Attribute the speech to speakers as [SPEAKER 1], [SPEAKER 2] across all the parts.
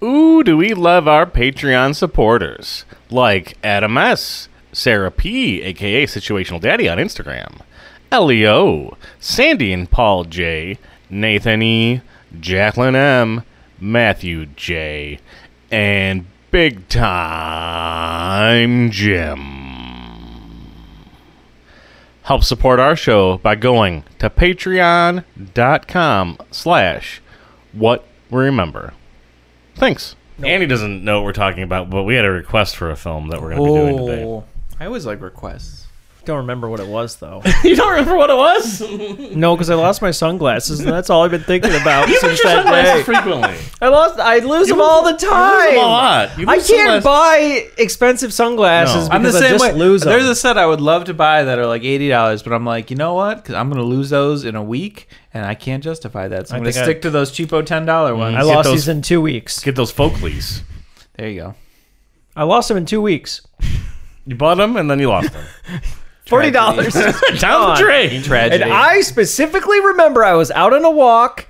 [SPEAKER 1] do we love our Patreon supporters, like Adam S., Sarah P., aka Situational Daddy on Instagram, Elio, Sandy and Paul J., Nathan E., Jacqueline M., Matthew J., and Big Time Jim. Help support our show by going to patreon.com slash what we remember. Thanks. Andy doesn't know what we're talking about, but we had a request for a film that we're going to be doing today.
[SPEAKER 2] Oh, I always like requests. Don't remember what it was though.
[SPEAKER 3] You don't remember what it was?
[SPEAKER 2] no, because I lost my sunglasses, and that's all I've been thinking about
[SPEAKER 3] You
[SPEAKER 2] since
[SPEAKER 3] lose your
[SPEAKER 2] that
[SPEAKER 3] sunglasses
[SPEAKER 2] day.
[SPEAKER 3] frequently.
[SPEAKER 2] I lost. I lose them all the time.
[SPEAKER 1] a lot. You
[SPEAKER 2] I
[SPEAKER 1] lose
[SPEAKER 2] can't
[SPEAKER 1] sunglasses-
[SPEAKER 2] buy expensive sunglasses
[SPEAKER 1] No.
[SPEAKER 2] because I just lose them.
[SPEAKER 4] There's a set I would love to buy that are like eighty dollars, but I'm like, you know what? Because I'm gonna lose those in a week, and I can't justify that. So I'm
[SPEAKER 2] I
[SPEAKER 4] gonna
[SPEAKER 2] think I- Mm.
[SPEAKER 4] stick to those cheapo ten dollar ones.
[SPEAKER 2] I
[SPEAKER 1] Get
[SPEAKER 2] lost
[SPEAKER 1] those-
[SPEAKER 2] these in two weeks.
[SPEAKER 1] Get those Folkleys.
[SPEAKER 4] There you go.
[SPEAKER 2] I lost them in two weeks.
[SPEAKER 1] You bought them and then you lost them.
[SPEAKER 2] Forty dollars.
[SPEAKER 1] Down the drain.
[SPEAKER 4] Tragedy.
[SPEAKER 2] And I specifically remember I was out on a walk.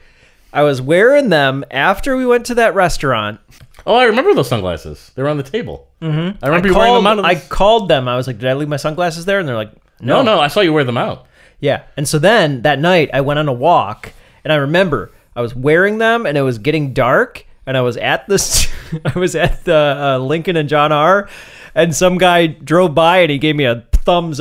[SPEAKER 2] I was wearing them after we went to that restaurant.
[SPEAKER 1] Oh, I remember those sunglasses. They were on the table. Mm-hmm. I
[SPEAKER 2] I
[SPEAKER 1] remember you wearing
[SPEAKER 2] called,
[SPEAKER 1] them out. Of
[SPEAKER 2] I
[SPEAKER 1] the-
[SPEAKER 2] called them. I was like, "Did I leave my sunglasses there?" And they're like,
[SPEAKER 1] no, no, I saw you wear them out.
[SPEAKER 2] Yeah. And so then that night I went on a walk and I remember I was wearing them and it was getting dark and I was at this I was at the uh, Lincoln and John R and some guy drove by and he gave me a thumbs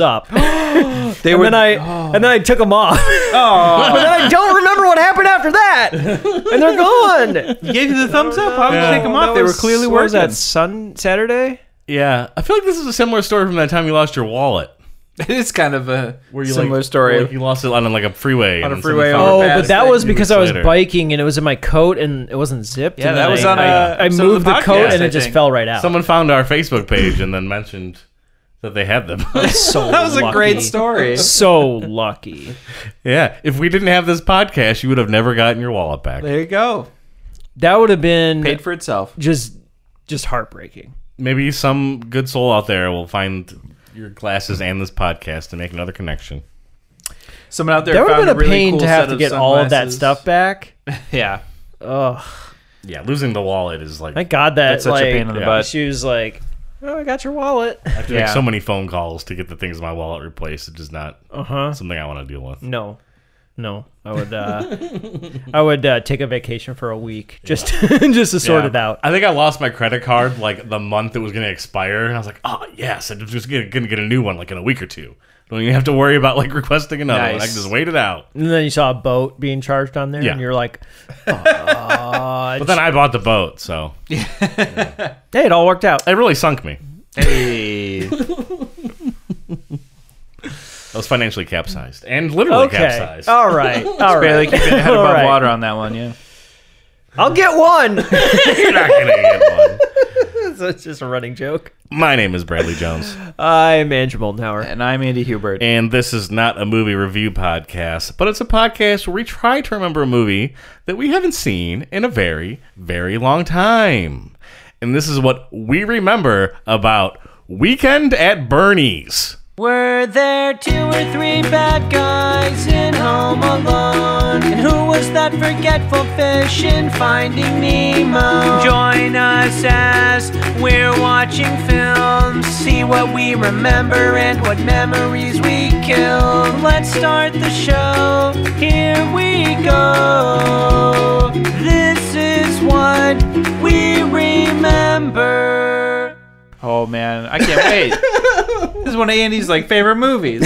[SPEAKER 2] up. they and
[SPEAKER 4] were-
[SPEAKER 2] then I and then I took them off. but then I don't remember what happened after that. And they're gone.
[SPEAKER 4] You gave you the thumbs up. Why would you take them off? They were clearly
[SPEAKER 2] what was
[SPEAKER 4] working.
[SPEAKER 2] that Sun Saturday?
[SPEAKER 1] Yeah, I feel like this is a similar story from that time you lost your wallet.
[SPEAKER 4] it is kind of a
[SPEAKER 1] Where you
[SPEAKER 4] similar
[SPEAKER 1] like,
[SPEAKER 4] story.
[SPEAKER 1] Like you lost it on like a freeway.
[SPEAKER 4] On a
[SPEAKER 1] and someone
[SPEAKER 4] freeway
[SPEAKER 1] found
[SPEAKER 4] or-
[SPEAKER 1] it.
[SPEAKER 2] Oh,
[SPEAKER 4] bad
[SPEAKER 2] but that
[SPEAKER 4] thing
[SPEAKER 2] was
[SPEAKER 4] weeks
[SPEAKER 2] because I was
[SPEAKER 1] later.
[SPEAKER 2] biking and it was in my coat and it wasn't zipped.
[SPEAKER 4] Yeah,
[SPEAKER 2] and
[SPEAKER 4] that
[SPEAKER 2] then
[SPEAKER 4] was
[SPEAKER 2] I-
[SPEAKER 4] on a
[SPEAKER 2] I, I
[SPEAKER 4] episode of
[SPEAKER 2] moved
[SPEAKER 4] the
[SPEAKER 2] the coat
[SPEAKER 4] podcast,
[SPEAKER 2] and
[SPEAKER 4] I
[SPEAKER 2] it just
[SPEAKER 4] think.
[SPEAKER 2] fell right out.
[SPEAKER 1] Someone found our Facebook page and then mentioned that they had them.
[SPEAKER 2] so
[SPEAKER 4] that was a great
[SPEAKER 2] lucky.
[SPEAKER 4] story.
[SPEAKER 2] So lucky.
[SPEAKER 1] yeah, if we didn't have this podcast, you would have never gotten your wallet back.
[SPEAKER 4] there you go.
[SPEAKER 2] That would have been
[SPEAKER 4] Paid for itself.
[SPEAKER 2] just just heartbreaking.
[SPEAKER 1] Maybe some good soul out there will find your glasses and this podcast and make another connection.
[SPEAKER 4] Someone out there.
[SPEAKER 2] that would have
[SPEAKER 4] found
[SPEAKER 2] been a
[SPEAKER 4] really
[SPEAKER 2] pain
[SPEAKER 4] cool
[SPEAKER 2] to have
[SPEAKER 4] set
[SPEAKER 2] to get all of that
[SPEAKER 4] sunglasses.
[SPEAKER 2] stuff back.
[SPEAKER 4] Yeah.
[SPEAKER 2] Ugh.
[SPEAKER 1] Yeah, losing the wallet is like
[SPEAKER 2] Thank God that
[SPEAKER 4] That's such a
[SPEAKER 2] like,
[SPEAKER 4] pain in the
[SPEAKER 1] Yeah.
[SPEAKER 4] butt.
[SPEAKER 2] she was like, Oh, I got your wallet.
[SPEAKER 1] I have to
[SPEAKER 4] yeah.
[SPEAKER 1] make so many phone calls to get the things in my wallet replaced. It's just not
[SPEAKER 2] Uh-huh.
[SPEAKER 1] something I want to deal with.
[SPEAKER 2] No. No. I would uh I would uh, take a vacation for a week just just to sort
[SPEAKER 1] Yeah.
[SPEAKER 2] it out.
[SPEAKER 1] I think I lost my credit card like the month it was going to expire, and I was like, "Oh yes, I'm just going to get a new one like in a week or two. Don't even have to worry about like requesting another one. I
[SPEAKER 4] Nice.
[SPEAKER 1] can just wait it out."
[SPEAKER 2] And then you saw a boat being charged on there
[SPEAKER 1] Yeah.
[SPEAKER 2] and you're like,
[SPEAKER 1] But then I bought the boat, so
[SPEAKER 2] Hey, it all worked out.
[SPEAKER 1] it really sunk me.
[SPEAKER 4] Hey.
[SPEAKER 1] I was financially capsized and literally
[SPEAKER 2] okay.
[SPEAKER 1] capsized.
[SPEAKER 2] All right. All
[SPEAKER 4] Barely
[SPEAKER 2] right.
[SPEAKER 4] keeping your head
[SPEAKER 2] All
[SPEAKER 4] above
[SPEAKER 2] right.
[SPEAKER 4] water on that one. Yeah.
[SPEAKER 2] I'll get one.
[SPEAKER 1] You're not going to get one.
[SPEAKER 2] it's just a running joke.
[SPEAKER 1] My name is Bradley Jones,
[SPEAKER 2] I'm Andrew Moldenhauer.
[SPEAKER 4] And I'm Andy Hubert.
[SPEAKER 1] and this is not a movie review podcast, but it's a podcast where we try to remember a movie that we haven't seen in a very, very long time. And this is what we remember about Weekend at Bernie's.
[SPEAKER 2] Were there two or three bad guys in Home Alone? And who was that forgetful fish in Finding Nemo? Join us as we're watching films. See what we remember and what memories we killed. Let's start the show. Here we go. This is what we remember.
[SPEAKER 4] Oh man, I can't wait. this is one of Andy's like favorite movies.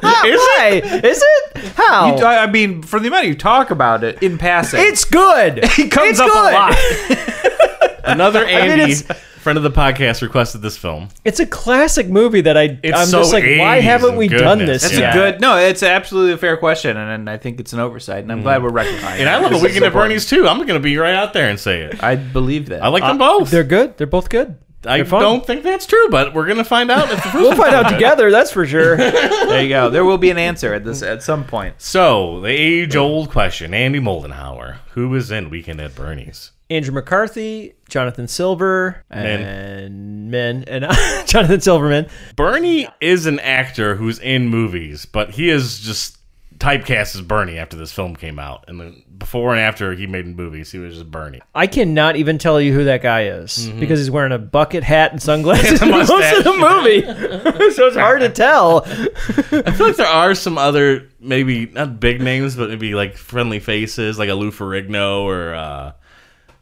[SPEAKER 2] Why? Is it? How?
[SPEAKER 4] You- I I mean, for the amount you talk about it in passing,
[SPEAKER 2] Oh. It's good.
[SPEAKER 4] it comes
[SPEAKER 2] it's
[SPEAKER 4] up a
[SPEAKER 2] good.
[SPEAKER 4] lot.
[SPEAKER 1] Another Andy,
[SPEAKER 2] it's-
[SPEAKER 1] friend of the podcast, requested this film.
[SPEAKER 2] It's a classic movie that I.
[SPEAKER 1] It's
[SPEAKER 2] I'm just
[SPEAKER 1] so
[SPEAKER 2] like, why
[SPEAKER 1] 80s,
[SPEAKER 2] haven't we done
[SPEAKER 1] goodness,
[SPEAKER 2] this?
[SPEAKER 4] That's
[SPEAKER 1] Yeah.
[SPEAKER 4] a good. No, it's absolutely a fair question, and, and I think it's an oversight, and I'm glad we're rectifying.
[SPEAKER 1] Mm. And
[SPEAKER 4] it.
[SPEAKER 1] I love
[SPEAKER 4] This
[SPEAKER 1] a
[SPEAKER 4] is
[SPEAKER 1] Weekend at
[SPEAKER 4] important.
[SPEAKER 1] Bernie's too. I'm going to be right out there and say it.
[SPEAKER 4] I believe that.
[SPEAKER 1] I like them both.
[SPEAKER 2] Uh, They're good. They're both good.
[SPEAKER 1] I
[SPEAKER 2] fun.
[SPEAKER 1] don't think that's true, but we're going to find out if the proof
[SPEAKER 2] We'll find out together. That's for sure.
[SPEAKER 4] there you go. There will be an answer at this at some point.
[SPEAKER 1] So, the age old question Andy Moldenhauer, who was in Weekend at Bernie's?
[SPEAKER 2] Andrew McCarthy, Jonathan Silver,
[SPEAKER 1] Men.
[SPEAKER 2] and men and Jonathan Silverman.
[SPEAKER 1] Bernie is an actor who's in movies, but he is just typecast as Bernie after this film came out, and then before and after he made movies, he was just Bernie.
[SPEAKER 2] I cannot even tell you who that guy is
[SPEAKER 4] Mm-hmm.
[SPEAKER 2] because he's wearing a bucket hat and sunglasses
[SPEAKER 1] And a
[SPEAKER 2] most
[SPEAKER 1] mustache.
[SPEAKER 2] of the movie, so it's hard to tell.
[SPEAKER 1] I feel like there are some other maybe not big names, but maybe like friendly faces, like a Lou Ferrigno or uh,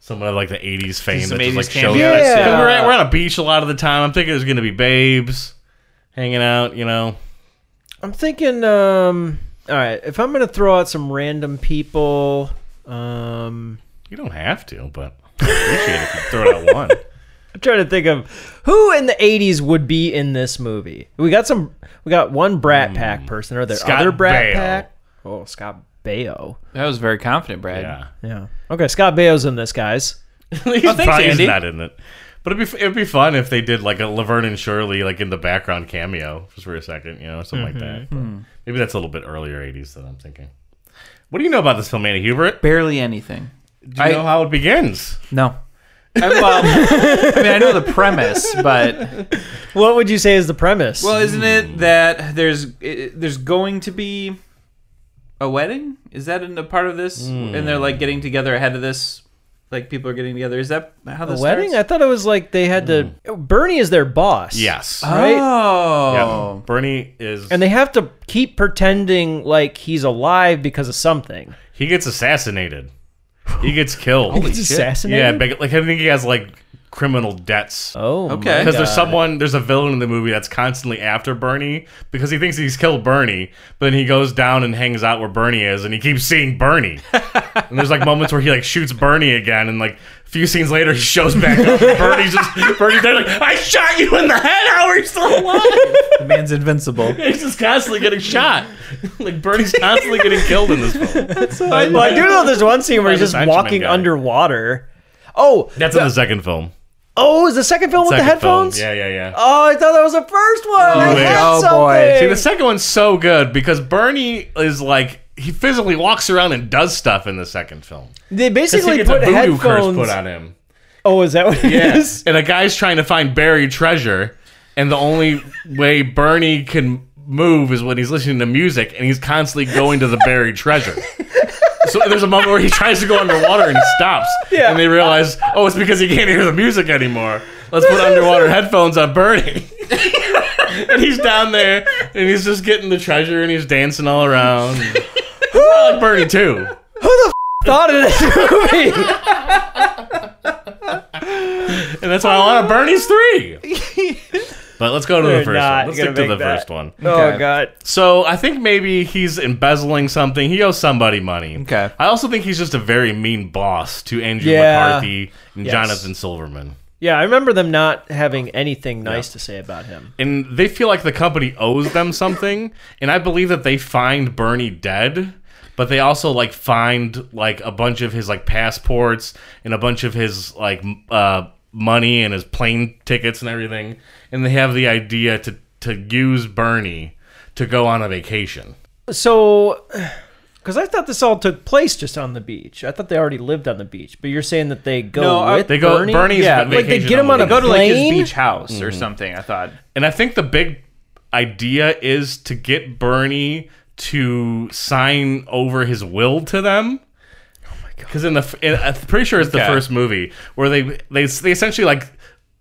[SPEAKER 1] someone of like the '80s fame
[SPEAKER 4] Some
[SPEAKER 1] that just
[SPEAKER 4] 80s
[SPEAKER 1] like shows.
[SPEAKER 4] cameos,
[SPEAKER 1] up.
[SPEAKER 2] yeah.
[SPEAKER 1] We're, at, we're on a beach a lot of the time. I'm thinking there's gonna be babes hanging out. You know,
[SPEAKER 2] I'm thinking. Um, all right, if I'm gonna throw out some random people, um,
[SPEAKER 1] you don't have to, but I appreciate it if you throw out one.
[SPEAKER 2] I'm trying to think of who in the '80s would be in this movie. We got some. We got one Brat Pack person or the
[SPEAKER 1] Hmm. Scott
[SPEAKER 2] other Brat
[SPEAKER 1] Baio.
[SPEAKER 2] Pack. Oh, Scott Baio.
[SPEAKER 4] That was very confident, Brad.
[SPEAKER 1] Yeah.
[SPEAKER 2] Yeah. Okay, Scott Baio's in this, guys.
[SPEAKER 1] he's
[SPEAKER 4] thanks,
[SPEAKER 1] probably
[SPEAKER 4] Andy.
[SPEAKER 1] not in it. But it'd be it'd be fun if they did like a Laverne and Shirley like in the background cameo just for a second, you know, something like that. But Maybe that's a little bit earlier '80s than I'm thinking. What do you know about this film, Andy Hubert?
[SPEAKER 4] Barely anything.
[SPEAKER 1] Do you
[SPEAKER 4] I-
[SPEAKER 1] know how it begins?
[SPEAKER 4] No. I, well, I mean, I know the premise, but
[SPEAKER 2] What would you say is the premise?
[SPEAKER 4] Well, isn't
[SPEAKER 1] Hmm.
[SPEAKER 4] it that there's i there's going to be a wedding? Is that in the part of this? And they're like getting together ahead of this, like people are getting together. Is that how
[SPEAKER 2] a
[SPEAKER 4] this
[SPEAKER 2] wedding? I
[SPEAKER 4] starts?
[SPEAKER 2] thought it was like they had to. Bernie is their boss.
[SPEAKER 1] Hmm. Yes.
[SPEAKER 2] Right?
[SPEAKER 4] Oh,
[SPEAKER 1] Yeah. Bernie is
[SPEAKER 2] And they have to keep pretending like he's alive because of something.
[SPEAKER 1] he gets assassinated. He gets killed.
[SPEAKER 2] He's assassinated.
[SPEAKER 1] Yeah, big, like I think he has like criminal debts.
[SPEAKER 2] Oh.
[SPEAKER 4] Okay.
[SPEAKER 2] My
[SPEAKER 1] Because there's someone, there's a villain in the movie that's constantly after Bernie because he thinks he's killed Bernie, but then he goes down and hangs out where Bernie is, and he keeps seeing Bernie. and there's like moments where he like shoots Bernie again, and like a few scenes later he shows back up. and Bernie's just Bernie's there like I shot you in the head. How are you still alive?
[SPEAKER 4] the man's invincible.
[SPEAKER 1] he's just constantly getting shot. like Bernie's constantly getting killed in this film. That's,
[SPEAKER 2] well, I do know there's one scene where he's
[SPEAKER 1] Private
[SPEAKER 2] just
[SPEAKER 1] Benjamin
[SPEAKER 2] walking
[SPEAKER 1] guy.
[SPEAKER 2] underwater. Oh,
[SPEAKER 1] in the second film.
[SPEAKER 2] oh, is the second film with
[SPEAKER 1] Second
[SPEAKER 2] the headphones?
[SPEAKER 1] Film. Yeah, yeah, yeah.
[SPEAKER 2] Oh, I thought that was the first one. I
[SPEAKER 1] wish.
[SPEAKER 2] had
[SPEAKER 4] Oh,
[SPEAKER 2] something.
[SPEAKER 4] boy.
[SPEAKER 1] See, the second one's so good because Bernie is like he physically walks around and does stuff in the second film.
[SPEAKER 2] They
[SPEAKER 1] 'Cause he
[SPEAKER 2] basically
[SPEAKER 1] gets
[SPEAKER 2] put
[SPEAKER 1] a voodoo curse
[SPEAKER 2] headphones.
[SPEAKER 1] put on him.
[SPEAKER 2] Oh, is that what it is?
[SPEAKER 1] Yes, and a guy's trying to find buried treasure, and the only way Bernie can move is when he's listening to music, and he's constantly going to the buried treasure. So there's a moment where he tries to go underwater and he stops,
[SPEAKER 2] Yeah.
[SPEAKER 1] and they realize, oh, it's because he can't hear the music anymore. Let's put underwater headphones on Bernie. and he's down there, and he's just getting the treasure, and he's dancing all around. I like Bernie too.
[SPEAKER 2] Thought of this movie.
[SPEAKER 1] And that's why I want a Bernie's three. but let's go to
[SPEAKER 2] We're
[SPEAKER 1] the first one.
[SPEAKER 2] not
[SPEAKER 1] Let's
[SPEAKER 2] gonna
[SPEAKER 1] stick to
[SPEAKER 2] make
[SPEAKER 1] the
[SPEAKER 2] that.
[SPEAKER 1] first one.
[SPEAKER 2] Oh god.
[SPEAKER 1] So I think maybe he's embezzling something. He owes somebody money.
[SPEAKER 4] Okay.
[SPEAKER 1] I also think he's just a very mean boss to Andrew
[SPEAKER 2] Yeah.
[SPEAKER 1] McCarthy and
[SPEAKER 2] Yes.
[SPEAKER 1] Jonathan Silverman.
[SPEAKER 2] Yeah, I remember them not having anything nice to say about him.
[SPEAKER 1] And they feel like the company owes them something. and I believe that they find Bernie dead. But they also like find like a bunch of his like passports and a bunch of his like m- uh, money and his plane tickets and everything, and they have the idea to to use Bernie to go on a vacation.
[SPEAKER 2] So, because I thought this all took place just on the beach. I thought they already lived on the beach, but you're saying that they go
[SPEAKER 4] No, uh, I-
[SPEAKER 2] with
[SPEAKER 1] They go
[SPEAKER 2] Bernie?
[SPEAKER 1] Bernie's
[SPEAKER 4] Yeah,
[SPEAKER 1] vacation.
[SPEAKER 2] like they get him
[SPEAKER 1] the
[SPEAKER 2] on a
[SPEAKER 1] weekend.
[SPEAKER 4] Go to like his
[SPEAKER 2] Plane?
[SPEAKER 4] beach house or
[SPEAKER 1] Hmm.
[SPEAKER 4] something. I thought.
[SPEAKER 1] And I think the big idea is to get Bernie to sign over his will to them.
[SPEAKER 2] Oh
[SPEAKER 1] Because in the, f- in, I'm pretty sure it's the
[SPEAKER 4] Okay.
[SPEAKER 1] first movie where they they they essentially like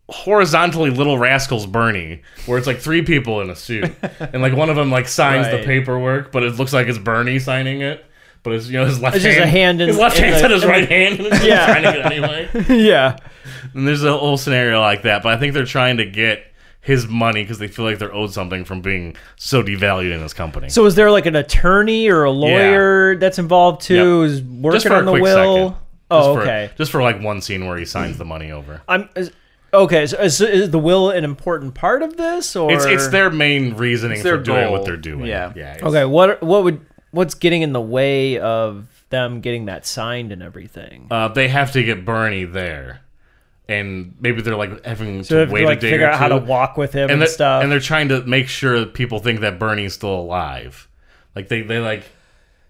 [SPEAKER 1] horizontally little rascals Bernie, where it's like three people in a suit, and like one of them like signs the
[SPEAKER 2] Right.
[SPEAKER 1] paperwork, but it looks like it's Bernie signing it, but it's you know his left
[SPEAKER 2] It's
[SPEAKER 1] hand,
[SPEAKER 2] just a hand in-
[SPEAKER 1] his left
[SPEAKER 2] in
[SPEAKER 1] hand's
[SPEAKER 2] the-
[SPEAKER 1] at his
[SPEAKER 2] in the-
[SPEAKER 1] right hand, and he's
[SPEAKER 2] Yeah.
[SPEAKER 1] signing it anyway.
[SPEAKER 2] yeah.
[SPEAKER 1] And there's a whole scenario like that, but I think they're trying to get his money because they feel like they're owed something from being so devalued in his company.
[SPEAKER 2] So is there like an attorney or a lawyer that's involved too?
[SPEAKER 1] Yep.
[SPEAKER 2] Is working on the will?
[SPEAKER 1] Just
[SPEAKER 2] Oh,
[SPEAKER 1] for-
[SPEAKER 2] okay.
[SPEAKER 1] just for like one scene where he signs the money over.
[SPEAKER 2] I'm is, okay. So is, is the will an important part of this, or
[SPEAKER 1] It's it's their main reasoning
[SPEAKER 4] their
[SPEAKER 1] for doing what
[SPEAKER 4] goal.
[SPEAKER 1] they're doing.
[SPEAKER 4] Yeah.
[SPEAKER 1] yeah. it's-
[SPEAKER 2] Okay, what what would what's getting in the way of them getting that signed and everything?
[SPEAKER 1] Uh, they have to get Bernie there, and maybe they're like having
[SPEAKER 2] So
[SPEAKER 1] to
[SPEAKER 2] they have to
[SPEAKER 1] wait
[SPEAKER 2] like
[SPEAKER 1] a day
[SPEAKER 2] figure
[SPEAKER 1] or
[SPEAKER 2] out how to
[SPEAKER 1] two.
[SPEAKER 2] walk with him and,
[SPEAKER 1] they're,
[SPEAKER 2] stuff.
[SPEAKER 1] And they're trying to make sure that people think that Bernie's still alive. Like they, they like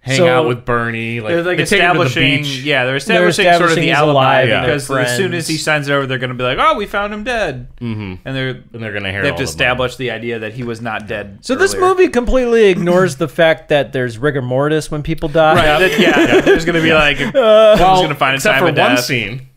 [SPEAKER 1] hang
[SPEAKER 2] So-
[SPEAKER 1] out with Bernie. Like,
[SPEAKER 4] They're like
[SPEAKER 1] they take him to the
[SPEAKER 4] establishing,
[SPEAKER 1] beach.
[SPEAKER 4] yeah, they're establishing, sort of
[SPEAKER 2] establishing
[SPEAKER 4] the
[SPEAKER 2] he's
[SPEAKER 4] alibi
[SPEAKER 2] alive and
[SPEAKER 4] because
[SPEAKER 2] they're
[SPEAKER 4] as soon as
[SPEAKER 2] friends.
[SPEAKER 4] he signs it over, they're going to be like, "Oh, we found him dead," mm-hmm. and they're
[SPEAKER 5] And they're gonna hear
[SPEAKER 4] they have
[SPEAKER 5] all about
[SPEAKER 4] to establish the idea that he was not dead.
[SPEAKER 2] So this
[SPEAKER 4] earlier.
[SPEAKER 2] movie completely ignores the fact that there's rigor mortis when people die.
[SPEAKER 4] right? that- yeah, Uh, there's going to be like,
[SPEAKER 1] well,
[SPEAKER 4] gonna find a
[SPEAKER 1] except
[SPEAKER 4] time
[SPEAKER 1] for
[SPEAKER 4] of
[SPEAKER 1] one
[SPEAKER 4] death.
[SPEAKER 1] scene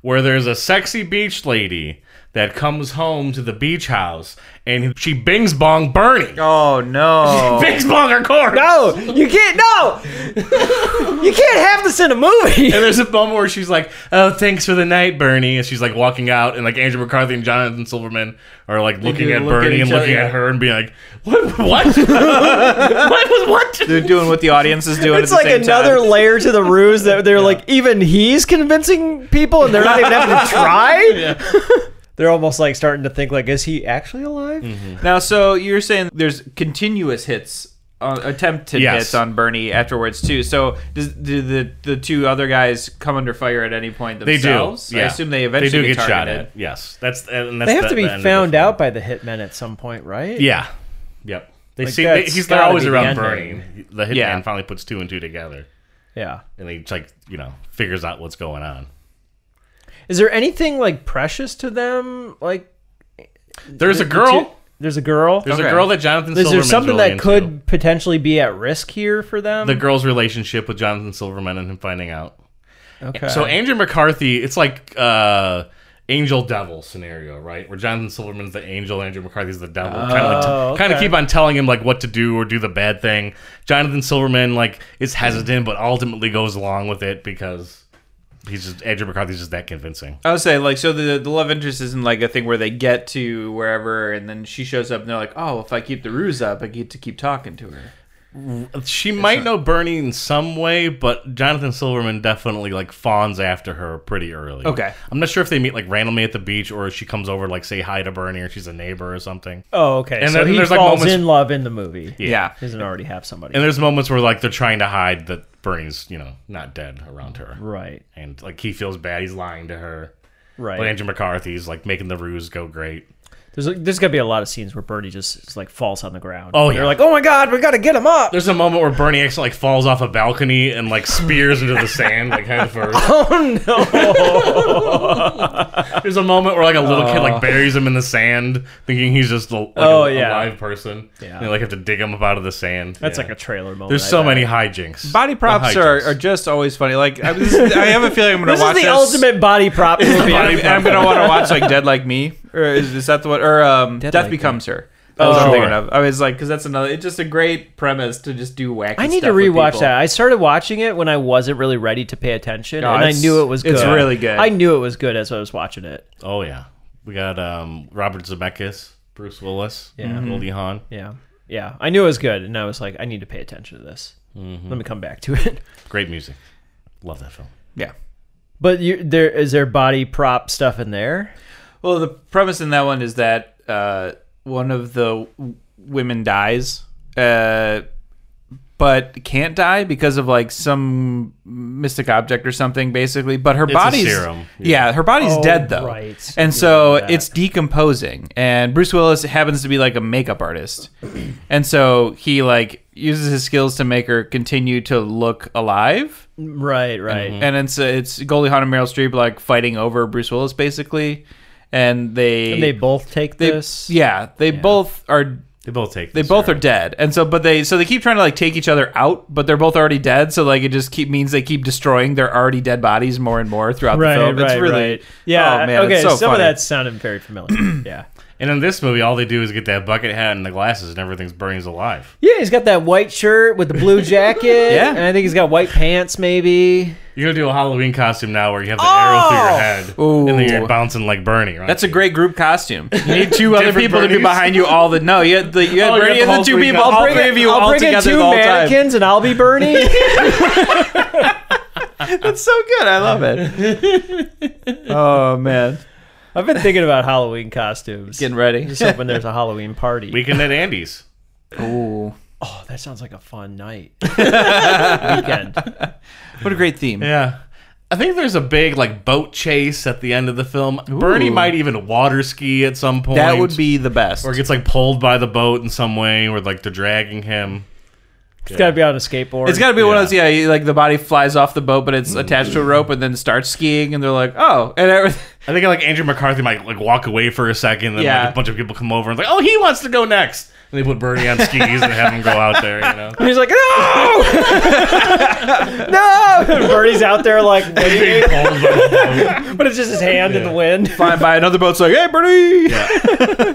[SPEAKER 1] where there's a sexy beach lady that comes home to the beach house and she bings bong Bernie.
[SPEAKER 4] "Oh no."
[SPEAKER 1] Bings bong her corpse.
[SPEAKER 2] No, you can't. No, you can't have this in a movie.
[SPEAKER 1] And there's a moment where she's like, "Oh, thanks for the night, Bernie," and she's like walking out, and like Andrew McCarthy and Jonathan Silverman are like looking
[SPEAKER 4] do
[SPEAKER 1] at
[SPEAKER 4] look
[SPEAKER 1] Bernie
[SPEAKER 4] at
[SPEAKER 1] and
[SPEAKER 4] each
[SPEAKER 1] looking
[SPEAKER 4] other.
[SPEAKER 1] at her and being like, "What? What? what was what?"
[SPEAKER 4] They're doing what the audience is doing.
[SPEAKER 2] It's
[SPEAKER 4] at the
[SPEAKER 2] like
[SPEAKER 4] same
[SPEAKER 2] another
[SPEAKER 4] Time.
[SPEAKER 2] layer to the ruse that they're like even he's convincing people and they're not even having to try. They're almost like starting to think like, is he actually alive?
[SPEAKER 4] Now, so you're saying there's continuous hits, uh, attempted
[SPEAKER 1] Yes.
[SPEAKER 4] hits on Bernie afterwards too. So does, do the the two other guys come under fire at any point
[SPEAKER 1] They do.
[SPEAKER 4] themselves? I
[SPEAKER 1] yeah.
[SPEAKER 4] assume they eventually
[SPEAKER 1] they do
[SPEAKER 4] get,
[SPEAKER 1] get shot
[SPEAKER 4] targeted.
[SPEAKER 1] at. Yes, that's and that's
[SPEAKER 2] They have
[SPEAKER 1] the-
[SPEAKER 2] to be
[SPEAKER 1] the end of the
[SPEAKER 2] found
[SPEAKER 1] film.
[SPEAKER 2] out by the hitmen at some point, right?
[SPEAKER 1] Yeah. Yep. They see they,
[SPEAKER 2] that's
[SPEAKER 1] he's they're
[SPEAKER 2] gotta
[SPEAKER 1] always
[SPEAKER 2] be the
[SPEAKER 1] around
[SPEAKER 2] ending.
[SPEAKER 1] Bernie. The hitman
[SPEAKER 4] Yeah.
[SPEAKER 1] finally puts two and two together,
[SPEAKER 2] Yeah.
[SPEAKER 1] and he like you know figures out what's going on.
[SPEAKER 2] Is there anything like precious to them? Like
[SPEAKER 1] There's a
[SPEAKER 2] the two-
[SPEAKER 1] girl.
[SPEAKER 2] there's a girl.
[SPEAKER 1] There's
[SPEAKER 4] Okay.
[SPEAKER 1] a girl that Jonathan.
[SPEAKER 2] Is there
[SPEAKER 1] Silverman's
[SPEAKER 2] something
[SPEAKER 1] really
[SPEAKER 2] that could
[SPEAKER 1] into.
[SPEAKER 2] potentially be at risk here for them?
[SPEAKER 1] the girl's relationship with Jonathan Silverman and him finding out.
[SPEAKER 2] okay.
[SPEAKER 1] So Andrew McCarthy, it's like uh angel devil scenario, right? Where Jonathan Silverman's the angel, Andrew McCarthy's the devil. kind of like
[SPEAKER 2] Oh,
[SPEAKER 1] kind of
[SPEAKER 2] okay.
[SPEAKER 1] keep on telling him like what to do or do the bad thing. Jonathan Silverman like is hesitant but ultimately goes along with it because he's just Andrew McCarthy's just that convincing.
[SPEAKER 4] I would say like so the the love interest isn't like a thing where they get to wherever and then she shows up and they're like, oh, if I keep the ruse up, I get to keep talking to her.
[SPEAKER 1] She might know Bernie in some way, but Jonathan Silverman definitely like fawns after her pretty early.
[SPEAKER 4] Okay.
[SPEAKER 1] I'm not sure if they meet like randomly at the beach or if she comes over to, like say hi to Bernie or she's a neighbor or something.
[SPEAKER 2] oh, okay.
[SPEAKER 1] and
[SPEAKER 2] so
[SPEAKER 1] then
[SPEAKER 2] he
[SPEAKER 1] there's, like,
[SPEAKER 2] falls
[SPEAKER 1] moments-
[SPEAKER 2] in love in the movie.
[SPEAKER 4] Yeah.
[SPEAKER 2] Doesn't already have somebody.
[SPEAKER 1] And there's moments where like they're trying to hide that Bernie's, you know, not dead around her.
[SPEAKER 2] right.
[SPEAKER 1] And like he feels bad, he's lying to her.
[SPEAKER 2] Right.
[SPEAKER 1] But Andrew McCarthy's like making the ruse go great.
[SPEAKER 2] There's there's gotta be a lot of scenes where Bernie just is, like falls on the ground.
[SPEAKER 1] Oh,
[SPEAKER 2] They're
[SPEAKER 1] yeah.
[SPEAKER 2] like, oh my god, we gotta get him up.
[SPEAKER 1] There's a moment where Bernie actually like falls off a balcony and like spears into the sand like head first.
[SPEAKER 2] Oh no.
[SPEAKER 1] There's a moment where like a little kid like buries him in the sand, thinking he's just a, like,
[SPEAKER 2] Uh. Oh,
[SPEAKER 1] a,
[SPEAKER 2] yeah.
[SPEAKER 1] a live person.
[SPEAKER 2] Yeah.
[SPEAKER 1] And they like have to dig him up out of the sand.
[SPEAKER 2] That's
[SPEAKER 1] Yeah.
[SPEAKER 2] like a trailer moment.
[SPEAKER 1] There's
[SPEAKER 2] I
[SPEAKER 1] so
[SPEAKER 2] bet.
[SPEAKER 1] many hijinks.
[SPEAKER 4] Body props
[SPEAKER 1] The
[SPEAKER 4] are,
[SPEAKER 1] hijinks.
[SPEAKER 4] are just always funny. Like I, this is- I have a feeling I'm gonna
[SPEAKER 2] This is
[SPEAKER 4] watch
[SPEAKER 2] the
[SPEAKER 4] this.
[SPEAKER 2] ultimate body prop movie.
[SPEAKER 1] Body
[SPEAKER 4] I'm, I'm gonna want to watch like Dead Like Me, or is, is that the one? Or um, Death Becomes Her. That was what I'm
[SPEAKER 1] Oh, sure.
[SPEAKER 4] thinking of. I was like, because that's another. It's just a great premise to just do wacky.
[SPEAKER 2] I need to
[SPEAKER 4] stuff with
[SPEAKER 2] rewatch
[SPEAKER 4] people.
[SPEAKER 2] that. I started watching it when I wasn't really ready to pay attention,
[SPEAKER 4] No,
[SPEAKER 2] and I
[SPEAKER 4] it's-
[SPEAKER 2] knew it was good.
[SPEAKER 4] it's really good.
[SPEAKER 2] I knew it was good as I was watching it.
[SPEAKER 1] Oh yeah, we got um, Robert Zemeckis, Bruce Willis, yeah,
[SPEAKER 2] Mm-hmm.
[SPEAKER 1] Goldie Hawn.
[SPEAKER 2] Yeah, yeah, I knew it was good, and I was like, I need to pay attention to this. Let me come back to it.
[SPEAKER 1] Great music. Love that film.
[SPEAKER 4] Yeah.
[SPEAKER 2] But you, there is there body prop stuff in there?
[SPEAKER 4] Well, the premise in that one is that uh, one of the w- women dies, uh, but can't die because of like some mystic object or something, basically. But her body's
[SPEAKER 1] serum.
[SPEAKER 4] Yeah. her body's
[SPEAKER 2] Oh,
[SPEAKER 4] dead though,
[SPEAKER 2] right.
[SPEAKER 4] and so it's decomposing. And Bruce Willis happens to be like a makeup artist, and so he like uses his skills to make her continue to look alive
[SPEAKER 2] Right, right.
[SPEAKER 4] and it's it's Goldie Hawn and Meryl Streep like fighting over Bruce Willis basically, and they
[SPEAKER 2] And they both take
[SPEAKER 4] they-
[SPEAKER 2] this.
[SPEAKER 4] yeah they both are
[SPEAKER 1] They both take.
[SPEAKER 4] they both are dead, and so but they so they keep trying to like take each other out, but they're both already dead, so like it just keep means they keep destroying their already dead bodies more and more throughout
[SPEAKER 2] Right,
[SPEAKER 4] the film.
[SPEAKER 2] right,
[SPEAKER 4] it's really
[SPEAKER 2] right. Yeah.
[SPEAKER 4] oh, man,
[SPEAKER 2] okay.
[SPEAKER 4] it's so
[SPEAKER 2] some
[SPEAKER 4] funny.
[SPEAKER 2] of that sounded very familiar. yeah.
[SPEAKER 1] And in this movie, all they do is get that bucket hat and the glasses, and everything's Bernie's alive.
[SPEAKER 2] Yeah, he's got that white shirt with the blue jacket.
[SPEAKER 4] Yeah.
[SPEAKER 2] And I think he's got white pants, maybe.
[SPEAKER 1] You're gonna do a Halloween costume now where you have the arrow through your head, and then
[SPEAKER 4] Ooh.
[SPEAKER 1] you're bouncing like Bernie. Right?
[SPEAKER 4] That's a great group costume. You need two other
[SPEAKER 1] Different
[SPEAKER 4] people to be
[SPEAKER 1] Bernies?
[SPEAKER 4] behind you all the no. You had the you had
[SPEAKER 1] Oh, you
[SPEAKER 4] Bernie
[SPEAKER 1] had the
[SPEAKER 4] and the
[SPEAKER 1] whole
[SPEAKER 4] two
[SPEAKER 1] three
[SPEAKER 4] people,
[SPEAKER 1] guys.
[SPEAKER 4] all
[SPEAKER 1] I'll
[SPEAKER 4] three of you
[SPEAKER 2] I'll
[SPEAKER 4] all
[SPEAKER 2] bring in
[SPEAKER 4] together
[SPEAKER 2] two
[SPEAKER 4] the whole time.
[SPEAKER 2] mannequins and I'll be Bernie.
[SPEAKER 4] That's so good. I love it. oh man,
[SPEAKER 2] I've been thinking about Halloween costumes.
[SPEAKER 4] getting ready.
[SPEAKER 2] Just hoping there's a Halloween party.
[SPEAKER 1] weekend at Andy's.
[SPEAKER 4] Ooh.
[SPEAKER 2] oh, that sounds like a fun night. Weekend.
[SPEAKER 4] What a great theme.
[SPEAKER 1] Yeah. I think there's a big like boat chase at the end of the film. Bernie might even water ski at some point.
[SPEAKER 4] That would be the best.
[SPEAKER 1] or gets like pulled by the boat in some way, or like they're dragging him.
[SPEAKER 2] It's got to be on a skateboard.
[SPEAKER 4] It's got to be one of those, yeah. Mm. you- Like the body flies off the boat, but it's attached to a rope, and then starts skiing, and they're like, "Oh!" And everything.
[SPEAKER 1] I think like Andrew McCarthy might like walk away for a second, then
[SPEAKER 4] Yeah.
[SPEAKER 1] like, a bunch of people come over and like, oh, he wants to go next, and they put Bernie on skis and have him go out there. You know,
[SPEAKER 2] He's like, no, no. Bertie's out there like, waving, but it's just his hand in the wind.
[SPEAKER 4] flying by another boat's like, "Hey, Bernie!"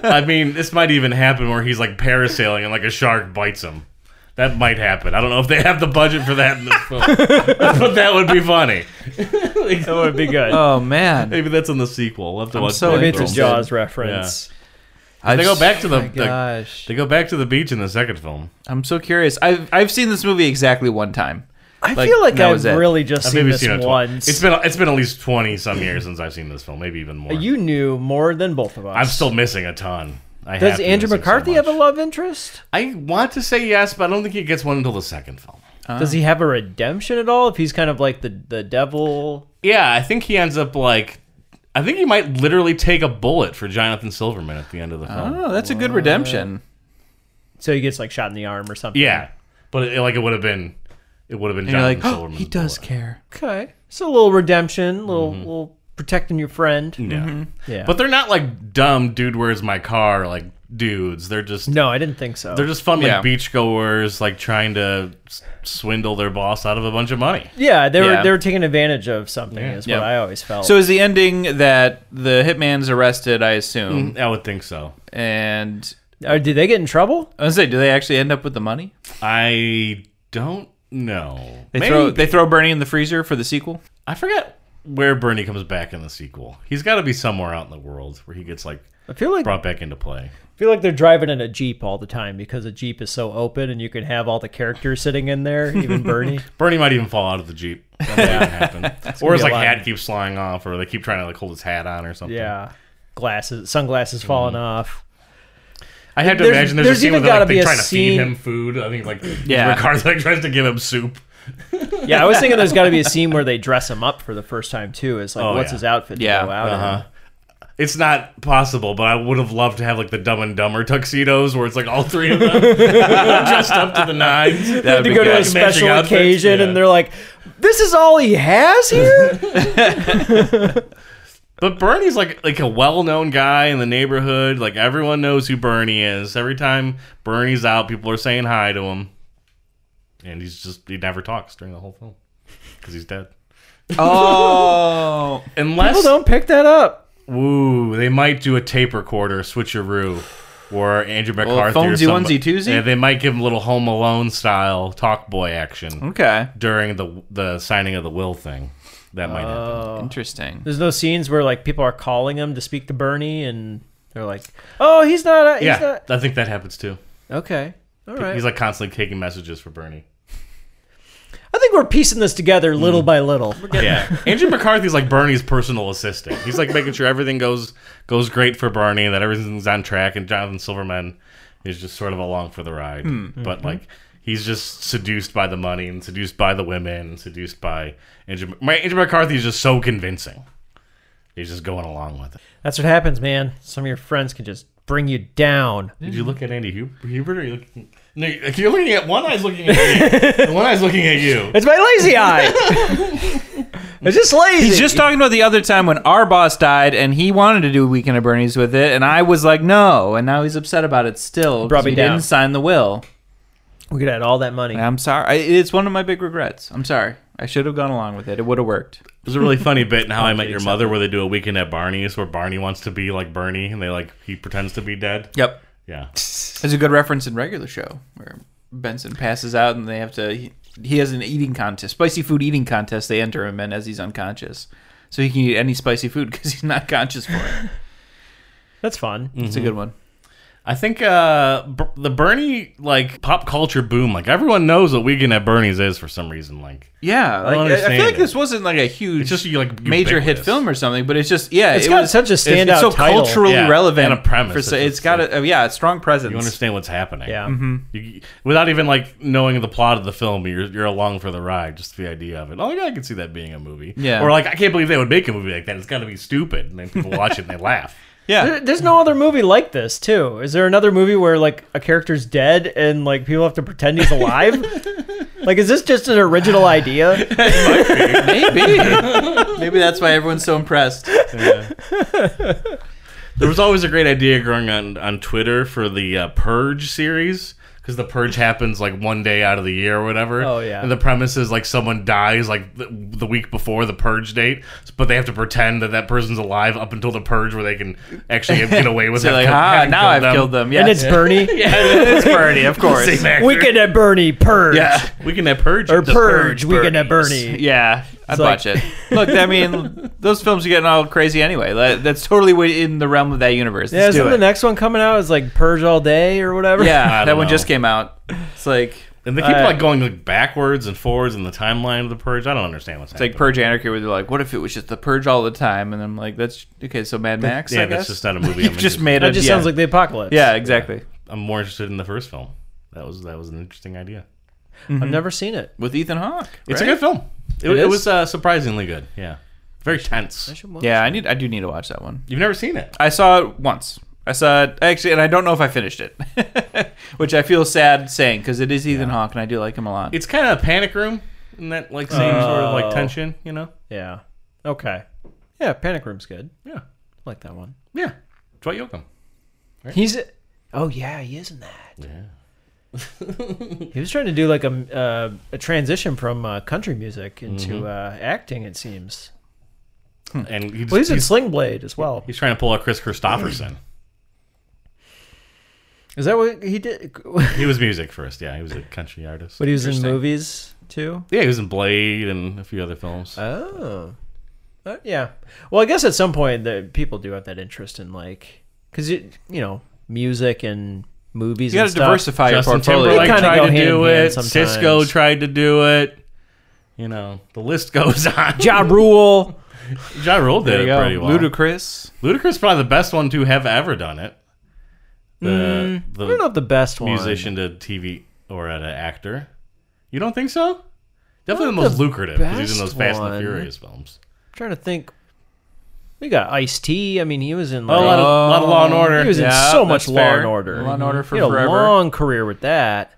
[SPEAKER 1] I mean, this might even happen where he's like parasailing and like a shark bites him. That might happen. I don't know if they have the budget for that in this film, but that would be funny.
[SPEAKER 2] That would be good.
[SPEAKER 4] Oh man,
[SPEAKER 1] Maybe that's in the sequel. We'll have to watch.
[SPEAKER 4] so
[SPEAKER 1] that
[SPEAKER 2] Maybe it's a
[SPEAKER 1] film.
[SPEAKER 4] interested.
[SPEAKER 2] Jaws reference.
[SPEAKER 1] They go back to the,
[SPEAKER 4] Oh, My
[SPEAKER 1] the
[SPEAKER 4] gosh,
[SPEAKER 1] they go back to the beach in the second film.
[SPEAKER 4] I'm so curious. I've I've seen this movie exactly one time.
[SPEAKER 2] I
[SPEAKER 4] Like,
[SPEAKER 2] feel like
[SPEAKER 4] that
[SPEAKER 2] I've
[SPEAKER 4] was it.
[SPEAKER 2] really just
[SPEAKER 1] I've
[SPEAKER 2] seen
[SPEAKER 1] maybe
[SPEAKER 2] this
[SPEAKER 1] seen it twi-
[SPEAKER 2] once.
[SPEAKER 1] It's been it's been at least twenty some years since I've seen this film, maybe even more.
[SPEAKER 2] Uh, you knew more than both of us.
[SPEAKER 1] I'm still missing a ton. I have
[SPEAKER 2] Does
[SPEAKER 1] to
[SPEAKER 2] Andrew
[SPEAKER 1] miss him so
[SPEAKER 2] McCarthy
[SPEAKER 1] much.
[SPEAKER 2] have a love interest?
[SPEAKER 1] I want to say yes, but I don't think he gets one until the second film.
[SPEAKER 4] Uh-huh.
[SPEAKER 2] Does he have a redemption at all? If he's kind of like the the devil,
[SPEAKER 1] Yeah, I think he ends up like. I think he might literally take a bullet for Jonathan Silverman at the end of the film.
[SPEAKER 4] Oh, that's a good redemption.
[SPEAKER 2] so he gets like shot in the arm or something.
[SPEAKER 1] Yeah, but it, like it would have been, it would have been.
[SPEAKER 4] And you're like,
[SPEAKER 1] Jonathan
[SPEAKER 4] oh,
[SPEAKER 1] Silverman's
[SPEAKER 4] he does
[SPEAKER 1] bullet.
[SPEAKER 4] care.
[SPEAKER 2] Okay. So a little redemption, a little
[SPEAKER 4] Mm-hmm.
[SPEAKER 2] little protecting your friend.
[SPEAKER 4] Mm.
[SPEAKER 1] Yeah.
[SPEAKER 2] Yeah.
[SPEAKER 1] But they're not like dumb dude. Where's my car? Like dudes, they're just
[SPEAKER 2] no, I didn't think so.
[SPEAKER 1] They're just fun like
[SPEAKER 4] Yeah.
[SPEAKER 1] beachgoers, like trying to s- swindle their boss out of a bunch of money.
[SPEAKER 2] yeah, they were
[SPEAKER 4] Yeah.
[SPEAKER 2] they were taking advantage of something is what
[SPEAKER 4] Yeah.
[SPEAKER 2] I always felt.
[SPEAKER 4] So is the ending that the hitman's arrested? I assume,
[SPEAKER 1] I would think so.
[SPEAKER 4] Mm-hmm. and
[SPEAKER 2] Uh, did they get in trouble?
[SPEAKER 4] I was gonna say, do they actually end up with the money?
[SPEAKER 1] I don't know.
[SPEAKER 4] They
[SPEAKER 1] Maybe.
[SPEAKER 4] throw they throw Bernie in the freezer for the sequel.
[SPEAKER 1] I forget where Bernie comes back in the sequel. He's got to be somewhere out in the world where he gets like
[SPEAKER 2] I feel like
[SPEAKER 1] brought back into play.
[SPEAKER 2] I feel like they're driving in a jeep all the time because a jeep is so open and you can have all the characters sitting in there, even Bernie.
[SPEAKER 1] Bernie might even fall out of the jeep. That might even happen. or his
[SPEAKER 2] be
[SPEAKER 1] like
[SPEAKER 2] a lot.
[SPEAKER 1] hat keeps flying off, or they keep trying to like hold his hat on or something.
[SPEAKER 2] Yeah, glasses, sunglasses
[SPEAKER 1] Mm-hmm.
[SPEAKER 2] falling off.
[SPEAKER 1] I have to
[SPEAKER 2] There's-
[SPEAKER 1] imagine there's,
[SPEAKER 2] there's
[SPEAKER 1] a scene where
[SPEAKER 2] even
[SPEAKER 1] they're,
[SPEAKER 2] gotta
[SPEAKER 1] like,
[SPEAKER 2] be
[SPEAKER 1] they
[SPEAKER 2] a
[SPEAKER 1] trying
[SPEAKER 2] scene-
[SPEAKER 1] to feed him food. I think like
[SPEAKER 4] Yeah.
[SPEAKER 1] Ricardo like, tries to give him soup.
[SPEAKER 2] Yeah, I was thinking there's got to be a scene where they dress him up for the first time too. It's like,
[SPEAKER 1] Oh,
[SPEAKER 2] what's
[SPEAKER 1] yeah. uh-huh.
[SPEAKER 2] his outfit?
[SPEAKER 4] Yeah,
[SPEAKER 2] to go out in?
[SPEAKER 1] Uh, It's not possible, but I would have loved to have like the Dumb and Dumber tuxedos where it's like all three of them dressed up to the nines.
[SPEAKER 4] That would
[SPEAKER 2] They
[SPEAKER 4] be
[SPEAKER 2] go to a
[SPEAKER 4] good.
[SPEAKER 1] s- Matching
[SPEAKER 2] special
[SPEAKER 1] outfits,
[SPEAKER 2] occasion
[SPEAKER 1] yeah.
[SPEAKER 2] and they're like, "This is all he has here."
[SPEAKER 1] But Bernie's like like a well-known guy in the neighborhood. Like everyone knows who Bernie is. Every time Bernie's out, people are saying hi to him, and he's just he never talks during the whole film because he's dead.
[SPEAKER 4] Oh,
[SPEAKER 1] Unless
[SPEAKER 2] People don't pick that up.
[SPEAKER 1] Ooh, they might do a tape recorder switcheroo, or Andrew McCarthy or
[SPEAKER 4] phonesy,
[SPEAKER 1] some-
[SPEAKER 4] onesie, twosie?
[SPEAKER 1] Yeah, they might give him little Home Alone style talk boy action
[SPEAKER 4] okay,
[SPEAKER 1] during the the signing of the will thing. That might happen.
[SPEAKER 2] Oh.
[SPEAKER 4] interesting.
[SPEAKER 2] There's no scenes where like people are calling him to speak to Bernie and they're like, "Oh, he's not. He's
[SPEAKER 1] Yeah,
[SPEAKER 2] not."
[SPEAKER 1] I think that happens too.
[SPEAKER 2] Okay. All right.
[SPEAKER 1] He's like constantly taking messages for Bernie.
[SPEAKER 2] I think we're piecing this together little
[SPEAKER 1] Mm-hmm.
[SPEAKER 2] by little.
[SPEAKER 1] Yeah, Andrew McCarthy's like Bernie's personal assistant. He's like making sure everything goes goes great for Bernie, that everything's on track, and Jonathan Silverman is just sort of along for the ride. But like, he's just seduced by the money and seduced by the women and seduced by Andrew. My Andrew McCarthy is just so convincing. He's just going along with it.
[SPEAKER 2] That's what happens, man. Some of your friends can just bring you down.
[SPEAKER 1] Did you look at Andy Hub- Hubert? Or are you looking? No, you're looking at one eye's looking at me, and one eye's looking at you.
[SPEAKER 2] It's my lazy eye. it's just lazy.
[SPEAKER 4] He's just talking about the other time when our boss died and he wanted to do Weekend at Bernie's with it, and I was like, no, and now he's upset about it still.
[SPEAKER 2] Brought
[SPEAKER 4] because
[SPEAKER 2] me
[SPEAKER 4] we
[SPEAKER 2] down.
[SPEAKER 4] didn't sign the will.
[SPEAKER 2] we could add all that money.
[SPEAKER 4] And I'm sorry. I, it's one of my big regrets. I'm sorry. I should have gone along with it. It would have worked.
[SPEAKER 1] There's a really funny bit in How I Met Your Mother where they do a weekend at Barney's where Barney wants to be like Bernie and they like he pretends to be dead.
[SPEAKER 4] Yep.
[SPEAKER 1] Yeah.
[SPEAKER 4] There's a good reference in regular show where Benson passes out and they have to. He, he has an eating contest, spicy food eating contest. They enter him in as he's unconscious, so he can eat any spicy food because he's not conscious for it.
[SPEAKER 2] That's fun.
[SPEAKER 4] It's a good one.
[SPEAKER 1] I think uh B- the Bernie like pop culture boom like everyone knows what weekend at Bernie's is for some reason like
[SPEAKER 4] Yeah, like, I, I
[SPEAKER 1] understand
[SPEAKER 4] feel like
[SPEAKER 1] it.
[SPEAKER 4] this wasn't like a huge,
[SPEAKER 1] it's just like
[SPEAKER 4] major hit
[SPEAKER 1] ubiquitous.
[SPEAKER 4] film or something, but it's just yeah,
[SPEAKER 2] It's
[SPEAKER 4] it
[SPEAKER 2] got
[SPEAKER 4] was
[SPEAKER 2] such a
[SPEAKER 4] it's-
[SPEAKER 2] standout
[SPEAKER 4] It's so
[SPEAKER 2] title.
[SPEAKER 4] culturally
[SPEAKER 1] Yeah,
[SPEAKER 4] relevant
[SPEAKER 1] and a premise.
[SPEAKER 4] For, so
[SPEAKER 1] It's-
[SPEAKER 4] it's got a oh, yeah, a strong presence.
[SPEAKER 1] You understand what's happening.
[SPEAKER 2] Yeah.
[SPEAKER 1] You, without even like knowing the plot of the film, you're you're along for the ride. Just the idea of it. Oh yeah, I can see that being a movie.
[SPEAKER 4] Yeah.
[SPEAKER 1] Or like I can't believe they would make a movie like that. It's got to be stupid. And then people watch it and they laugh.
[SPEAKER 4] Yeah.
[SPEAKER 2] There- There's no other movie like this, too. Is there another movie where like a character's dead and like people have to pretend he's alive? like, is this just an original idea?
[SPEAKER 6] Maybe. Maybe that's why everyone's so impressed.
[SPEAKER 1] There was always a great idea growing on on Twitter for the uh, Purge series because the Purge happens like one day out of the year or whatever.
[SPEAKER 2] Oh, yeah.
[SPEAKER 1] And the premise is like someone dies like the, the week before the Purge date, but they have to pretend that that person's alive up until the Purge where they can actually get away with
[SPEAKER 4] So
[SPEAKER 1] it.
[SPEAKER 4] like, ah, now I've killed them. Yeah.
[SPEAKER 2] And it's Bernie.
[SPEAKER 4] it's Bernie, of course.
[SPEAKER 2] Weekend at Bernie Purge
[SPEAKER 4] Yeah.
[SPEAKER 1] Weekend at Purge
[SPEAKER 2] or
[SPEAKER 1] The
[SPEAKER 2] Purge. Weekend at Bernie.
[SPEAKER 4] Yeah, I'd
[SPEAKER 2] like-
[SPEAKER 4] watch it. Look, I mean, those films are getting all crazy anyway. That- That's totally within the realm of that universe.
[SPEAKER 2] Yeah,
[SPEAKER 4] Let's
[SPEAKER 2] isn't
[SPEAKER 4] do
[SPEAKER 2] the
[SPEAKER 4] it.
[SPEAKER 2] next one coming out is like Purge all day or whatever?
[SPEAKER 4] Yeah,
[SPEAKER 1] I
[SPEAKER 4] that
[SPEAKER 1] don't
[SPEAKER 4] one
[SPEAKER 1] know.
[SPEAKER 4] just came out. It's like it's
[SPEAKER 1] And they keep
[SPEAKER 2] Uh,
[SPEAKER 1] like going like backwards and forwards in the timeline of the Purge. I don't understand what's
[SPEAKER 4] like
[SPEAKER 1] happening.
[SPEAKER 4] Purge Anarchy, where they're like, "What if it was just the Purge all the time?" And I'm like, "That's okay." So Mad Max,
[SPEAKER 1] yeah,
[SPEAKER 4] I
[SPEAKER 1] that's
[SPEAKER 4] guess?
[SPEAKER 1] just not a movie.
[SPEAKER 4] you
[SPEAKER 1] I'm
[SPEAKER 4] just
[SPEAKER 1] interested-
[SPEAKER 4] made
[SPEAKER 2] That
[SPEAKER 4] it.
[SPEAKER 2] just
[SPEAKER 4] yeah.
[SPEAKER 2] sounds like the apocalypse.
[SPEAKER 4] yeah, exactly.
[SPEAKER 1] I'm more interested in the first film. That was that was an interesting idea.
[SPEAKER 2] I've never seen it.
[SPEAKER 4] With Ethan Hawke.
[SPEAKER 1] It's
[SPEAKER 4] right?
[SPEAKER 1] a good film. It,
[SPEAKER 2] It
[SPEAKER 1] it,
[SPEAKER 2] is?
[SPEAKER 1] was uh, surprisingly good. Yeah, very tense.
[SPEAKER 4] Yeah, I need. I do need to watch that one.
[SPEAKER 1] You've never seen it.
[SPEAKER 4] I saw it once. I saw it actually, and I don't know if I finished it, which I feel sad saying because it is Ethan Hawke, and I do like him a lot.
[SPEAKER 1] It's kind of a panic room in that like same sort of
[SPEAKER 2] Oh.
[SPEAKER 1] like tension. You know?
[SPEAKER 2] Yeah. Okay. Yeah, Panic Room's good.
[SPEAKER 1] Yeah,
[SPEAKER 2] I like that one.
[SPEAKER 1] yeah. Dwight Yoakam.
[SPEAKER 2] He's. Oh yeah, he is in that. he was trying to do like a uh, a transition from uh, country music into
[SPEAKER 1] Mm-hmm.
[SPEAKER 2] uh, acting. It seems.
[SPEAKER 1] And he's,
[SPEAKER 2] Well, he's, in
[SPEAKER 1] he's,
[SPEAKER 2] Sling Blade as well.
[SPEAKER 1] he's trying to pull out Chris Christopherson.
[SPEAKER 2] Is that what he did? but
[SPEAKER 1] he was music first. Yeah, he was a country artist.
[SPEAKER 2] he was in movies too.
[SPEAKER 1] yeah, he was in Blade and a few other films.
[SPEAKER 2] Oh. Uh, yeah. Well, I guess at some point the people do have that interest in like because you you know music and movies.
[SPEAKER 4] you got
[SPEAKER 2] and
[SPEAKER 4] to
[SPEAKER 2] stuff.
[SPEAKER 4] diversify your
[SPEAKER 1] Justin
[SPEAKER 4] portfolio.
[SPEAKER 1] Timberlake
[SPEAKER 2] kinda go
[SPEAKER 1] tried to
[SPEAKER 2] hand
[SPEAKER 1] do
[SPEAKER 2] in hand
[SPEAKER 1] it.
[SPEAKER 2] sometimes.
[SPEAKER 1] Cisco tried to do it. You know, the list goes on.
[SPEAKER 2] Ja Rule.
[SPEAKER 1] Ja Rule did
[SPEAKER 4] There
[SPEAKER 1] it
[SPEAKER 4] you go.
[SPEAKER 1] pretty well.
[SPEAKER 4] Ludacris.
[SPEAKER 1] Ludacris is probably the best one to have ever done it. The, the
[SPEAKER 2] I don't know if the best one.
[SPEAKER 1] musician to TV or an actor. You don't think so? Definitely the most
[SPEAKER 2] the
[SPEAKER 1] lucrative because he's in those
[SPEAKER 2] best
[SPEAKER 1] Fast
[SPEAKER 2] one.
[SPEAKER 1] and the Furious films.
[SPEAKER 2] I'm trying to think. We got Ice T. I mean, he was in
[SPEAKER 1] A
[SPEAKER 2] like
[SPEAKER 1] lot of, lot of Law and Order.
[SPEAKER 2] Um, he was in
[SPEAKER 4] Yeah,
[SPEAKER 2] so
[SPEAKER 4] that's
[SPEAKER 2] much Law
[SPEAKER 4] fair.
[SPEAKER 2] and Order.
[SPEAKER 4] Law and Order for
[SPEAKER 2] he had
[SPEAKER 4] forever.
[SPEAKER 2] a long career with that.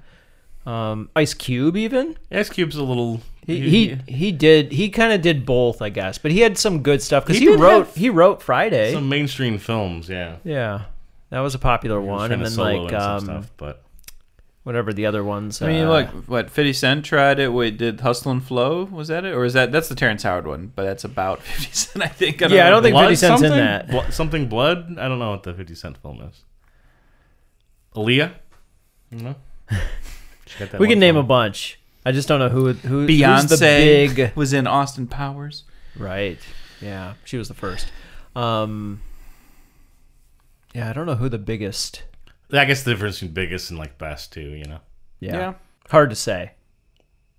[SPEAKER 2] Um, Ice Cube even.
[SPEAKER 1] Ice Cube's a little.
[SPEAKER 2] He he, he did he kind of did both, I guess. But he had some good stuff because
[SPEAKER 1] He
[SPEAKER 2] he,
[SPEAKER 1] did
[SPEAKER 2] wrote
[SPEAKER 1] have
[SPEAKER 2] he wrote Friday.
[SPEAKER 1] some mainstream films, yeah.
[SPEAKER 2] yeah, that was a popular
[SPEAKER 1] He was
[SPEAKER 2] one,
[SPEAKER 1] trying
[SPEAKER 2] and
[SPEAKER 1] to
[SPEAKER 2] then
[SPEAKER 1] solo
[SPEAKER 2] like
[SPEAKER 1] and some
[SPEAKER 2] um,
[SPEAKER 1] stuff, but
[SPEAKER 2] whatever the other ones.
[SPEAKER 4] I mean,
[SPEAKER 2] uh,
[SPEAKER 4] look, what Fifty Cent tried it. Wait, did Hustle and Flow? Was that it, or is that that's the Terrence Howard one? But that's about Fifty Cent, I think. I
[SPEAKER 2] Yeah, I
[SPEAKER 4] know.
[SPEAKER 2] don't think
[SPEAKER 1] Blood
[SPEAKER 2] 50 Cent's in
[SPEAKER 1] something?
[SPEAKER 2] that.
[SPEAKER 1] Blo- something blood. I don't know what the Fifty Cent film is. Aaliyah. No. She got that
[SPEAKER 2] we
[SPEAKER 1] one
[SPEAKER 2] can name a
[SPEAKER 1] film.
[SPEAKER 2] bunch. I just don't know who who
[SPEAKER 4] Beyonce
[SPEAKER 2] who's the big
[SPEAKER 4] was in Austin Powers.
[SPEAKER 2] right. Yeah, she was the first. Um, yeah, I don't know who the biggest.
[SPEAKER 1] I guess the difference between biggest and like best too. You know,
[SPEAKER 2] Yeah, hard to say.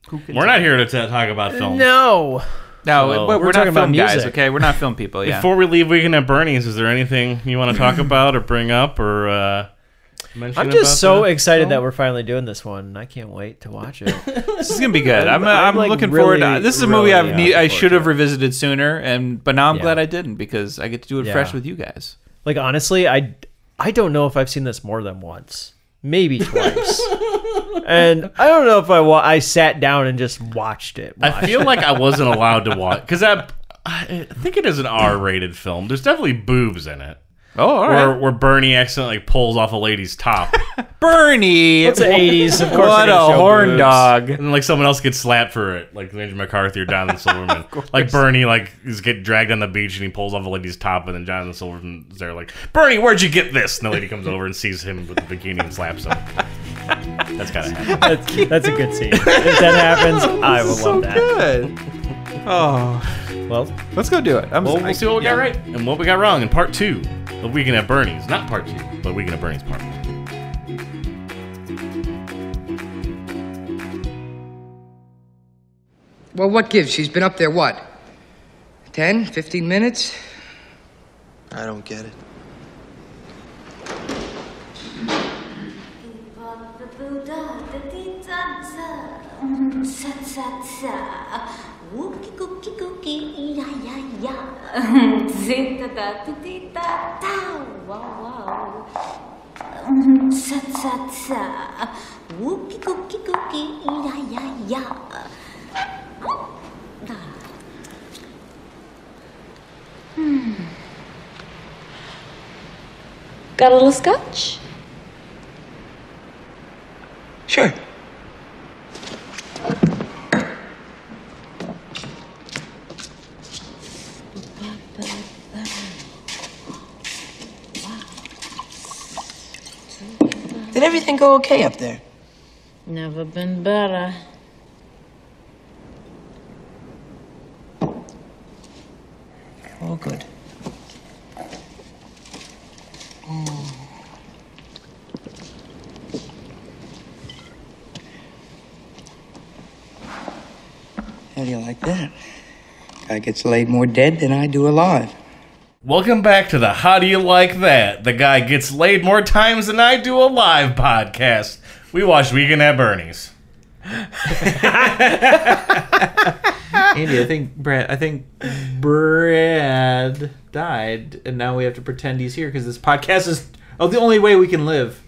[SPEAKER 4] Who can
[SPEAKER 1] we're not here to t- talk about films.
[SPEAKER 2] No,
[SPEAKER 4] No,
[SPEAKER 1] So-
[SPEAKER 4] but we're,
[SPEAKER 2] We're
[SPEAKER 4] not
[SPEAKER 2] talking about
[SPEAKER 4] film guys.
[SPEAKER 2] music.
[SPEAKER 4] Okay, we're not film people. Yeah.
[SPEAKER 1] Before we leave Weekend at Bernie's, is there anything you want to talk about or bring up or uh, mention?
[SPEAKER 2] I'm just so
[SPEAKER 1] excited.
[SPEAKER 2] excited that we're finally doing this one. I can't wait to watch it.
[SPEAKER 4] This is gonna be good. I'm, I'm,
[SPEAKER 2] I'm, like,
[SPEAKER 4] looking forward. To,
[SPEAKER 2] really,
[SPEAKER 4] this is a movie
[SPEAKER 2] really
[SPEAKER 4] I've need, I
[SPEAKER 2] looking
[SPEAKER 4] should have revisited sooner, and but now I'm
[SPEAKER 2] Yeah.
[SPEAKER 4] glad I didn't because I get to do it
[SPEAKER 2] Yeah.
[SPEAKER 4] fresh with you guys.
[SPEAKER 2] Like honestly, I I don't know if I've seen this more than once, maybe twice. and I don't know if I wa- I sat down and just watched it.
[SPEAKER 1] I feel like I wasn't allowed to watch because I, I think it is an R-rated film. There's definitely boobs in it.
[SPEAKER 4] Oh, all
[SPEAKER 1] Where, where Bernie accidentally pulls off a lady's top,
[SPEAKER 4] Bernie.
[SPEAKER 2] it's the 80s, of course.
[SPEAKER 4] what a
[SPEAKER 2] they're gonna show
[SPEAKER 4] horn
[SPEAKER 2] boobs.
[SPEAKER 4] dog.
[SPEAKER 1] and then, like someone else gets slapped for it, like Andrew McCarthy or Jonathan Silverman. like Bernie, like is get dragged on the beach and he pulls off a lady's top, and then Jonathan Silverman's there, like Bernie, where'd you get this? And the lady comes over and sees him with the bikini and slaps him. That's gotta happen.
[SPEAKER 2] That's, that's a good scene. If that happens, I will love that.
[SPEAKER 4] Good. Oh,
[SPEAKER 2] Well,
[SPEAKER 4] let's go do it. I'm
[SPEAKER 1] Well, we'll see what we got right and what we got wrong in part two of Weekend at Bernie's. Not part two, but Weekend at Bernie's part one.
[SPEAKER 7] Well, what gives? She's been up there, what? 10, 15 minutes?
[SPEAKER 8] I don't get it.
[SPEAKER 9] Buddha, the teacher, sat, sat, sat. Whoopie cookie cookie, yeah, yeah, yeah. Zeta da da dee, da da, wow, wow. Mm, Tsa tsa tsa. Whoopie cookie cookie, yeah, yeah, yeah. Ah. Got a little scotch?
[SPEAKER 8] Sure. Did everything go okay up there?
[SPEAKER 10] Never been better.
[SPEAKER 8] All good. How do you like that? Guy gets laid more dead than I do alive.
[SPEAKER 1] Welcome back to the How Do You Like That? The guy gets laid more times than I do alive podcast. We watched Weekend at Bernie's.
[SPEAKER 4] Andy, I think Brad, I think Brad died, and now we have to pretend he's here because this podcast is oh, the only way we can live.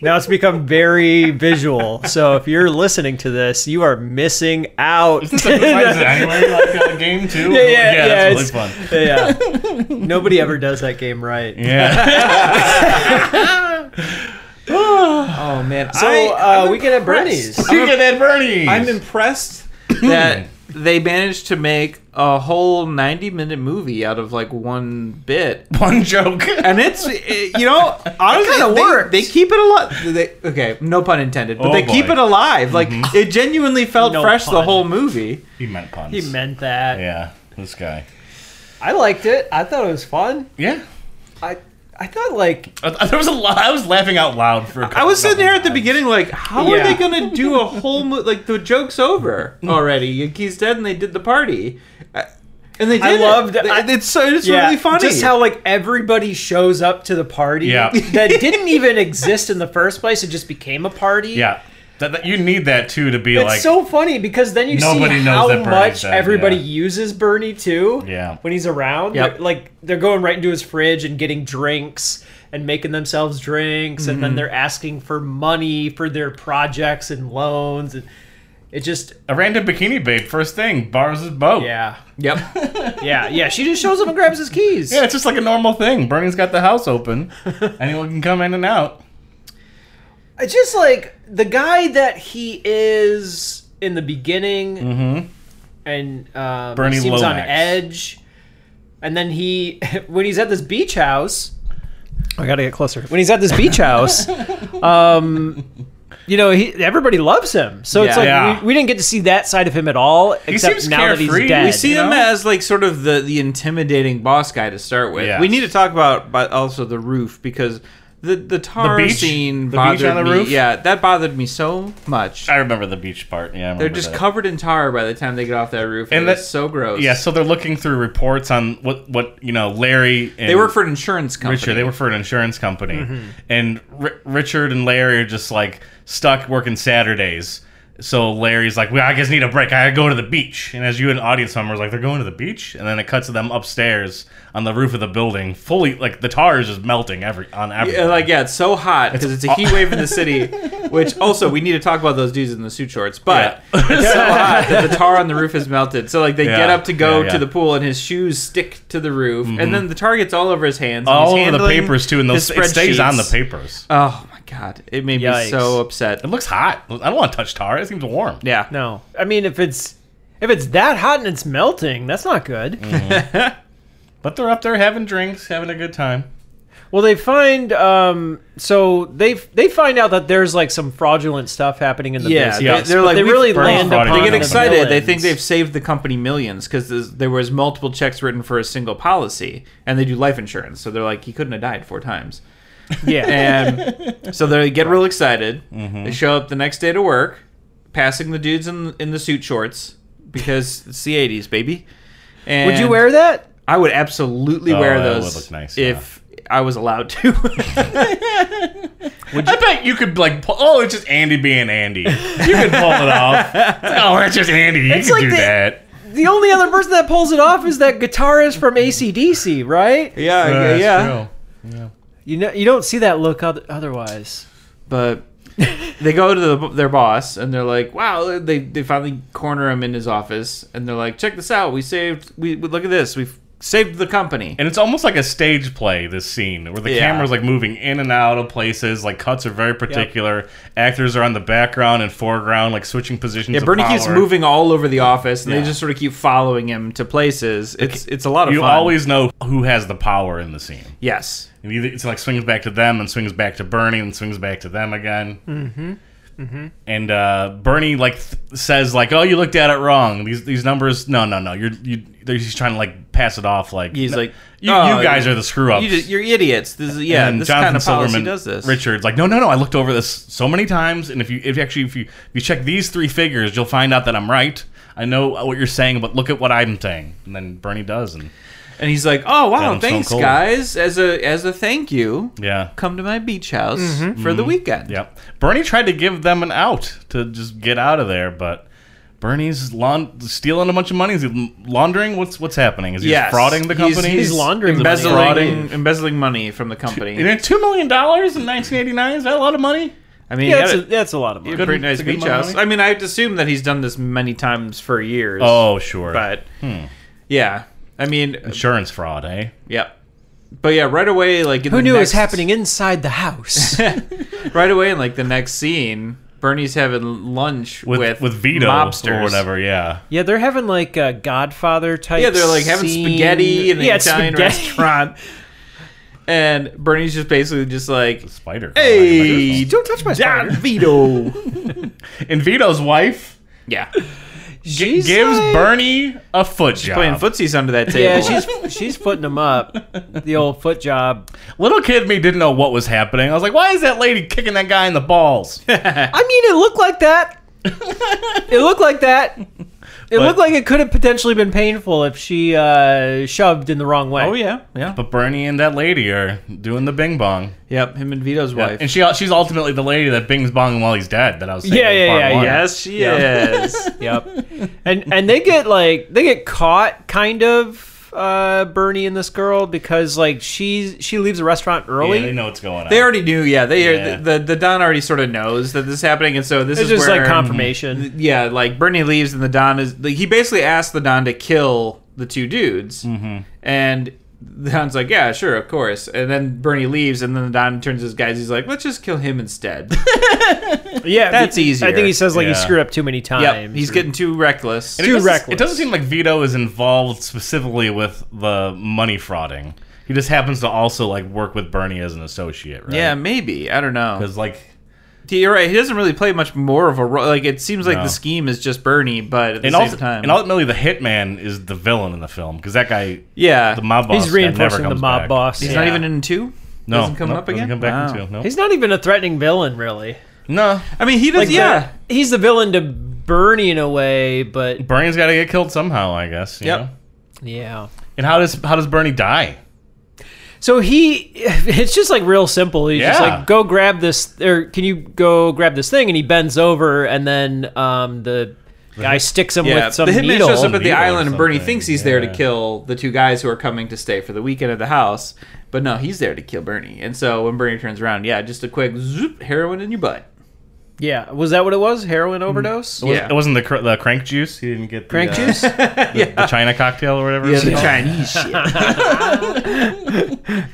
[SPEAKER 2] Now it's become very visual. So if you're listening to this, you are missing out.
[SPEAKER 1] anyway, like uh, game two.
[SPEAKER 2] yeah, yeah,
[SPEAKER 1] that's
[SPEAKER 2] it's-
[SPEAKER 1] really fun.
[SPEAKER 2] yeah. Nobody ever does that game right.
[SPEAKER 1] Yeah,
[SPEAKER 4] Oh man,
[SPEAKER 2] So
[SPEAKER 4] I,
[SPEAKER 2] uh, we get at Bernie's.
[SPEAKER 1] Weekend at Bernie's.
[SPEAKER 4] I'm impressed that they managed to make a whole 90 minute movie out of like one bit.
[SPEAKER 1] one joke.
[SPEAKER 4] And it's it- you know honestly
[SPEAKER 2] kinda
[SPEAKER 4] they,
[SPEAKER 2] worked.
[SPEAKER 4] they keep it alive. They, okay, no pun intended, but
[SPEAKER 1] Oh
[SPEAKER 4] they keep
[SPEAKER 1] boy.
[SPEAKER 4] it alive. Like it genuinely felt
[SPEAKER 2] Mm-hmm. No
[SPEAKER 4] fresh the
[SPEAKER 2] pun.
[SPEAKER 4] whole movie.
[SPEAKER 1] he meant puns.
[SPEAKER 2] He meant that.
[SPEAKER 1] Yeah, this guy.
[SPEAKER 2] I liked it. I thought it was fun.
[SPEAKER 1] Yeah,
[SPEAKER 2] I I thought like
[SPEAKER 1] I, I- there was a lot. I was laughing out loud for. A couple,
[SPEAKER 4] I was sitting there at the
[SPEAKER 1] couple times.
[SPEAKER 4] beginning like, how are
[SPEAKER 2] Yeah. Mm.
[SPEAKER 4] they gonna do a whole mo- like the joke's over already? He's dead, and they did the party. Uh, And they did
[SPEAKER 2] I
[SPEAKER 4] it.
[SPEAKER 2] loved-
[SPEAKER 4] They-
[SPEAKER 2] I-
[SPEAKER 4] it's so it's
[SPEAKER 2] yeah,
[SPEAKER 4] really funny.
[SPEAKER 2] Just how like everybody shows up to the party
[SPEAKER 1] Yeah.
[SPEAKER 2] that didn't even exist in the first place. It just became a party.
[SPEAKER 1] Yeah, that, that- you need that too to be
[SPEAKER 2] It's
[SPEAKER 1] like.
[SPEAKER 2] so funny because then you
[SPEAKER 1] Nobody
[SPEAKER 2] see
[SPEAKER 1] knows
[SPEAKER 2] how
[SPEAKER 1] that Bernie's
[SPEAKER 2] much
[SPEAKER 1] dead,
[SPEAKER 2] everybody
[SPEAKER 1] yeah.
[SPEAKER 2] uses Bernie too.
[SPEAKER 1] Yeah.
[SPEAKER 2] When he's around.
[SPEAKER 4] Yep.
[SPEAKER 2] They're- like they're going right into his fridge and getting drinks and making themselves drinks and then they're asking for money for their projects and loans and it just
[SPEAKER 1] a random bikini babe, first thing, borrows his boat.
[SPEAKER 2] yeah.
[SPEAKER 4] yep.
[SPEAKER 2] Yeah, yeah. She just shows up and grabs his keys.
[SPEAKER 1] Yeah, it's just like a normal thing. Bernie's got the house open. Anyone can come in and out.
[SPEAKER 2] It's just like the guy that he is in the beginning, and um,
[SPEAKER 1] Mm-hmm. Bernie
[SPEAKER 2] he seems on
[SPEAKER 1] Lomax.
[SPEAKER 2] edge. And then he, when he's at this beach house, I gotta get closer. When he's at this beach house, um, you know, he everybody loves him. So
[SPEAKER 4] Yeah.
[SPEAKER 2] it's like
[SPEAKER 1] Yeah.
[SPEAKER 2] we, we didn't get to see that side of him at all. Except
[SPEAKER 1] seems
[SPEAKER 2] now that
[SPEAKER 1] carefree.
[SPEAKER 2] he's dead.
[SPEAKER 1] We
[SPEAKER 4] We see
[SPEAKER 1] you
[SPEAKER 4] him
[SPEAKER 1] know?
[SPEAKER 4] as like sort of the the intimidating boss guy to start with.
[SPEAKER 1] Yes.
[SPEAKER 4] We need to talk about but also the roof because the the tar
[SPEAKER 1] The beach?
[SPEAKER 4] scene
[SPEAKER 1] The
[SPEAKER 4] bothered
[SPEAKER 1] beach on the
[SPEAKER 4] me.
[SPEAKER 1] roof?
[SPEAKER 4] Yeah, that bothered me so much.
[SPEAKER 1] I remember the beach part. Yeah, I
[SPEAKER 4] They're
[SPEAKER 1] remember
[SPEAKER 4] just
[SPEAKER 1] that.
[SPEAKER 4] covered in tar by the time they get off that roof, and,
[SPEAKER 1] And
[SPEAKER 4] that's
[SPEAKER 1] that-
[SPEAKER 4] so gross.
[SPEAKER 1] Yeah, so they're looking through reports on what what you know Larry. And
[SPEAKER 4] they work for an insurance company. Mm-hmm.
[SPEAKER 1] Richard. They work for an insurance company, and R- Richard and Larry are just like stuck working Saturdays. So Larry's like, "Well, I just need a break. I gotta go to the beach." And as you and audience members like, they're going to the beach, and then it cuts to them upstairs on the roof of the building, fully like the tar is just melting every on every.
[SPEAKER 4] Yeah, like yeah, it's so hot because it's a heat wave in the city. Which also we need to talk about those dudes in the suit shorts, but it's so hot that the tar on the roof is melted. So like they
[SPEAKER 1] Yeah,
[SPEAKER 4] get up to go
[SPEAKER 1] yeah, yeah. Mm-hmm.
[SPEAKER 4] to the pool and his shoes stick to the roof, and then the tar gets all over his hands, and
[SPEAKER 1] all
[SPEAKER 4] he's
[SPEAKER 1] over the
[SPEAKER 4] handling
[SPEAKER 1] papers too, and those
[SPEAKER 4] his
[SPEAKER 1] it stays on the
[SPEAKER 4] spreadsheets.
[SPEAKER 1] papers.
[SPEAKER 4] Oh my god, it made me
[SPEAKER 2] Yikes.
[SPEAKER 4] so upset.
[SPEAKER 1] It looks hot. I don't want to touch tar. It seems warm.
[SPEAKER 4] Yeah,
[SPEAKER 2] No, I mean if it's if it's that hot and it's melting, that's not good.
[SPEAKER 1] Mm. But they're up there having drinks, having a good time.
[SPEAKER 2] Well, they find um, so they they find out that there's like some fraudulent stuff happening in the
[SPEAKER 4] yeah,
[SPEAKER 2] business.
[SPEAKER 4] they,
[SPEAKER 1] Yes,
[SPEAKER 4] they're
[SPEAKER 1] but
[SPEAKER 4] like
[SPEAKER 2] they
[SPEAKER 4] we-
[SPEAKER 2] really
[SPEAKER 1] burning
[SPEAKER 2] land
[SPEAKER 1] fraud
[SPEAKER 2] upon
[SPEAKER 4] They
[SPEAKER 1] on
[SPEAKER 4] get
[SPEAKER 1] the
[SPEAKER 4] excited. They think
[SPEAKER 2] villains.
[SPEAKER 4] they've saved the company millions because there was multiple checks written for a single policy, and they do life insurance. So they're like, he couldn't have died four times.
[SPEAKER 2] yeah.
[SPEAKER 4] And so they get real excited. They show up the next day to work, passing the dudes in in the suit shorts because it's the eighties, baby. And
[SPEAKER 2] Would you wear that?
[SPEAKER 4] I would absolutely
[SPEAKER 1] Oh,
[SPEAKER 4] wear
[SPEAKER 1] that
[SPEAKER 4] those.
[SPEAKER 1] would look nice,
[SPEAKER 4] if I was allowed to.
[SPEAKER 1] I bet you could like. Pull, oh, it's just Andy being Andy. You could pull it off. It's like, oh, that's just Andy. You can
[SPEAKER 2] like
[SPEAKER 1] do
[SPEAKER 2] the-
[SPEAKER 1] that.
[SPEAKER 2] The only other person that pulls it off is that guitarist from ACDC, right?
[SPEAKER 4] yeah, yeah, Uh, yeah.
[SPEAKER 2] You know, you don't see that look oth- otherwise.
[SPEAKER 4] But they go to the, their boss and they're like, "Wow!" They they finally corner him in his office and they're like, "Check this out. We saved. We we- look at this. We've saved the company."
[SPEAKER 1] And it's almost like a stage play. This scene where the
[SPEAKER 4] Yeah.
[SPEAKER 1] camera's like moving in and out of places. Like cuts are very particular. Actors are on the background and foreground, like switching positions.
[SPEAKER 4] Yeah,
[SPEAKER 1] of
[SPEAKER 4] Bernie keeps
[SPEAKER 1] power.
[SPEAKER 4] moving all over the office, and
[SPEAKER 1] Yeah.
[SPEAKER 4] they just sort of keep following him to places. It's it's a lot of
[SPEAKER 1] You
[SPEAKER 4] fun.
[SPEAKER 1] always know who has the power in the scene.
[SPEAKER 4] yes,
[SPEAKER 1] And either it's like swings back to them and swings back to Bernie and swings back to them again. Mm-hmm. Mm-hmm. And uh, Bernie like th- says like, "Oh, you looked at it wrong. These these numbers. No, no, no. You're you. they're- He's trying to like pass it off. Like
[SPEAKER 4] he's
[SPEAKER 1] "No,
[SPEAKER 4] like,
[SPEAKER 1] you,
[SPEAKER 4] "Oh,
[SPEAKER 1] you guys are the screw ups.
[SPEAKER 4] You just, you're idiots. This is yeah.
[SPEAKER 1] and
[SPEAKER 4] This
[SPEAKER 1] Jonathan
[SPEAKER 4] kind of policy
[SPEAKER 1] Silverman,
[SPEAKER 4] does this.
[SPEAKER 1] Richards like, no, no, no. I looked over this so many times, and if you if you actually if you if you check these three figures, you'll find out that I'm right. I know what you're saying, but look at what I'm saying. And then Bernie does, and
[SPEAKER 4] and he's like,
[SPEAKER 1] Got
[SPEAKER 4] "Oh wow,
[SPEAKER 1] him Stone
[SPEAKER 4] thanks
[SPEAKER 1] Cold.
[SPEAKER 4] guys. As a as a thank you,
[SPEAKER 1] yeah, Mm-hmm.
[SPEAKER 4] come to my beach house
[SPEAKER 2] Mm-hmm.
[SPEAKER 4] for the weekend."
[SPEAKER 1] Yep. Bernie tried to give them an out to just get out of there, but Bernie's laun- stealing a bunch of money. Is he laundering? What's what's happening? Is he
[SPEAKER 4] Yes.
[SPEAKER 1] frauding the company?
[SPEAKER 2] He's laundering the money.
[SPEAKER 4] embezzling embezzling money from the
[SPEAKER 1] And
[SPEAKER 4] company.
[SPEAKER 1] then two million dollars in 1989 is that a lot of money?
[SPEAKER 4] I mean,
[SPEAKER 2] Yeah,
[SPEAKER 4] yeah,
[SPEAKER 2] that's a, that's a lot of money.
[SPEAKER 1] good-
[SPEAKER 4] pretty nice
[SPEAKER 1] it's a good
[SPEAKER 4] beach
[SPEAKER 1] amount of
[SPEAKER 4] house.
[SPEAKER 1] money.
[SPEAKER 4] I mean, I have to assume that he's done this many times for years.
[SPEAKER 1] Oh, Hmm. sure.
[SPEAKER 4] but yeah, I mean,
[SPEAKER 1] Insurance fraud, eh?
[SPEAKER 4] yep. But yeah, right away, like in
[SPEAKER 2] Who
[SPEAKER 4] the
[SPEAKER 2] knew it
[SPEAKER 4] next-
[SPEAKER 2] was happening inside the house?
[SPEAKER 4] right away in like the next scene, Bernie's having lunch with
[SPEAKER 1] With with, Vito
[SPEAKER 4] mobsters.
[SPEAKER 1] or whatever, yeah.
[SPEAKER 2] yeah, they're having like a Godfather type.
[SPEAKER 4] Yeah, they're like having
[SPEAKER 2] scene.
[SPEAKER 4] spaghetti in an
[SPEAKER 2] Yeah,
[SPEAKER 4] Italian
[SPEAKER 2] spaghetti.
[SPEAKER 4] restaurant, and Bernie's just basically just like,
[SPEAKER 1] Spider.
[SPEAKER 4] "Hey,
[SPEAKER 2] Don't touch my
[SPEAKER 4] Don
[SPEAKER 2] spider.
[SPEAKER 4] Vito."
[SPEAKER 1] And Vito's wife
[SPEAKER 4] yeah,
[SPEAKER 2] She's
[SPEAKER 1] gives
[SPEAKER 2] like-
[SPEAKER 1] Bernie a foot job.
[SPEAKER 4] playing footsies under that table.
[SPEAKER 2] Yeah, she's she's footing them up. The old foot job.
[SPEAKER 1] Little kid me didn't know what was happening. I was like, why is that lady kicking that guy in the balls?
[SPEAKER 2] I mean, it looked like that. it looked like that. It looked like it could have potentially been painful if she uh, shoved in the wrong way.
[SPEAKER 4] oh yeah, yeah,
[SPEAKER 1] But Bernie and that lady are doing the bing bong.
[SPEAKER 4] yep. Him and Vito's wife.
[SPEAKER 1] And she she's ultimately the lady that bings bonging while he's dead. That I was saying
[SPEAKER 2] Yeah,
[SPEAKER 1] in
[SPEAKER 2] yeah,
[SPEAKER 1] part
[SPEAKER 2] yeah,
[SPEAKER 1] one.
[SPEAKER 4] yes, she is.
[SPEAKER 2] Yep. And and they get like they get caught kind of uh, Bernie and this girl because like she's she leaves the restaurant
[SPEAKER 1] Yeah,
[SPEAKER 2] early.
[SPEAKER 1] they know what's going on.
[SPEAKER 4] They already knew, yeah. They
[SPEAKER 1] Yeah.
[SPEAKER 4] The, the Don already sort of knows that this is happening, and so this
[SPEAKER 2] it's
[SPEAKER 4] is
[SPEAKER 2] just
[SPEAKER 4] where, um,
[SPEAKER 2] like confirmation.
[SPEAKER 4] yeah, like Bernie leaves and the Don is like, he basically asked the Don to kill the two dudes,
[SPEAKER 1] Mm-hmm.
[SPEAKER 4] and the Don's like, yeah, sure, of course, and then Bernie leaves, and then the Don turns to his guys, he's like, let's just kill him instead.
[SPEAKER 2] Yeah,
[SPEAKER 4] That's
[SPEAKER 2] he-
[SPEAKER 4] easier.
[SPEAKER 2] I think he says like he
[SPEAKER 1] Yeah.
[SPEAKER 2] screwed up too many times.
[SPEAKER 4] yep, he's
[SPEAKER 2] or-
[SPEAKER 4] getting too reckless.
[SPEAKER 1] it doesn't,
[SPEAKER 2] reckless.
[SPEAKER 1] It doesn't seem like Vito is involved specifically with the money frauding. He just happens to also like work with Bernie as an associate, right?
[SPEAKER 4] Yeah, maybe I don't know.
[SPEAKER 1] because like
[SPEAKER 4] You're right. He doesn't really play much more of a role. Like it seems like
[SPEAKER 1] No.
[SPEAKER 4] the scheme is just Bernie, but at the
[SPEAKER 1] and,
[SPEAKER 4] same
[SPEAKER 1] also,
[SPEAKER 4] time,
[SPEAKER 1] and ultimately the hitman is the villain in the film because that guy,
[SPEAKER 4] yeah,
[SPEAKER 1] the mob boss,
[SPEAKER 2] He's
[SPEAKER 1] guy, never
[SPEAKER 2] reinforcing the
[SPEAKER 1] comes
[SPEAKER 2] mob
[SPEAKER 1] back.
[SPEAKER 2] boss.
[SPEAKER 4] he's
[SPEAKER 2] Yeah.
[SPEAKER 4] not even in two.
[SPEAKER 1] No,
[SPEAKER 4] Doesn't come
[SPEAKER 1] nope,
[SPEAKER 4] up again?
[SPEAKER 1] Doesn't come back
[SPEAKER 4] Wow.
[SPEAKER 1] into no.
[SPEAKER 2] He's not even a threatening villain, really.
[SPEAKER 1] no.
[SPEAKER 4] I mean, he does.
[SPEAKER 2] Like,
[SPEAKER 4] yeah,
[SPEAKER 2] the- he's the villain to Bernie in a way, but
[SPEAKER 1] Bernie's got to get killed somehow, I guess. You
[SPEAKER 4] Yep.
[SPEAKER 1] know?
[SPEAKER 2] yeah.
[SPEAKER 1] And how does how does Bernie die?
[SPEAKER 2] So he, it's just like real simple. He's just
[SPEAKER 1] Yeah.
[SPEAKER 2] like, go grab this, or can you go grab this thing? And he bends over, and then um, the guy sticks him with some
[SPEAKER 4] the hitman
[SPEAKER 2] needle.
[SPEAKER 4] shows up at the
[SPEAKER 1] Needle or
[SPEAKER 4] island, and Bernie
[SPEAKER 1] something,
[SPEAKER 4] thinks he's there to
[SPEAKER 1] yeah.
[SPEAKER 4] kill the two guys who are coming to stay for the weekend at the house. But no, he's there to kill Bernie. And so when Bernie turns around, yeah, just a quick zoop, heroin in your butt.
[SPEAKER 2] yeah, was that what it was? Heroin overdose?
[SPEAKER 1] It wasn't-
[SPEAKER 4] Mm. Yeah.
[SPEAKER 1] It wasn't the cr- the crank juice. He didn't get the,
[SPEAKER 2] Crank
[SPEAKER 1] uh,
[SPEAKER 2] juice?
[SPEAKER 1] the, the China cocktail or whatever.
[SPEAKER 4] Yeah,
[SPEAKER 1] it's
[SPEAKER 4] the
[SPEAKER 1] called.
[SPEAKER 4] Chinese shit.
[SPEAKER 2] That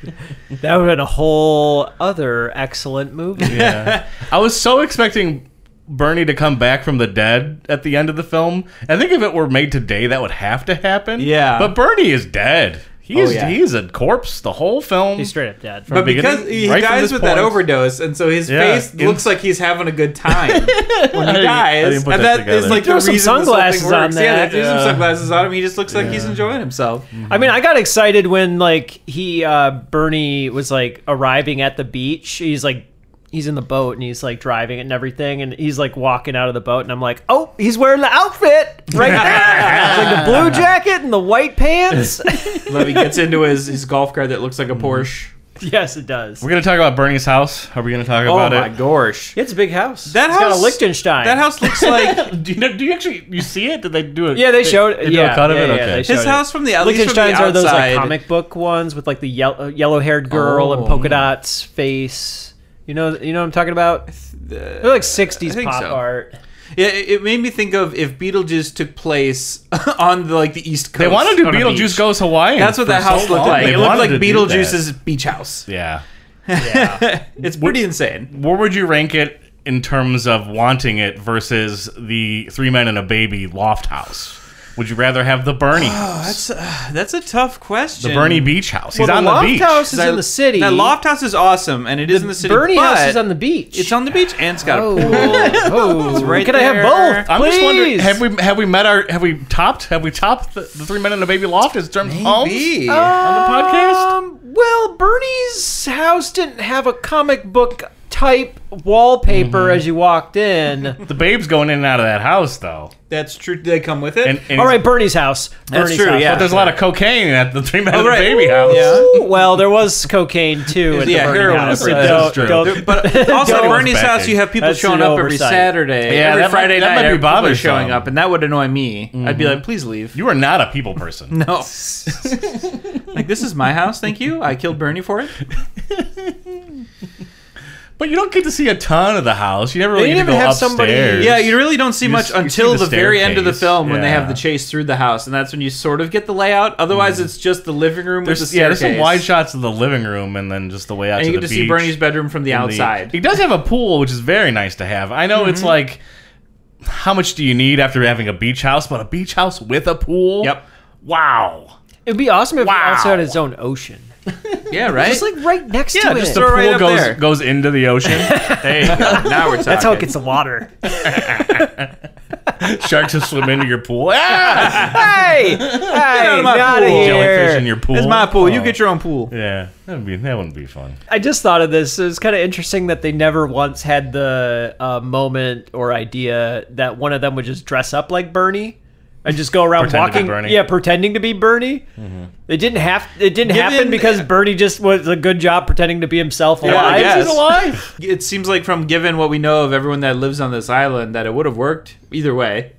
[SPEAKER 2] would have been a whole other excellent movie.
[SPEAKER 1] Yeah. I was so expecting Bernie to come back from the dead at the end of the film. I think if it were made today, that would have to happen.
[SPEAKER 4] Yeah.
[SPEAKER 1] But Bernie is dead. He's
[SPEAKER 4] Oh, yeah.
[SPEAKER 1] he's a corpse the whole film.
[SPEAKER 2] He's straight up dead.
[SPEAKER 4] But because
[SPEAKER 1] beginning-
[SPEAKER 4] he
[SPEAKER 1] right from
[SPEAKER 4] dies
[SPEAKER 1] this
[SPEAKER 4] with that
[SPEAKER 1] point.
[SPEAKER 4] overdose, and so his
[SPEAKER 1] Yeah,
[SPEAKER 4] face
[SPEAKER 1] in-
[SPEAKER 4] looks like he's having a good time when he
[SPEAKER 1] didn't- I
[SPEAKER 4] dies.
[SPEAKER 1] didn't put
[SPEAKER 4] and
[SPEAKER 1] that
[SPEAKER 4] that is
[SPEAKER 1] together.
[SPEAKER 4] like
[SPEAKER 2] Throw
[SPEAKER 4] the
[SPEAKER 2] some
[SPEAKER 4] reason this whole thing
[SPEAKER 2] sunglasses on
[SPEAKER 4] works. Yeah,
[SPEAKER 2] that.
[SPEAKER 4] they threw some
[SPEAKER 1] Yeah.
[SPEAKER 4] sunglasses on him. He just looks like he's enjoying himself.
[SPEAKER 2] I mean, I got excited when like he uh Bernie was like arriving at the beach. He's like he's in the boat and he's like driving it and everything and he's like walking out of the boat and I'm like, "Oh, he's wearing the outfit right there." it's like the blue jacket and the white pants.
[SPEAKER 1] Mm-hmm.
[SPEAKER 4] Levy gets into his, his golf cart that looks like a Porsche.
[SPEAKER 2] Yes, it does.
[SPEAKER 1] We're gonna talk about Bernie's house. Are we gonna talk about
[SPEAKER 4] oh my
[SPEAKER 1] it?
[SPEAKER 4] gosh.
[SPEAKER 2] It's a big house.
[SPEAKER 4] That
[SPEAKER 2] It's got
[SPEAKER 4] house-
[SPEAKER 2] a Liechtenstein.
[SPEAKER 4] That house looks like
[SPEAKER 1] Do you, know, do you actually you see it? Did they do it?
[SPEAKER 2] Yeah, they showed.
[SPEAKER 1] They do
[SPEAKER 2] yeah,
[SPEAKER 1] a cut of
[SPEAKER 2] yeah,
[SPEAKER 1] it.
[SPEAKER 2] yeah,
[SPEAKER 1] Okay.
[SPEAKER 2] they
[SPEAKER 1] His
[SPEAKER 2] showed
[SPEAKER 4] his
[SPEAKER 2] it.
[SPEAKER 4] house from the at least from the
[SPEAKER 2] Liechtenstein's are those like
[SPEAKER 4] outside-
[SPEAKER 2] comic book ones with like the yellow yellow-haired girl
[SPEAKER 4] Oh,
[SPEAKER 2] and polka
[SPEAKER 4] mm.
[SPEAKER 2] dots face. You know, you know what I'm talking about. They're like
[SPEAKER 4] I
[SPEAKER 2] '60s
[SPEAKER 4] think
[SPEAKER 2] pop
[SPEAKER 4] so.
[SPEAKER 2] art.
[SPEAKER 4] It, it made me think of if Beetlejuice took place on the, like the East Coast.
[SPEAKER 1] They want to do
[SPEAKER 4] on a beach.
[SPEAKER 1] Beetlejuice Goes Hawaiian.
[SPEAKER 4] That's what
[SPEAKER 1] for
[SPEAKER 4] that
[SPEAKER 1] so
[SPEAKER 4] house looked
[SPEAKER 1] long.
[SPEAKER 4] like.
[SPEAKER 1] They
[SPEAKER 4] It looked
[SPEAKER 1] wanted
[SPEAKER 4] like
[SPEAKER 1] to do that.
[SPEAKER 4] Beetlejuice's beach house.
[SPEAKER 1] Yeah.
[SPEAKER 4] It's pretty insane.
[SPEAKER 1] Where would you rank it in terms of wanting it versus the Three Men and a Baby loft house? Would you rather have the
[SPEAKER 2] Oh,
[SPEAKER 1] Bernie,
[SPEAKER 4] That's uh, that's a tough question.
[SPEAKER 1] the Bernie Beach house? He's
[SPEAKER 2] Well,
[SPEAKER 1] on
[SPEAKER 2] the
[SPEAKER 1] the
[SPEAKER 2] loft
[SPEAKER 1] beach.
[SPEAKER 2] house is
[SPEAKER 4] That-
[SPEAKER 2] in the city.
[SPEAKER 4] That loft house is awesome, and it is in the city.
[SPEAKER 2] Bernie
[SPEAKER 4] but
[SPEAKER 2] house is on the beach.
[SPEAKER 4] It's on the beach, and it's got a pool.
[SPEAKER 2] Oh, oh.
[SPEAKER 4] right
[SPEAKER 2] Can I
[SPEAKER 4] there.
[SPEAKER 2] have both?
[SPEAKER 1] I'm just wondering,
[SPEAKER 2] please?
[SPEAKER 1] have we have we met our have we topped have we topped the, the Three Men and a Baby loft in terms of homes
[SPEAKER 4] Maybe.
[SPEAKER 1] on the podcast?
[SPEAKER 2] Um, well, Bernie's house didn't have a comic book type wallpaper as you walked in.
[SPEAKER 1] The babe's going in and out of that house though,
[SPEAKER 4] that's true. Did they come with it?
[SPEAKER 1] and, and
[SPEAKER 2] All right, Bernie's house. Bernie's
[SPEAKER 4] true,
[SPEAKER 2] house.
[SPEAKER 4] yeah.
[SPEAKER 1] But there's a lot of cocaine at the Three Men and a
[SPEAKER 4] right.
[SPEAKER 1] Baby house.
[SPEAKER 4] yeah.
[SPEAKER 2] Ooh, well, there was cocaine too. at
[SPEAKER 4] Yeah,
[SPEAKER 2] the Bernie
[SPEAKER 4] heroin
[SPEAKER 2] house.
[SPEAKER 4] is-
[SPEAKER 2] So
[SPEAKER 1] that's
[SPEAKER 2] don't-
[SPEAKER 1] true.
[SPEAKER 2] don't-
[SPEAKER 4] There- but also at
[SPEAKER 2] Don't-
[SPEAKER 4] Bernie's house, you have people
[SPEAKER 2] That's
[SPEAKER 4] showing
[SPEAKER 2] an
[SPEAKER 4] up every
[SPEAKER 2] oversight.
[SPEAKER 4] Saturday,
[SPEAKER 1] Yeah, that
[SPEAKER 4] every
[SPEAKER 1] might-
[SPEAKER 4] Friday
[SPEAKER 1] that
[SPEAKER 4] night.
[SPEAKER 1] might be
[SPEAKER 4] every- people are
[SPEAKER 1] bothersome.
[SPEAKER 4] showing up, and that would annoy me. I'd be like, please leave.
[SPEAKER 1] You are not a people person.
[SPEAKER 4] no. like this is my house. Thank you. I killed Bernie for it.
[SPEAKER 1] But you don't get to see a ton of the house. You never really
[SPEAKER 2] They
[SPEAKER 1] get to
[SPEAKER 2] didn't
[SPEAKER 1] go
[SPEAKER 2] even have
[SPEAKER 1] upstairs.
[SPEAKER 2] somebody-
[SPEAKER 4] Yeah, you really don't see
[SPEAKER 1] You
[SPEAKER 4] much
[SPEAKER 1] s- you
[SPEAKER 4] until
[SPEAKER 1] see
[SPEAKER 4] the,
[SPEAKER 1] the
[SPEAKER 4] very end of the
[SPEAKER 1] staircase,
[SPEAKER 4] film when they have
[SPEAKER 1] yeah. Mm.
[SPEAKER 4] the chase through the house, and that's when you sort of get the layout. Otherwise, it's just the living room
[SPEAKER 1] There's,
[SPEAKER 4] with the
[SPEAKER 1] yeah,
[SPEAKER 4] staircase.
[SPEAKER 1] there's some wide shots of the living room and then just the way out
[SPEAKER 4] and
[SPEAKER 1] to
[SPEAKER 4] you get
[SPEAKER 1] the
[SPEAKER 4] to see
[SPEAKER 1] beach
[SPEAKER 4] Bernie's bedroom from the
[SPEAKER 1] and the-
[SPEAKER 4] outside. Mm-hmm.
[SPEAKER 1] he does have a pool, which is very nice to have. I know it's like, how much do you need after having a beach house? But a beach house with a pool?
[SPEAKER 4] Yep.
[SPEAKER 1] Wow.
[SPEAKER 2] It'd be awesome if
[SPEAKER 1] Wow.
[SPEAKER 2] it also had its own ocean.
[SPEAKER 4] yeah, right.
[SPEAKER 2] It's like right next
[SPEAKER 1] Yeah,
[SPEAKER 2] to
[SPEAKER 1] just
[SPEAKER 2] it.
[SPEAKER 1] the
[SPEAKER 4] Throw it
[SPEAKER 1] pool
[SPEAKER 4] right up there.
[SPEAKER 1] goes, goes into the ocean. there you go.
[SPEAKER 4] now we're talking.
[SPEAKER 2] That's how it gets the water.
[SPEAKER 1] Sharks will swim into your pool. Ah!
[SPEAKER 2] hey, hey,
[SPEAKER 4] of my
[SPEAKER 2] outta
[SPEAKER 4] pool.
[SPEAKER 1] Jellyfish in your pool.
[SPEAKER 4] It's my pool. You
[SPEAKER 1] Oh.
[SPEAKER 4] get your own pool.
[SPEAKER 1] Yeah, that would be that wouldn't be fun.
[SPEAKER 2] I just thought of this. It was kind of interesting that they never once had the uh, moment or idea that one of them would just dress up like Bernie and just go around
[SPEAKER 1] Pretend to be
[SPEAKER 2] walking,
[SPEAKER 1] Bernie.
[SPEAKER 2] yeah, pretending to be Bernie. It didn't have. It didn't
[SPEAKER 4] Given-
[SPEAKER 2] happen because Bernie just was a good job pretending to be himself alive.
[SPEAKER 4] guess.
[SPEAKER 2] He's alive.
[SPEAKER 4] It seems like from given what we know of everyone that lives on this island, that it would have worked either way.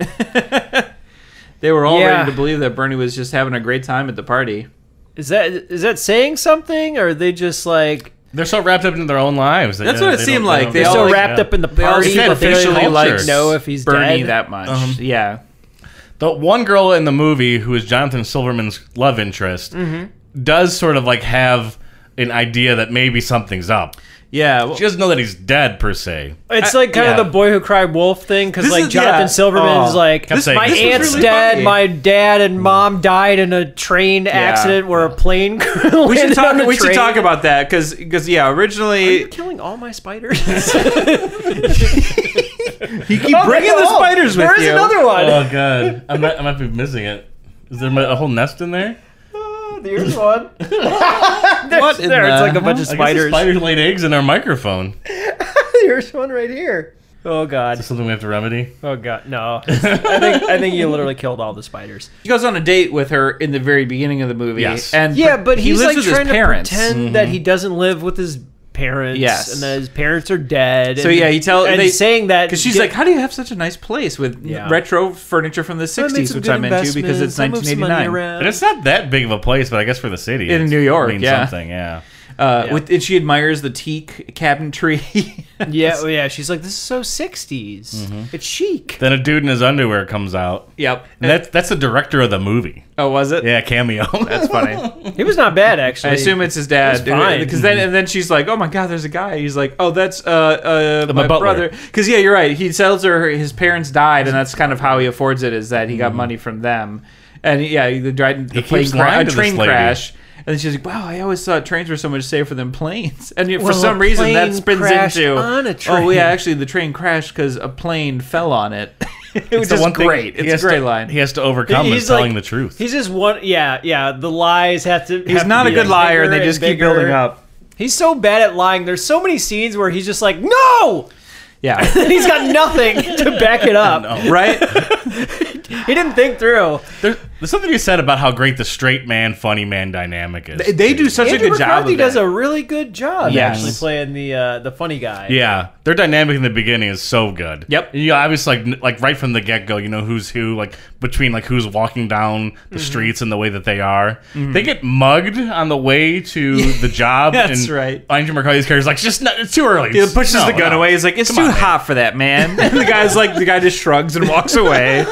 [SPEAKER 4] they were all
[SPEAKER 2] Yeah.
[SPEAKER 4] ready to believe that Bernie was just having a great time at the party.
[SPEAKER 2] Is that is that saying something, or are they just like
[SPEAKER 1] They're so wrapped up into their own lives. that,
[SPEAKER 4] That's
[SPEAKER 1] you know,
[SPEAKER 4] what it
[SPEAKER 1] they
[SPEAKER 4] seemed
[SPEAKER 1] don't-
[SPEAKER 4] like.
[SPEAKER 1] don't-
[SPEAKER 4] They
[SPEAKER 2] they're
[SPEAKER 4] all,
[SPEAKER 2] so
[SPEAKER 4] like,
[SPEAKER 2] wrapped up in the
[SPEAKER 4] They all
[SPEAKER 2] party?
[SPEAKER 1] said
[SPEAKER 2] but they don't
[SPEAKER 1] officially,
[SPEAKER 2] even
[SPEAKER 1] like,
[SPEAKER 2] know if he's
[SPEAKER 4] Bernie
[SPEAKER 2] dead?
[SPEAKER 4] that much. Yeah.
[SPEAKER 1] The one girl in the movie who is Jonathan Silverman's love interest does sort of like have an idea that maybe something's up.
[SPEAKER 4] Yeah. well-
[SPEAKER 1] She doesn't know that he's dead per se.
[SPEAKER 2] It's
[SPEAKER 4] I-
[SPEAKER 2] like kind
[SPEAKER 4] yeah.
[SPEAKER 2] of the boy who cried wolf thing because
[SPEAKER 4] This
[SPEAKER 2] like
[SPEAKER 4] is-
[SPEAKER 2] Jonathan
[SPEAKER 4] yeah.
[SPEAKER 2] Silverman's
[SPEAKER 4] Oh.
[SPEAKER 2] like
[SPEAKER 1] Kept saying
[SPEAKER 2] my
[SPEAKER 1] this was
[SPEAKER 2] aunt's
[SPEAKER 1] really
[SPEAKER 2] dead,
[SPEAKER 4] funny." Mm.
[SPEAKER 2] my dad and mom died in a train accident where a plane
[SPEAKER 4] we should talk. We should talk about that because yeah, originally
[SPEAKER 2] killing all my spiders.
[SPEAKER 4] you keep
[SPEAKER 2] Oh,
[SPEAKER 4] bringing the spiders with
[SPEAKER 2] There's
[SPEAKER 4] you. Uh.
[SPEAKER 2] another one.
[SPEAKER 1] Oh god, I might I might be missing it. Is there a whole nest in there?
[SPEAKER 2] There's one.
[SPEAKER 4] What in
[SPEAKER 2] there,
[SPEAKER 4] the
[SPEAKER 2] it's like a bunch of
[SPEAKER 1] I guess the
[SPEAKER 2] spiders.
[SPEAKER 1] spider laid eggs in our microphone.
[SPEAKER 2] There's one right here. Oh god.
[SPEAKER 1] Something we have to remedy.
[SPEAKER 2] Oh god. No. I think I think you literally killed all the spiders.
[SPEAKER 4] He goes on a date with her in the very beginning of the movie.
[SPEAKER 1] Yes.
[SPEAKER 4] And
[SPEAKER 2] Yeah, but
[SPEAKER 4] he
[SPEAKER 2] he's
[SPEAKER 4] lives
[SPEAKER 2] like
[SPEAKER 4] with his
[SPEAKER 2] trying
[SPEAKER 4] parents. Mm-hmm.
[SPEAKER 2] to pretend that he doesn't live with his parents.
[SPEAKER 4] Yes.
[SPEAKER 2] and that his parents are dead.
[SPEAKER 4] So
[SPEAKER 2] and-
[SPEAKER 4] yeah, he tell
[SPEAKER 2] and
[SPEAKER 4] they-
[SPEAKER 2] saying that
[SPEAKER 4] because she's
[SPEAKER 2] di-
[SPEAKER 4] like, "How do you have such a nice place with
[SPEAKER 2] Yeah.
[SPEAKER 4] retro furniture from the
[SPEAKER 2] I made
[SPEAKER 4] '60s,
[SPEAKER 2] some
[SPEAKER 4] which
[SPEAKER 2] good
[SPEAKER 4] I'm into because it's
[SPEAKER 2] investments. I moved some money
[SPEAKER 4] 1989."
[SPEAKER 2] around.
[SPEAKER 1] And it's not that big of a place, but I guess for the city
[SPEAKER 4] In
[SPEAKER 1] it's-
[SPEAKER 4] New York,
[SPEAKER 1] means
[SPEAKER 4] yeah.
[SPEAKER 1] something, yeah.
[SPEAKER 4] Uh, with, and she admires the teak cabinetry.
[SPEAKER 2] Yeah, oh, yeah. She's like, this is so 60s.
[SPEAKER 4] Mm-hmm.
[SPEAKER 2] It's chic.
[SPEAKER 1] Then a dude in his underwear comes out.
[SPEAKER 4] yep.
[SPEAKER 1] And that's that's the director of the movie.
[SPEAKER 4] oh, was it?
[SPEAKER 1] Yeah, cameo. That's
[SPEAKER 4] Funny.
[SPEAKER 2] It was not bad, actually.
[SPEAKER 4] I assume it's his dad.
[SPEAKER 2] It's fine.
[SPEAKER 4] Because then, and then she's like, "Oh my God, there's a guy." He's like, "Oh, that's uh, uh, my,
[SPEAKER 1] butler."
[SPEAKER 4] brother." Because yeah, you're right. He tells her his parents died, and that's kind of how he affords it is that he got money from them. And yeah, the, dri- the
[SPEAKER 1] Mm-hmm. He
[SPEAKER 4] plane
[SPEAKER 1] keeps
[SPEAKER 4] cra-
[SPEAKER 1] lying to
[SPEAKER 4] a
[SPEAKER 1] this
[SPEAKER 4] train
[SPEAKER 1] lady.
[SPEAKER 4] crash. And then she's like, "Wow, I always thought trains were so much safer than planes." And yet, for
[SPEAKER 2] Well,
[SPEAKER 4] some
[SPEAKER 2] a
[SPEAKER 4] reason, that
[SPEAKER 2] plane
[SPEAKER 4] spins
[SPEAKER 2] crashed
[SPEAKER 4] into
[SPEAKER 2] on a
[SPEAKER 4] oh yeah,
[SPEAKER 2] train."
[SPEAKER 4] actually, the train crashed because a plane fell on it. it was
[SPEAKER 1] the
[SPEAKER 4] just
[SPEAKER 1] one thing
[SPEAKER 4] great.
[SPEAKER 1] he
[SPEAKER 4] It's
[SPEAKER 1] has
[SPEAKER 4] a great
[SPEAKER 1] to-
[SPEAKER 4] line.
[SPEAKER 1] He has to overcome
[SPEAKER 2] He-
[SPEAKER 1] is
[SPEAKER 2] he's
[SPEAKER 1] telling
[SPEAKER 2] like-
[SPEAKER 1] the truth.
[SPEAKER 2] He's just one. Yeah, yeah. The lies have to.
[SPEAKER 4] He's not a good liar, and they just keep building up.
[SPEAKER 2] He's so bad at lying. There's so many scenes where he's just like, no!
[SPEAKER 4] Yeah.
[SPEAKER 2] And he's got nothing to back it up.
[SPEAKER 4] Right?
[SPEAKER 2] He didn't think through.
[SPEAKER 1] There's, There's something you said about how great the straight man, funny man dynamic is.
[SPEAKER 4] They, they do such
[SPEAKER 2] Andrew
[SPEAKER 4] a good job.
[SPEAKER 2] McCarthy
[SPEAKER 4] Of
[SPEAKER 2] does
[SPEAKER 4] that.
[SPEAKER 2] a really good job
[SPEAKER 4] Yes.
[SPEAKER 2] actually playing the uh, the funny guy.
[SPEAKER 1] Yeah, their dynamic in the beginning is so good.
[SPEAKER 4] Yep.
[SPEAKER 1] You obviously like n- like right from the get go, you know who's who. Like between like who's walking down
[SPEAKER 4] Mm-hmm.
[SPEAKER 1] the streets and the way that they are, they get mugged on the way to the job.
[SPEAKER 4] That's
[SPEAKER 1] and
[SPEAKER 4] right.
[SPEAKER 1] Andrew McCarthy's character's like, just no, it's too early.
[SPEAKER 4] He pushes
[SPEAKER 1] No,
[SPEAKER 4] the gun
[SPEAKER 1] no.
[SPEAKER 4] away. He's like, "It's
[SPEAKER 1] on,
[SPEAKER 4] too
[SPEAKER 1] man."
[SPEAKER 4] hot for that, man." And the guy's like, the guy just shrugs and walks away.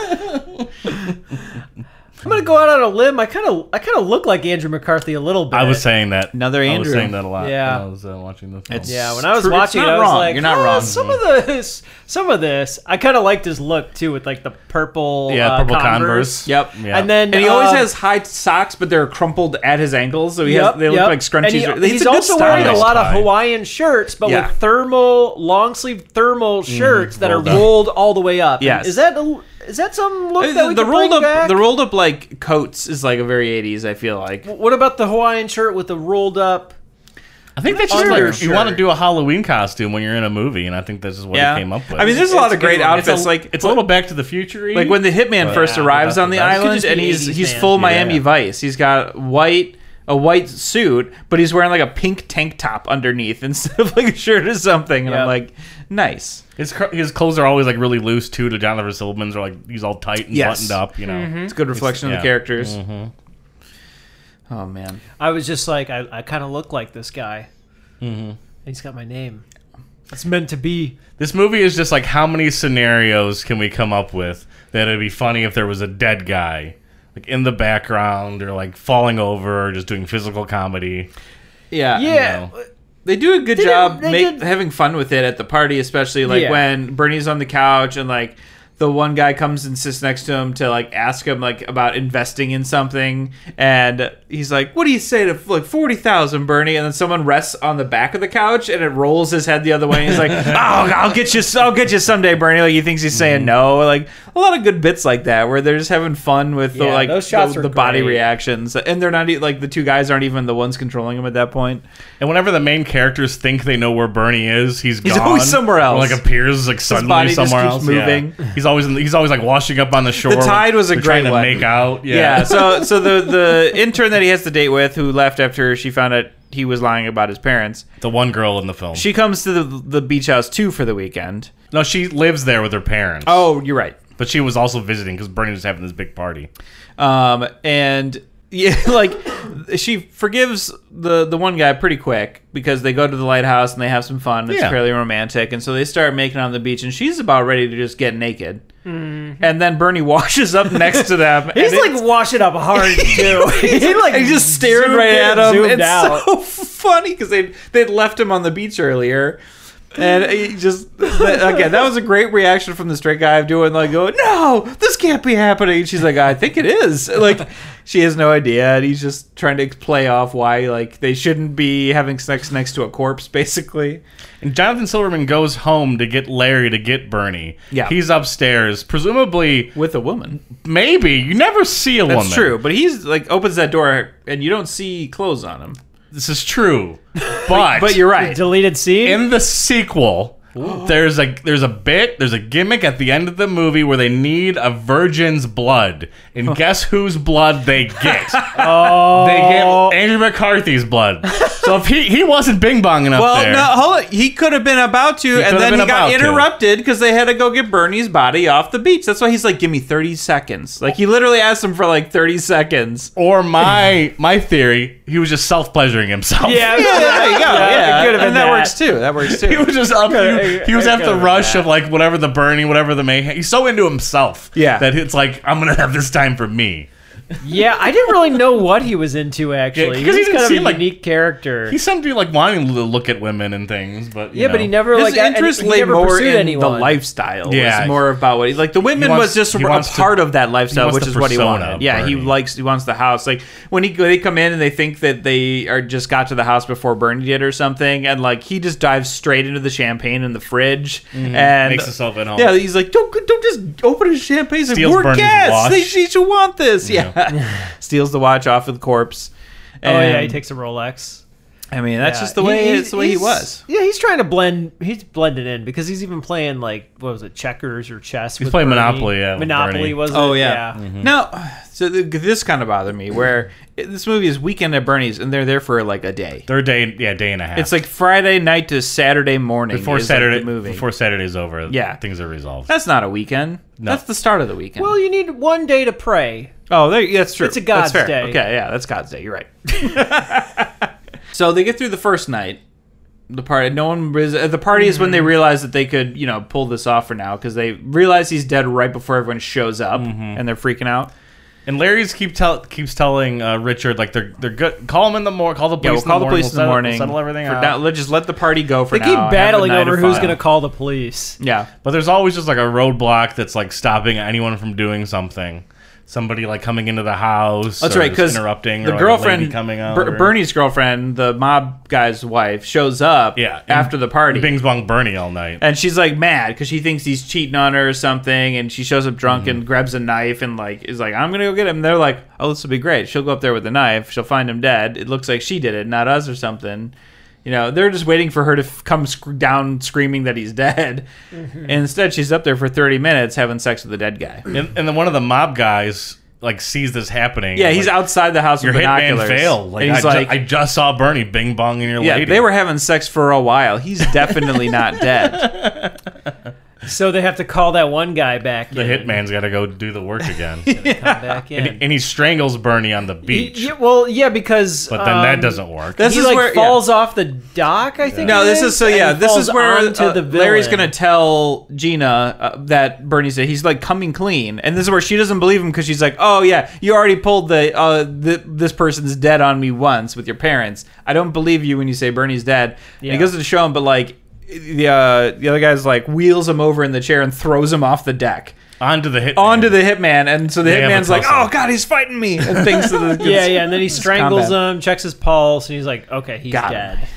[SPEAKER 2] I'm gonna go out on a limb. I kind of I kind of look like Andrew MarCarthy a little bit.
[SPEAKER 1] I was saying that.
[SPEAKER 4] Another
[SPEAKER 1] I was
[SPEAKER 4] Andrew.
[SPEAKER 1] saying that a lot.
[SPEAKER 2] Yeah.
[SPEAKER 1] when I was uh, watching the film.
[SPEAKER 2] Yeah, when I was
[SPEAKER 4] True. It's
[SPEAKER 2] watching, it,
[SPEAKER 4] not
[SPEAKER 2] I was
[SPEAKER 4] wrong.
[SPEAKER 2] like,
[SPEAKER 4] You're not
[SPEAKER 2] "Huh,
[SPEAKER 4] wrong."
[SPEAKER 2] Some of this, some of this, I kind of liked his look too, with like the purple,
[SPEAKER 1] yeah,
[SPEAKER 2] uh,
[SPEAKER 1] purple
[SPEAKER 2] Converse.
[SPEAKER 1] Converse.
[SPEAKER 4] Yep.
[SPEAKER 1] Yeah.
[SPEAKER 2] And then
[SPEAKER 4] And he always
[SPEAKER 2] uh,
[SPEAKER 4] has high socks, but they're crumpled at his ankles, so he
[SPEAKER 2] yep,
[SPEAKER 4] has, they look
[SPEAKER 2] yep.
[SPEAKER 4] like
[SPEAKER 2] And he-
[SPEAKER 4] scrunchies. It's a
[SPEAKER 2] he's
[SPEAKER 4] good
[SPEAKER 2] also wearing a
[SPEAKER 4] style.
[SPEAKER 2] lot of
[SPEAKER 1] Tie.
[SPEAKER 2] Hawaiian shirts, but
[SPEAKER 4] Yeah. Mm-hmm.
[SPEAKER 2] with thermal long sleeve thermal shirts that are
[SPEAKER 1] rolled up.
[SPEAKER 2] rolled all the way up. And
[SPEAKER 4] Yes.
[SPEAKER 2] is that a, is that some look
[SPEAKER 4] The,
[SPEAKER 2] that we
[SPEAKER 4] Uh, the
[SPEAKER 2] could
[SPEAKER 4] rolled
[SPEAKER 2] bring
[SPEAKER 4] up,
[SPEAKER 2] back?
[SPEAKER 4] the rolled up like coats is like a very '80s. I feel like.
[SPEAKER 2] What about the Hawaiian shirt with the rolled up?
[SPEAKER 1] I think that's just
[SPEAKER 2] Under
[SPEAKER 1] like you
[SPEAKER 2] shirt.
[SPEAKER 1] want to do a Halloween costume when you're in a movie, and I think this is what
[SPEAKER 4] Yeah.
[SPEAKER 1] he came up with.
[SPEAKER 4] I mean, there's a lot
[SPEAKER 1] It's
[SPEAKER 4] of great
[SPEAKER 1] good one. It's a-
[SPEAKER 4] outfits. like
[SPEAKER 1] it's a little Back to the Future.
[SPEAKER 4] like when the hitman first
[SPEAKER 1] Yeah,
[SPEAKER 4] arrives
[SPEAKER 1] that's
[SPEAKER 4] on the
[SPEAKER 1] the best. It could
[SPEAKER 4] island
[SPEAKER 2] just be
[SPEAKER 4] and he's
[SPEAKER 2] 80s
[SPEAKER 4] he's
[SPEAKER 2] man.
[SPEAKER 4] full
[SPEAKER 1] Yeah.
[SPEAKER 4] Miami Vice. He's got white a white suit, but he's wearing like a pink tank top underneath instead of like a shirt or something. And
[SPEAKER 2] Yep.
[SPEAKER 4] I'm like, nice.
[SPEAKER 1] His cr- his clothes are always like really loose too. To Jonathan Silverman's are like he's all tight and
[SPEAKER 4] Yes.
[SPEAKER 1] buttoned up. You know,
[SPEAKER 4] It's a good reflection of
[SPEAKER 1] yeah. Mm-hmm.
[SPEAKER 4] the characters. Oh man,
[SPEAKER 2] I was just like, I, I kind of look like this guy. Mm-hmm. He's got my name. It's meant to be.
[SPEAKER 1] this movie is just like how many scenarios can we come up with that it'd be funny if there was a dead guy like in the background or like falling over or just doing physical comedy.
[SPEAKER 4] yeah,
[SPEAKER 2] Yeah.
[SPEAKER 4] They do a good
[SPEAKER 2] They did-
[SPEAKER 4] job
[SPEAKER 2] they
[SPEAKER 4] make,
[SPEAKER 2] did-
[SPEAKER 4] having fun with it at the party, especially like
[SPEAKER 2] Yeah.
[SPEAKER 4] when Bernie's on the couch and like the one guy comes and sits next to him to like ask him like about investing in something, and he's like, "What do you say to like forty thousand, Bernie?" And then someone rests on the back of the couch and it rolls his head the other way. And he's like, "Oh, I'll get you, I'll get you someday, Bernie." Like he thinks he's
[SPEAKER 2] Mm-hmm.
[SPEAKER 4] saying no. Like a lot of good bits like that where they're just having fun with the
[SPEAKER 2] Yeah,
[SPEAKER 4] like
[SPEAKER 2] those shots
[SPEAKER 4] the,
[SPEAKER 2] were
[SPEAKER 4] the body
[SPEAKER 2] great.
[SPEAKER 4] reactions, and they're not e- like the two guys aren't even the ones controlling him at that point.
[SPEAKER 1] And whenever the main characters think they know where Bernie is, he's
[SPEAKER 4] He's
[SPEAKER 1] gone.
[SPEAKER 4] always somewhere
[SPEAKER 1] Or,
[SPEAKER 4] else.
[SPEAKER 1] like appears like suddenly
[SPEAKER 4] body just
[SPEAKER 1] somewhere
[SPEAKER 4] keeps
[SPEAKER 1] else.
[SPEAKER 4] moving.
[SPEAKER 1] Yeah. He's always in the, he's always like washing up on the shore.
[SPEAKER 4] tide was a
[SPEAKER 1] They're
[SPEAKER 4] great
[SPEAKER 1] trying to
[SPEAKER 4] one.
[SPEAKER 1] make out. Yeah.
[SPEAKER 4] Yeah. so so the the intern that he has to date with, who left after she found out he was lying about his parents,
[SPEAKER 1] the one girl in the film.
[SPEAKER 4] she comes to the the beach house too for the weekend.
[SPEAKER 1] no, she lives there with her parents.
[SPEAKER 4] Oh, you're right.
[SPEAKER 1] but she was also visiting because Bernie was having this big party.
[SPEAKER 4] Um, and yeah, like she forgives the the one guy pretty quick because they go to the lighthouse and they have some fun. It's
[SPEAKER 1] Yeah.
[SPEAKER 4] fairly romantic, and so they start making out on the beach, and she's about ready to just get naked. And then Bernie washes up next to them.
[SPEAKER 2] He's
[SPEAKER 4] and
[SPEAKER 2] like
[SPEAKER 4] it's-
[SPEAKER 2] washing up hard too. he like
[SPEAKER 4] He just stared
[SPEAKER 2] zoomed
[SPEAKER 4] right
[SPEAKER 2] in
[SPEAKER 4] at
[SPEAKER 2] and
[SPEAKER 4] him.
[SPEAKER 2] zoomed
[SPEAKER 4] It's
[SPEAKER 2] out.
[SPEAKER 4] so funny because they they'd left him on the beach earlier, and he just but again that was a great reaction from the straight guy of doing like going no this can't be happening. And she's like I think it is like she has no idea, and he's just trying to play off why like they shouldn't be having sex next to a corpse basically.
[SPEAKER 1] And Jonathan Silverman goes home to get Larry to get Bernie.
[SPEAKER 4] Yeah.
[SPEAKER 1] He's upstairs, presumably,
[SPEAKER 4] With a woman,
[SPEAKER 1] maybe. You never see a
[SPEAKER 4] that's
[SPEAKER 1] woman.
[SPEAKER 4] true. But he's like opens that door and you don't see clothes on him.
[SPEAKER 1] This is true. But,
[SPEAKER 4] But you're right.
[SPEAKER 2] Deleted scene.
[SPEAKER 1] in the sequel. There's a there's a bit there's a gimmick at the end of the movie where they need a virgin's blood and guess whose blood they get? They get
[SPEAKER 2] Oh.
[SPEAKER 1] Andrew McCarthy's blood. So if he he wasn't bing bonging up
[SPEAKER 4] Well,
[SPEAKER 1] there,
[SPEAKER 4] no, hold on. He could have been about to, and
[SPEAKER 1] could've
[SPEAKER 4] then
[SPEAKER 1] been
[SPEAKER 4] he
[SPEAKER 1] about
[SPEAKER 4] got
[SPEAKER 1] to.
[SPEAKER 4] interrupted because they had to go get Bernie's body off the beach. That's why he's like, "Give me thirty seconds." Like he literally asked him for like thirty seconds.
[SPEAKER 1] or my my theory, he was just self pleasuring himself.
[SPEAKER 4] Yeah,
[SPEAKER 2] yeah,
[SPEAKER 4] there you go. Yeah,
[SPEAKER 2] it could've been
[SPEAKER 4] and that,
[SPEAKER 2] that.
[SPEAKER 4] works too. That works
[SPEAKER 1] He
[SPEAKER 4] too.
[SPEAKER 1] was just up. He, he was
[SPEAKER 2] it
[SPEAKER 1] at the
[SPEAKER 2] could've been
[SPEAKER 1] rush
[SPEAKER 2] that.
[SPEAKER 1] of like whatever the Bernie, whatever the mayhem. He's so into himself,
[SPEAKER 4] Yeah.
[SPEAKER 1] that it's like I'm gonna have this time for me.
[SPEAKER 2] yeah. I didn't really know what he was into
[SPEAKER 1] Yeah, 'cause
[SPEAKER 2] actually. he was
[SPEAKER 1] he didn't
[SPEAKER 2] kind of a
[SPEAKER 1] seem like-
[SPEAKER 2] unique character.
[SPEAKER 1] He's some dude like wanting to look at women and things, but you
[SPEAKER 2] yeah, but
[SPEAKER 1] know.
[SPEAKER 2] he never
[SPEAKER 4] His
[SPEAKER 2] like and
[SPEAKER 4] interest
[SPEAKER 2] he, he
[SPEAKER 4] lay
[SPEAKER 2] never
[SPEAKER 4] more
[SPEAKER 2] pursued
[SPEAKER 4] in the
[SPEAKER 2] anyone.
[SPEAKER 4] lifestyle. Yeah,
[SPEAKER 1] Yeah.
[SPEAKER 4] was more about what he like. The women
[SPEAKER 1] wants-
[SPEAKER 4] was just
[SPEAKER 1] he
[SPEAKER 4] a
[SPEAKER 1] wants to-
[SPEAKER 4] part of that lifestyle,
[SPEAKER 1] wants
[SPEAKER 4] which
[SPEAKER 1] the
[SPEAKER 4] is what he
[SPEAKER 1] persona
[SPEAKER 4] wanted.
[SPEAKER 1] of
[SPEAKER 4] Yeah, he
[SPEAKER 1] Bernie.
[SPEAKER 4] likes he wants the house. Like when he they come in and they think that they are just got to the house before Bernie did or something, and like he just dives straight into the champagne in the fridge and
[SPEAKER 1] Mm-hmm. Makes himself at home.
[SPEAKER 4] Yeah, he's like, don't don't just open his champagne. He's like,
[SPEAKER 1] Steals
[SPEAKER 4] we're
[SPEAKER 1] Bernie's
[SPEAKER 4] guests.
[SPEAKER 1] watch.
[SPEAKER 4] They, she should want this. Yeah, steals the watch off of the corpse.
[SPEAKER 2] Oh yeah, he
[SPEAKER 4] And-
[SPEAKER 2] takes a Rolex.
[SPEAKER 4] I mean, that's
[SPEAKER 2] Yeah,
[SPEAKER 4] just the way
[SPEAKER 2] he-
[SPEAKER 4] it's the way he
[SPEAKER 2] he's-
[SPEAKER 4] was.
[SPEAKER 2] Yeah, he's trying to blend. He's blended in because he's even playing like what was it, checkers or chess? He's
[SPEAKER 1] playing Monopoly, yeah, with Bernie.
[SPEAKER 2] Monopoly was.
[SPEAKER 4] Oh
[SPEAKER 2] it?
[SPEAKER 4] yeah. No, so th- this kind of bothered me. Where it- this movie is weekend at Bernie's, and they're there for like a day.
[SPEAKER 1] Third day, yeah, day and a half.
[SPEAKER 4] It's like Friday night to Saturday morning
[SPEAKER 1] before
[SPEAKER 4] is, like,
[SPEAKER 1] Saturday.
[SPEAKER 4] the movie.
[SPEAKER 1] Before Saturday's over,
[SPEAKER 4] Yeah.
[SPEAKER 1] things are resolved.
[SPEAKER 4] that's not a weekend. That's the start of the weekend.
[SPEAKER 2] Well, you need one day to pray.
[SPEAKER 4] Oh, there, that's true.
[SPEAKER 2] It's a God's
[SPEAKER 4] That's fair.
[SPEAKER 2] day.
[SPEAKER 4] Okay, yeah, that's God's day. You're right. so they get through the first night. The party, no one. Is, uh, the party is when
[SPEAKER 2] Mm-hmm.
[SPEAKER 4] they realize that they could, you know, pull this off for now because they realize he's dead right before everyone shows up,
[SPEAKER 1] Mm-hmm.
[SPEAKER 4] and they're freaking out.
[SPEAKER 1] And Larry's keep tell keeps telling uh, Richard like they're they're good. Call him in the morning. Call the
[SPEAKER 4] Yeah,
[SPEAKER 1] police.
[SPEAKER 4] we'll call the police in the
[SPEAKER 1] settle-
[SPEAKER 4] morning.
[SPEAKER 1] Settle everything
[SPEAKER 4] for
[SPEAKER 1] out.
[SPEAKER 4] Now, let's just let the party go for now.
[SPEAKER 2] They keep
[SPEAKER 4] Have the
[SPEAKER 2] battling
[SPEAKER 4] night
[SPEAKER 2] over
[SPEAKER 4] of
[SPEAKER 2] who's
[SPEAKER 4] fun.
[SPEAKER 2] going to call the police.
[SPEAKER 4] Yeah,
[SPEAKER 1] But there's always just like a roadblock that's like stopping anyone from doing something. Somebody like coming into the house.
[SPEAKER 4] that's
[SPEAKER 1] or
[SPEAKER 4] right.
[SPEAKER 1] just
[SPEAKER 4] Because
[SPEAKER 1] interrupting or,
[SPEAKER 4] the
[SPEAKER 1] like, a lady
[SPEAKER 4] girlfriend
[SPEAKER 1] coming out.
[SPEAKER 4] Ber-
[SPEAKER 1] or-
[SPEAKER 4] Bernie's girlfriend, the mob guy's wife, shows up.
[SPEAKER 1] Yeah, and
[SPEAKER 4] after the party.
[SPEAKER 1] Bing's bong Bernie all night.
[SPEAKER 4] And she's like mad because she thinks he's cheating on her or something. And she shows up drunk
[SPEAKER 1] Mm-hmm.
[SPEAKER 4] and grabs a knife and like is like, "I'm gonna go get him." they're like, "Oh, this will be great. She'll go up there with a knife. She'll find him dead. It looks like she did it, not us or something." You know, they're just waiting for her to f- come sc- down screaming that he's dead.
[SPEAKER 1] Mm-hmm.
[SPEAKER 4] And instead, she's up there for 30 minutes having sex with the dead guy.
[SPEAKER 1] And, and then one of the mob guys like sees this happening.
[SPEAKER 4] Yeah,
[SPEAKER 1] and,
[SPEAKER 4] he's
[SPEAKER 1] like,
[SPEAKER 4] outside the house
[SPEAKER 1] Your
[SPEAKER 4] with binoculars.
[SPEAKER 1] hitman failed. Like,
[SPEAKER 4] and he's
[SPEAKER 1] I,
[SPEAKER 4] like,
[SPEAKER 1] ju- I just saw Bernie bing bong in your
[SPEAKER 4] yeah,
[SPEAKER 1] lady.
[SPEAKER 4] they were having sex for a while. He's definitely not dead.
[SPEAKER 2] So they have to call that one guy back.
[SPEAKER 1] the
[SPEAKER 2] in,
[SPEAKER 1] hitman's got to go do the work again.
[SPEAKER 2] come back in.
[SPEAKER 1] and he strangles Bernie on the
[SPEAKER 2] He-
[SPEAKER 1] beach.
[SPEAKER 2] yeah, well, yeah, because
[SPEAKER 1] But then that
[SPEAKER 2] um,
[SPEAKER 1] doesn't work.
[SPEAKER 4] This
[SPEAKER 2] he
[SPEAKER 4] is
[SPEAKER 2] like
[SPEAKER 4] where- yeah.
[SPEAKER 2] falls off the dock. I think.
[SPEAKER 4] No,
[SPEAKER 2] it
[SPEAKER 4] this is so
[SPEAKER 2] and he
[SPEAKER 4] yeah. This
[SPEAKER 2] falls
[SPEAKER 4] is where
[SPEAKER 2] onto
[SPEAKER 4] uh,
[SPEAKER 2] the
[SPEAKER 4] Larry's
[SPEAKER 2] villain.
[SPEAKER 4] gonna tell Gina uh, that Bernie said he's like coming clean, and this is where she doesn't believe him because she's like, "Oh yeah, you already pulled the uh the, this person's dead on me once with your parents. I don't believe you when you say Bernie's dead." And he
[SPEAKER 2] Yeah.
[SPEAKER 4] goes to show him, but like the uh, the other guy's like wheels him over in the chair and throws him off the deck
[SPEAKER 1] onto the hitman.
[SPEAKER 4] onto the hitman, and so the
[SPEAKER 1] They have a
[SPEAKER 4] hitman's like,
[SPEAKER 1] tussle.
[SPEAKER 4] "Oh god, he's fighting me," and thinks that
[SPEAKER 2] Yeah, yeah, and then he strangles
[SPEAKER 4] combat.
[SPEAKER 2] him, checks his pulse, and he's like, "Okay, he's
[SPEAKER 4] Got him.
[SPEAKER 2] dead."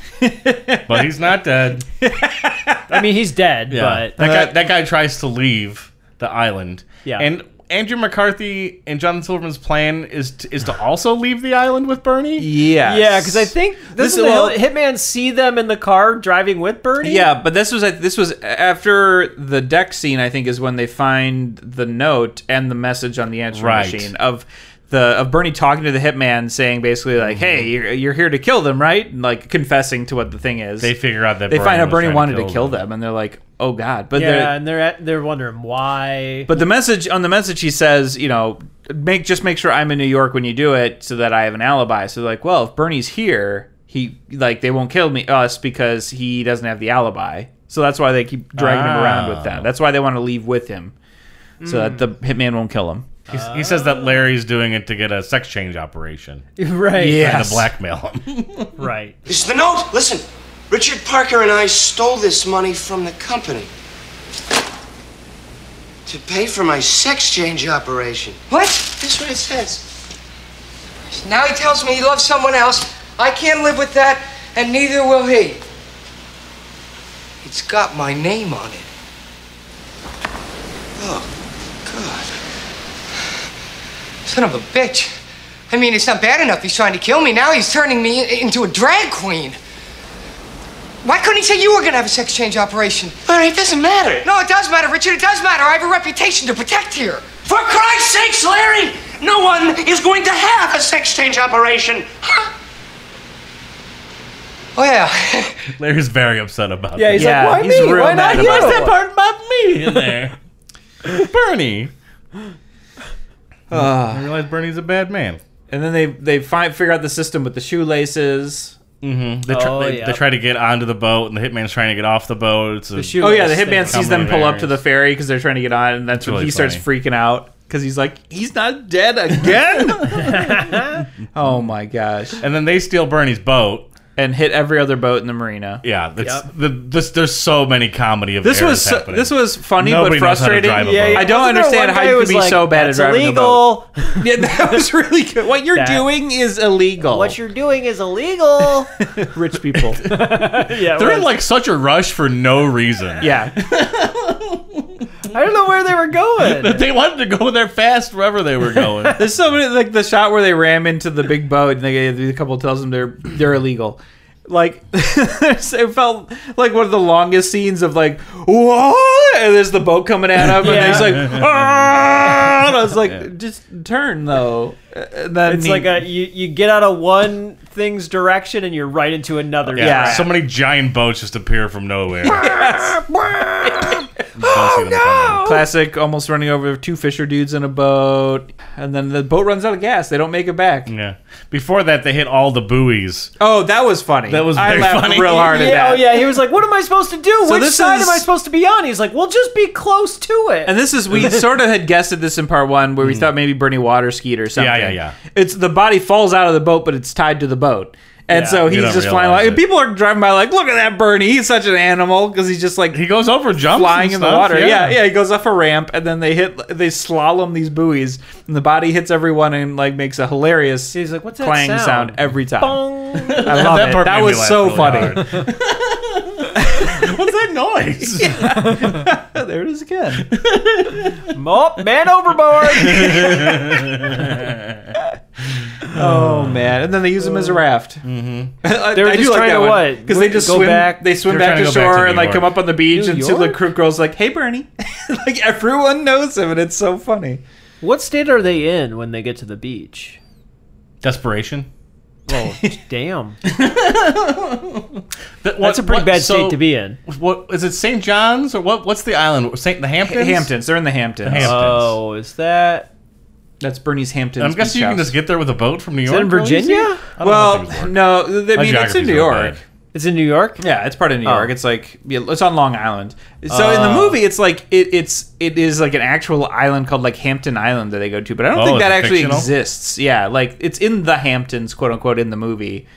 [SPEAKER 1] but he's not dead.
[SPEAKER 2] I mean, he's dead,
[SPEAKER 1] Yeah.
[SPEAKER 2] but
[SPEAKER 1] that guy that guy tries to leave the island.
[SPEAKER 2] Yeah.
[SPEAKER 1] And Andrew McCarthy and Jonathan Silverman's plan is to, is to also leave the island with Bernie.
[SPEAKER 4] yeah,
[SPEAKER 2] Yeah, because I think
[SPEAKER 4] This-
[SPEAKER 2] this is
[SPEAKER 4] well-
[SPEAKER 2] the hit- hitman see them in the car driving with Bernie.
[SPEAKER 4] Yeah, but this was this was after the deck scene. I think is when they find the note and the message on the answering
[SPEAKER 1] Right.
[SPEAKER 4] machine of the of Bernie talking to the hitman, saying basically like,
[SPEAKER 1] Mm-hmm.
[SPEAKER 4] "Hey, you're, you're here to kill them, right?" And like confessing to what the thing is.
[SPEAKER 1] They figure out that
[SPEAKER 4] they find out
[SPEAKER 1] was
[SPEAKER 4] Bernie
[SPEAKER 1] trying
[SPEAKER 4] wanted to kill, them. and they're like, "Oh God!" But
[SPEAKER 2] yeah,
[SPEAKER 4] they're
[SPEAKER 2] and they're at, they're wondering why.
[SPEAKER 4] but the message on the message he says, you know, make just make sure I'm in New York when you do it, so that I have an alibi. So like, well, if Bernie's here, he like they won't kill me us because he doesn't have the alibi. So that's why they keep dragging him around with
[SPEAKER 1] Ah.
[SPEAKER 4] them. That's why they want to leave with him, so
[SPEAKER 2] Hmm.
[SPEAKER 4] that the hitman won't kill him.
[SPEAKER 1] He's- he says that Larry's doing it to get a sex change operation
[SPEAKER 2] right.
[SPEAKER 1] and to blackmail him.
[SPEAKER 2] Right.
[SPEAKER 11] This is the note. Listen, Richard Parker and I stole this money from the company to pay for my sex change operation. What? That's what it says. Now he tells me he loves someone else. I can't live with that, and neither will he. It's got my name on it. Oh, God. Son of a bitch. I mean, it's not bad enough he's trying to kill me. Now he's turning me i- into a drag queen. Why couldn't he say you were going to have a sex change operation? But it doesn't matter. No, it does matter, Richard. It does matter. I have a reputation to protect here.
[SPEAKER 6] For Christ's sakes, Larry! No one is going to have a sex change operation.
[SPEAKER 11] Oh, yeah.
[SPEAKER 1] Larry's very upset about
[SPEAKER 2] Yeah. He's
[SPEAKER 4] Yeah,
[SPEAKER 2] like, why
[SPEAKER 4] he's
[SPEAKER 2] me?
[SPEAKER 4] real
[SPEAKER 2] Why
[SPEAKER 4] mad
[SPEAKER 2] not you?
[SPEAKER 4] about it.
[SPEAKER 2] part about me?
[SPEAKER 1] in there. Bernie.
[SPEAKER 2] Ah.
[SPEAKER 1] I realize Bernie's a bad man.
[SPEAKER 4] And then they they find figure out the system with the shoelaces.
[SPEAKER 1] They, tr-
[SPEAKER 2] Oh,
[SPEAKER 1] they,
[SPEAKER 2] yeah.
[SPEAKER 1] they try to get onto the boat, and the hitman's trying to get off the boat. It's a-
[SPEAKER 2] shoe-
[SPEAKER 4] Oh yeah, the
[SPEAKER 2] Yes, they
[SPEAKER 4] hitman sees
[SPEAKER 1] come
[SPEAKER 4] them pull up to the
[SPEAKER 1] hilarious.
[SPEAKER 4] ferry because they're trying to get on, and that's when
[SPEAKER 1] really
[SPEAKER 4] he starts
[SPEAKER 1] funny.
[SPEAKER 4] freaking out because he's like, he's not dead again. oh my gosh!
[SPEAKER 1] and then they steal Bernie's boat.
[SPEAKER 4] and hit every other boat in the marina.
[SPEAKER 1] Yeah, that's, the, this, there's so many comedy of
[SPEAKER 4] This
[SPEAKER 1] errors
[SPEAKER 4] was so,
[SPEAKER 1] happening.
[SPEAKER 4] this was funny
[SPEAKER 1] Nobody
[SPEAKER 4] but
[SPEAKER 1] knows how to
[SPEAKER 4] frustrating.
[SPEAKER 1] drive a
[SPEAKER 2] Yeah,
[SPEAKER 1] boat.
[SPEAKER 2] yeah.
[SPEAKER 4] I don't
[SPEAKER 2] Wasn't there
[SPEAKER 4] understand
[SPEAKER 2] one
[SPEAKER 4] how
[SPEAKER 2] guy
[SPEAKER 4] you
[SPEAKER 2] who
[SPEAKER 4] could
[SPEAKER 2] was
[SPEAKER 4] be
[SPEAKER 2] like,
[SPEAKER 4] so bad at
[SPEAKER 2] "That's
[SPEAKER 4] driving a boat.
[SPEAKER 2] illegal.
[SPEAKER 4] Yeah, that was really good. What you're
[SPEAKER 2] That-
[SPEAKER 4] doing is illegal.
[SPEAKER 2] What you're doing is illegal.
[SPEAKER 4] rich people?
[SPEAKER 2] yeah.
[SPEAKER 1] They're
[SPEAKER 2] well,
[SPEAKER 1] in like such a rush for no reason.
[SPEAKER 4] yeah,
[SPEAKER 2] I don't know where they were going.
[SPEAKER 1] They wanted to go there fast wherever they were going.
[SPEAKER 4] there's so many like the shot where they ram into the big boat and they, the couple tells them they're they're illegal. Like it felt like one of the longest scenes of like what? And there's the boat coming at him, and
[SPEAKER 2] Yeah.
[SPEAKER 4] he's like, "Ah!" and I was like, just turn though. And then
[SPEAKER 2] It's
[SPEAKER 4] he-
[SPEAKER 2] like a you, you get out of one thing's direction and you're right into another.
[SPEAKER 1] Yeah.
[SPEAKER 2] direction.
[SPEAKER 1] So many giant boats just appear from nowhere. oh, no!
[SPEAKER 4] classic, almost running over two fisher dudes in a boat, and then the boat runs out of gas. They don't make it back.
[SPEAKER 2] Mm.
[SPEAKER 1] Yeah. Before that, they hit all the buoys.
[SPEAKER 4] Oh, that was funny.
[SPEAKER 1] That was
[SPEAKER 4] I
[SPEAKER 1] very
[SPEAKER 4] laughed
[SPEAKER 1] funny.
[SPEAKER 4] real hard at
[SPEAKER 2] Yeah,
[SPEAKER 4] that.
[SPEAKER 2] oh yeah, he was like, "What am I supposed to do?
[SPEAKER 4] So
[SPEAKER 2] Which
[SPEAKER 4] this
[SPEAKER 2] side
[SPEAKER 4] is-
[SPEAKER 2] am I supposed to be on?" He's like, "Well, just be close to it."
[SPEAKER 4] And this is we sort of had guessed at this in part one, where we thought maybe Bernie water skied or something.
[SPEAKER 1] Hmm. Yeah, yeah, yeah.
[SPEAKER 4] It's the body falls out of the boat, but it's tied to the boat, and so
[SPEAKER 1] you
[SPEAKER 4] he's
[SPEAKER 1] don't
[SPEAKER 4] just flying.
[SPEAKER 1] realize
[SPEAKER 4] Like,
[SPEAKER 1] it.
[SPEAKER 4] people are driving by, like, look at that Bernie. He's such an animal because he's just like
[SPEAKER 1] He goes over, jumps,
[SPEAKER 4] flying
[SPEAKER 1] and
[SPEAKER 4] in the
[SPEAKER 1] stuff,
[SPEAKER 4] water. Yeah. yeah, He goes off a ramp, and then they hit, they slalom these buoys, and the body hits everyone and like makes a hilarious
[SPEAKER 2] he's like, "What's that
[SPEAKER 4] clang sound?
[SPEAKER 2] sound?"
[SPEAKER 4] every time.
[SPEAKER 2] Bong.
[SPEAKER 4] I love
[SPEAKER 1] that
[SPEAKER 4] it.
[SPEAKER 1] part
[SPEAKER 4] That
[SPEAKER 1] made me
[SPEAKER 4] was
[SPEAKER 1] laugh
[SPEAKER 4] so
[SPEAKER 1] really
[SPEAKER 4] funny.
[SPEAKER 1] hard. What's that noise?
[SPEAKER 4] there it is again.
[SPEAKER 2] Oh, man overboard.
[SPEAKER 4] Oh man! And then they use them as a raft. Mm-hmm.
[SPEAKER 2] They were just trying to what?
[SPEAKER 4] Because they just
[SPEAKER 2] Go
[SPEAKER 4] swim
[SPEAKER 2] back-
[SPEAKER 4] They swim
[SPEAKER 1] They're
[SPEAKER 4] back
[SPEAKER 1] trying
[SPEAKER 4] to
[SPEAKER 1] to go back
[SPEAKER 4] shore
[SPEAKER 1] to
[SPEAKER 4] and
[SPEAKER 1] New
[SPEAKER 4] like come
[SPEAKER 1] York.
[SPEAKER 4] up on the beach,
[SPEAKER 2] New
[SPEAKER 4] and so the
[SPEAKER 2] York?
[SPEAKER 4] crew girl's like, "Hey, Bernie!" like everyone knows him, and it's so funny.
[SPEAKER 2] what state are they in when they get to the beach?
[SPEAKER 1] Desperation.
[SPEAKER 2] Well, damn,
[SPEAKER 1] That- what-
[SPEAKER 2] that's a pretty
[SPEAKER 1] what-
[SPEAKER 2] bad
[SPEAKER 1] so-
[SPEAKER 2] state to be in.
[SPEAKER 1] What is it? St. John's or what? What's the island? Saint the Hamptons.
[SPEAKER 4] Hamptons. They're in the Hamptons.
[SPEAKER 1] Hamptons.
[SPEAKER 2] Oh, is that
[SPEAKER 4] That's Bernie's Hamptons.
[SPEAKER 1] I'm guessing
[SPEAKER 4] beach
[SPEAKER 1] you can
[SPEAKER 4] house.
[SPEAKER 1] just get there with a boat from New
[SPEAKER 2] is
[SPEAKER 1] York.
[SPEAKER 2] that in
[SPEAKER 1] really easy?
[SPEAKER 2] Virginia?
[SPEAKER 1] I don't know how
[SPEAKER 4] Well,
[SPEAKER 1] things work.
[SPEAKER 4] no, th- I
[SPEAKER 1] My
[SPEAKER 4] mean it's in
[SPEAKER 1] geography's
[SPEAKER 4] New
[SPEAKER 1] real
[SPEAKER 4] York.
[SPEAKER 1] bad.
[SPEAKER 2] It's in New York.
[SPEAKER 4] Yeah, it's part of New
[SPEAKER 2] Oh.
[SPEAKER 4] York. It's like yeah, it's on Long Island. So in
[SPEAKER 1] Oh.
[SPEAKER 4] the movie, it's like it, it's it is like an actual island called like Hampton Island that they go to, but I don't
[SPEAKER 1] Oh,
[SPEAKER 4] think
[SPEAKER 1] is
[SPEAKER 4] that
[SPEAKER 1] it
[SPEAKER 4] actually
[SPEAKER 1] fictional?
[SPEAKER 4] exists. Yeah, like it's in the Hamptons, quote unquote, in the movie.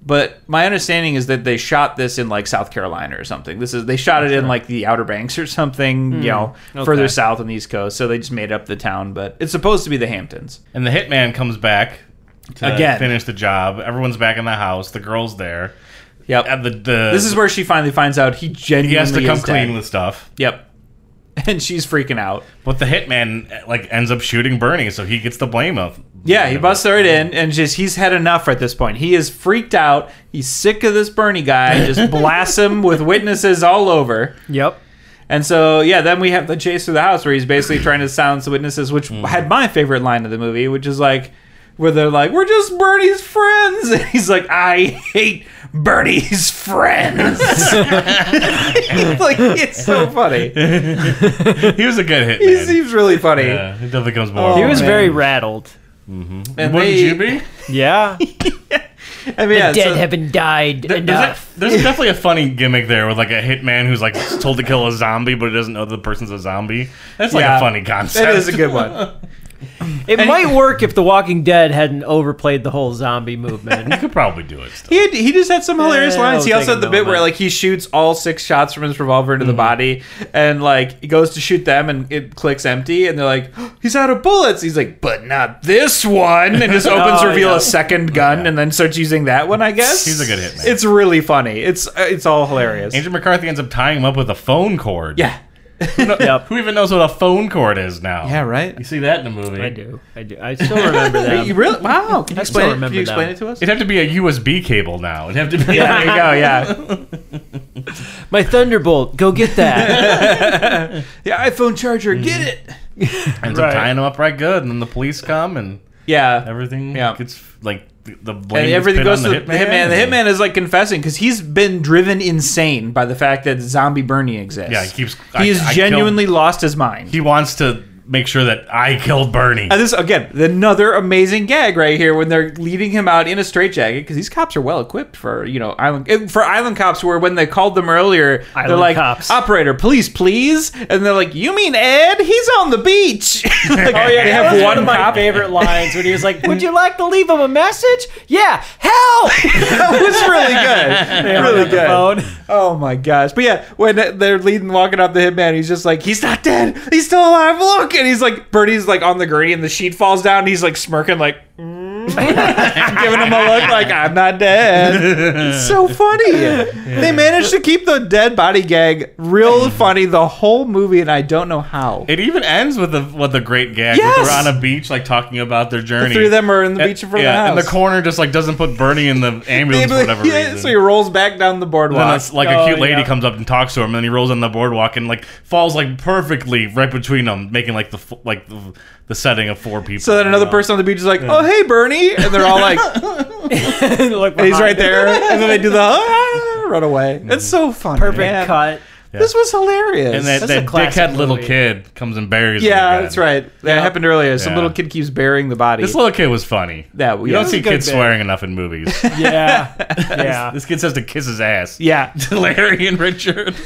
[SPEAKER 4] But my understanding is that they shot this in like South Carolina or something. This is they shot it in like the Outer Banks or something,
[SPEAKER 1] Hmm.
[SPEAKER 4] you know, further south on the East Coast. So they just made up the town, but it's supposed to be the Hamptons.
[SPEAKER 1] And the hitman comes back to
[SPEAKER 4] Again.
[SPEAKER 1] finish the job. Everyone's back in the house. The girl's there.
[SPEAKER 4] Yep.
[SPEAKER 1] And the, the
[SPEAKER 4] this is where she finally finds out he genuinely
[SPEAKER 1] he has to come
[SPEAKER 4] is dead.
[SPEAKER 1] clean with stuff.
[SPEAKER 4] Yep. And she's freaking out.
[SPEAKER 1] But the hitman like ends up shooting Bernie, so he gets the blame of.
[SPEAKER 4] Yeah, he busts her in, and just he's had enough at this point. He is freaked out. He's sick of this Bernie guy. Just blasts him with witnesses all over.
[SPEAKER 2] Yep.
[SPEAKER 4] And so, yeah, then we have the chase through the house where he's basically trying to silence the witnesses, which
[SPEAKER 1] Mm-hmm.
[SPEAKER 4] had my favorite line of the movie, which is like, where they're like, "We're just Bernie's friends," and he's like, "I hate Bernie's friends." like, it's so funny.
[SPEAKER 1] He was a good hitman.
[SPEAKER 4] He seems really funny.
[SPEAKER 1] yeah, he definitely comes more.
[SPEAKER 2] He
[SPEAKER 4] Oh,
[SPEAKER 2] was
[SPEAKER 4] man.
[SPEAKER 2] very rattled.
[SPEAKER 4] And
[SPEAKER 1] Wouldn't
[SPEAKER 4] they-
[SPEAKER 1] you be?
[SPEAKER 2] Yeah,
[SPEAKER 4] I mean, yeah, so-
[SPEAKER 2] haven't died
[SPEAKER 1] There's, a- there's definitely a funny gimmick there with like a hitman who's like told to kill a zombie, but he doesn't know the person's a zombie. That's like
[SPEAKER 4] Yeah.
[SPEAKER 1] a funny concept.
[SPEAKER 4] that is a good one.
[SPEAKER 2] It might work if The Walking Dead hadn't overplayed the whole zombie movement.
[SPEAKER 1] You could probably do it. Still.
[SPEAKER 4] He, had, he just had some hilarious
[SPEAKER 2] Yeah,
[SPEAKER 4] lines. He
[SPEAKER 2] I'll
[SPEAKER 4] also
[SPEAKER 2] take
[SPEAKER 4] had the
[SPEAKER 2] a
[SPEAKER 4] bit where
[SPEAKER 2] moment.
[SPEAKER 4] like he shoots all six shots from his revolver
[SPEAKER 2] Mm.
[SPEAKER 4] into the body, and like he goes to shoot them, and it clicks empty, and they're like, "He's out of bullets." He's like, "But not this one," and just opens
[SPEAKER 2] Oh,
[SPEAKER 4] reveal
[SPEAKER 2] yeah.
[SPEAKER 4] a second gun, and then starts using that one. I guess
[SPEAKER 1] He's a good hitman.
[SPEAKER 4] It's really funny. It's uh, it's all hilarious.
[SPEAKER 1] Andrew McCarthy ends up tying him up with a phone cord.
[SPEAKER 4] Yeah,
[SPEAKER 1] Who, kno-
[SPEAKER 2] Yep.
[SPEAKER 1] who even knows what a phone cord is now?
[SPEAKER 4] yeah, right.
[SPEAKER 1] You see that in the movie.
[SPEAKER 2] I do. I do. I still remember
[SPEAKER 4] Wait, you
[SPEAKER 2] that.
[SPEAKER 4] really? Wow. Can you
[SPEAKER 2] I still
[SPEAKER 4] explain, it? Can
[SPEAKER 2] remember
[SPEAKER 4] you explain
[SPEAKER 2] that.
[SPEAKER 4] it to us?
[SPEAKER 1] It'd have to be a USB cable now. It'd have to be.
[SPEAKER 4] yeah, there you go. Yeah,
[SPEAKER 2] My Thunderbolt, go get that.
[SPEAKER 4] the iPhone charger.
[SPEAKER 2] Mm-hmm.
[SPEAKER 4] Get it.
[SPEAKER 1] Ends up tying him up right good, and then the police come and
[SPEAKER 4] Yeah.
[SPEAKER 1] everything
[SPEAKER 4] Yeah.
[SPEAKER 1] gets like the- the blame.
[SPEAKER 4] and
[SPEAKER 1] gets
[SPEAKER 4] everything
[SPEAKER 1] put
[SPEAKER 4] goes
[SPEAKER 1] on
[SPEAKER 4] to the hitman. The hitman is like confessing because he's been driven insane by the fact that zombie Bernie exists.
[SPEAKER 1] Yeah, he keeps- I-
[SPEAKER 4] He has
[SPEAKER 1] I killed-
[SPEAKER 4] genuinely lost his mind.
[SPEAKER 1] He wants to make sure that I killed Bernie.
[SPEAKER 4] And this again, another amazing gag right here when they're leading him out in a straitjacket because these cops are well equipped for you know island eh, for island cops. Where when they called them earlier, they're
[SPEAKER 2] Island
[SPEAKER 4] like,
[SPEAKER 2] cops.
[SPEAKER 4] "Operator, please, please," and they're like, "You mean Ed? He's on the beach." Like, oh, they
[SPEAKER 2] That
[SPEAKER 4] have
[SPEAKER 2] was
[SPEAKER 4] one
[SPEAKER 2] of my
[SPEAKER 4] cop.
[SPEAKER 2] favorite lines when he was like, "Would you like to leave him a message? Yeah, help!"
[SPEAKER 4] that was really good. really good. Oh my gosh! But yeah, when they're leading, walking up the hitman, he's just like, "He's not dead. He's still alive. Look!" And he's like, Bernie's like on the gurney, and the sheet falls down. And he's like smirking, like, mm. giving him a look like I'm not dead. It's so funny. They managed to keep the dead body gag real funny the whole movie, and I don't know how.
[SPEAKER 1] It even ends with a with a great gag.
[SPEAKER 4] Yes!
[SPEAKER 1] They're on a beach, like talking about their journey.
[SPEAKER 4] three of them are in the
[SPEAKER 1] And-
[SPEAKER 4] beach in front of
[SPEAKER 1] yeah,
[SPEAKER 4] the
[SPEAKER 1] and the
[SPEAKER 4] house.
[SPEAKER 1] corner just like doesn't put Bernie in the ambulance for whatever
[SPEAKER 4] Yeah,
[SPEAKER 1] reason.
[SPEAKER 4] So he rolls back down the boardwalk.
[SPEAKER 1] then it's like
[SPEAKER 4] Oh,
[SPEAKER 1] a cute lady
[SPEAKER 4] yeah.
[SPEAKER 1] comes up and talks to him, and then he rolls on the boardwalk and like falls like perfectly right between them, making like the f- like the, the setting of four people.
[SPEAKER 4] So then
[SPEAKER 1] you
[SPEAKER 4] another
[SPEAKER 1] know?
[SPEAKER 4] person on the beach is like, "Oh hey Bernie," and they're all like, and "He's right there," and then they do the ah, run away. It's so funny.
[SPEAKER 2] Perfect
[SPEAKER 4] man.
[SPEAKER 2] cut.
[SPEAKER 4] This was hilarious.
[SPEAKER 1] Mm. and that,
[SPEAKER 2] That's a
[SPEAKER 1] that
[SPEAKER 2] classic
[SPEAKER 1] dickhead little
[SPEAKER 2] movie.
[SPEAKER 1] kid comes and buries. him
[SPEAKER 4] yeah,
[SPEAKER 1] again.
[SPEAKER 4] that's right. That happened earlier. Some
[SPEAKER 1] Yeah.
[SPEAKER 4] little kid keeps burying the body.
[SPEAKER 1] This little kid was funny.
[SPEAKER 4] Yeah,
[SPEAKER 1] you
[SPEAKER 4] yeah.
[SPEAKER 1] don't
[SPEAKER 4] This
[SPEAKER 1] see
[SPEAKER 4] is a good
[SPEAKER 1] kids
[SPEAKER 4] bit.
[SPEAKER 1] swearing enough in movies.
[SPEAKER 2] Yeah, yeah.
[SPEAKER 1] this kid says to kiss his ass.
[SPEAKER 4] yeah.
[SPEAKER 1] Larry and Richard.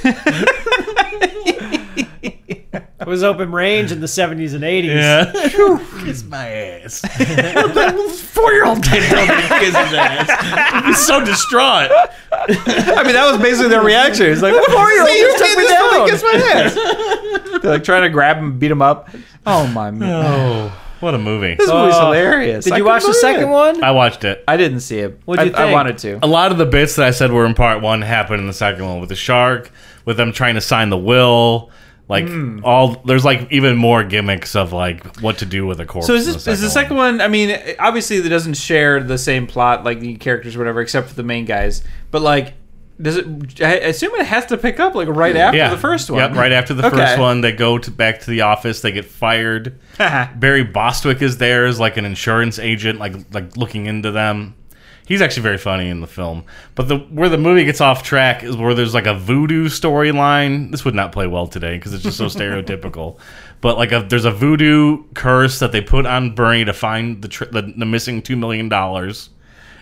[SPEAKER 2] It was open range in the 70s and 80s.
[SPEAKER 1] Yeah. kiss my ass. Four-year-old kid told me to kiss his ass. He's so distraught.
[SPEAKER 4] I mean, that was basically their reaction. It's like, what four year old just took me down? Kiss my ass. They're like trying to grab him, beat him up. Oh my man,
[SPEAKER 1] Oh, what a movie!
[SPEAKER 4] this movie's
[SPEAKER 1] Oh.
[SPEAKER 2] Uh,
[SPEAKER 4] hilarious.
[SPEAKER 2] Did
[SPEAKER 4] I
[SPEAKER 2] you watch the
[SPEAKER 4] couldn't believe
[SPEAKER 2] second
[SPEAKER 4] it.
[SPEAKER 2] one?
[SPEAKER 1] I watched it.
[SPEAKER 4] I didn't see it.
[SPEAKER 2] What'd you
[SPEAKER 4] I, I
[SPEAKER 2] think?
[SPEAKER 4] wanted to.
[SPEAKER 1] A lot of the bits that I said were in part one happened in the second one with the shark, with them trying to sign the will. Like
[SPEAKER 4] Hmm.
[SPEAKER 1] all, there's like even more gimmicks of like what to do with a corpse.
[SPEAKER 4] So is
[SPEAKER 1] in
[SPEAKER 4] this is the second one? I mean, obviously, it doesn't share the same plot, like the characters, or whatever, except for the main guys. But like, does it? I assume it has to pick up like right after
[SPEAKER 1] Yeah,
[SPEAKER 4] the first one.
[SPEAKER 1] Yep, right after the
[SPEAKER 4] Okay.
[SPEAKER 1] first one, they go to back to the office. They get fired. Barry Bostwick is there as like an insurance agent, like like looking into them. He's actually very funny in the film. But the where the movie gets off track is where there's like a voodoo storyline. This would not play well today because it's just so stereotypical. But like a, there's a voodoo curse that they put on Bernie to find the tr- the, the missing two million dollars,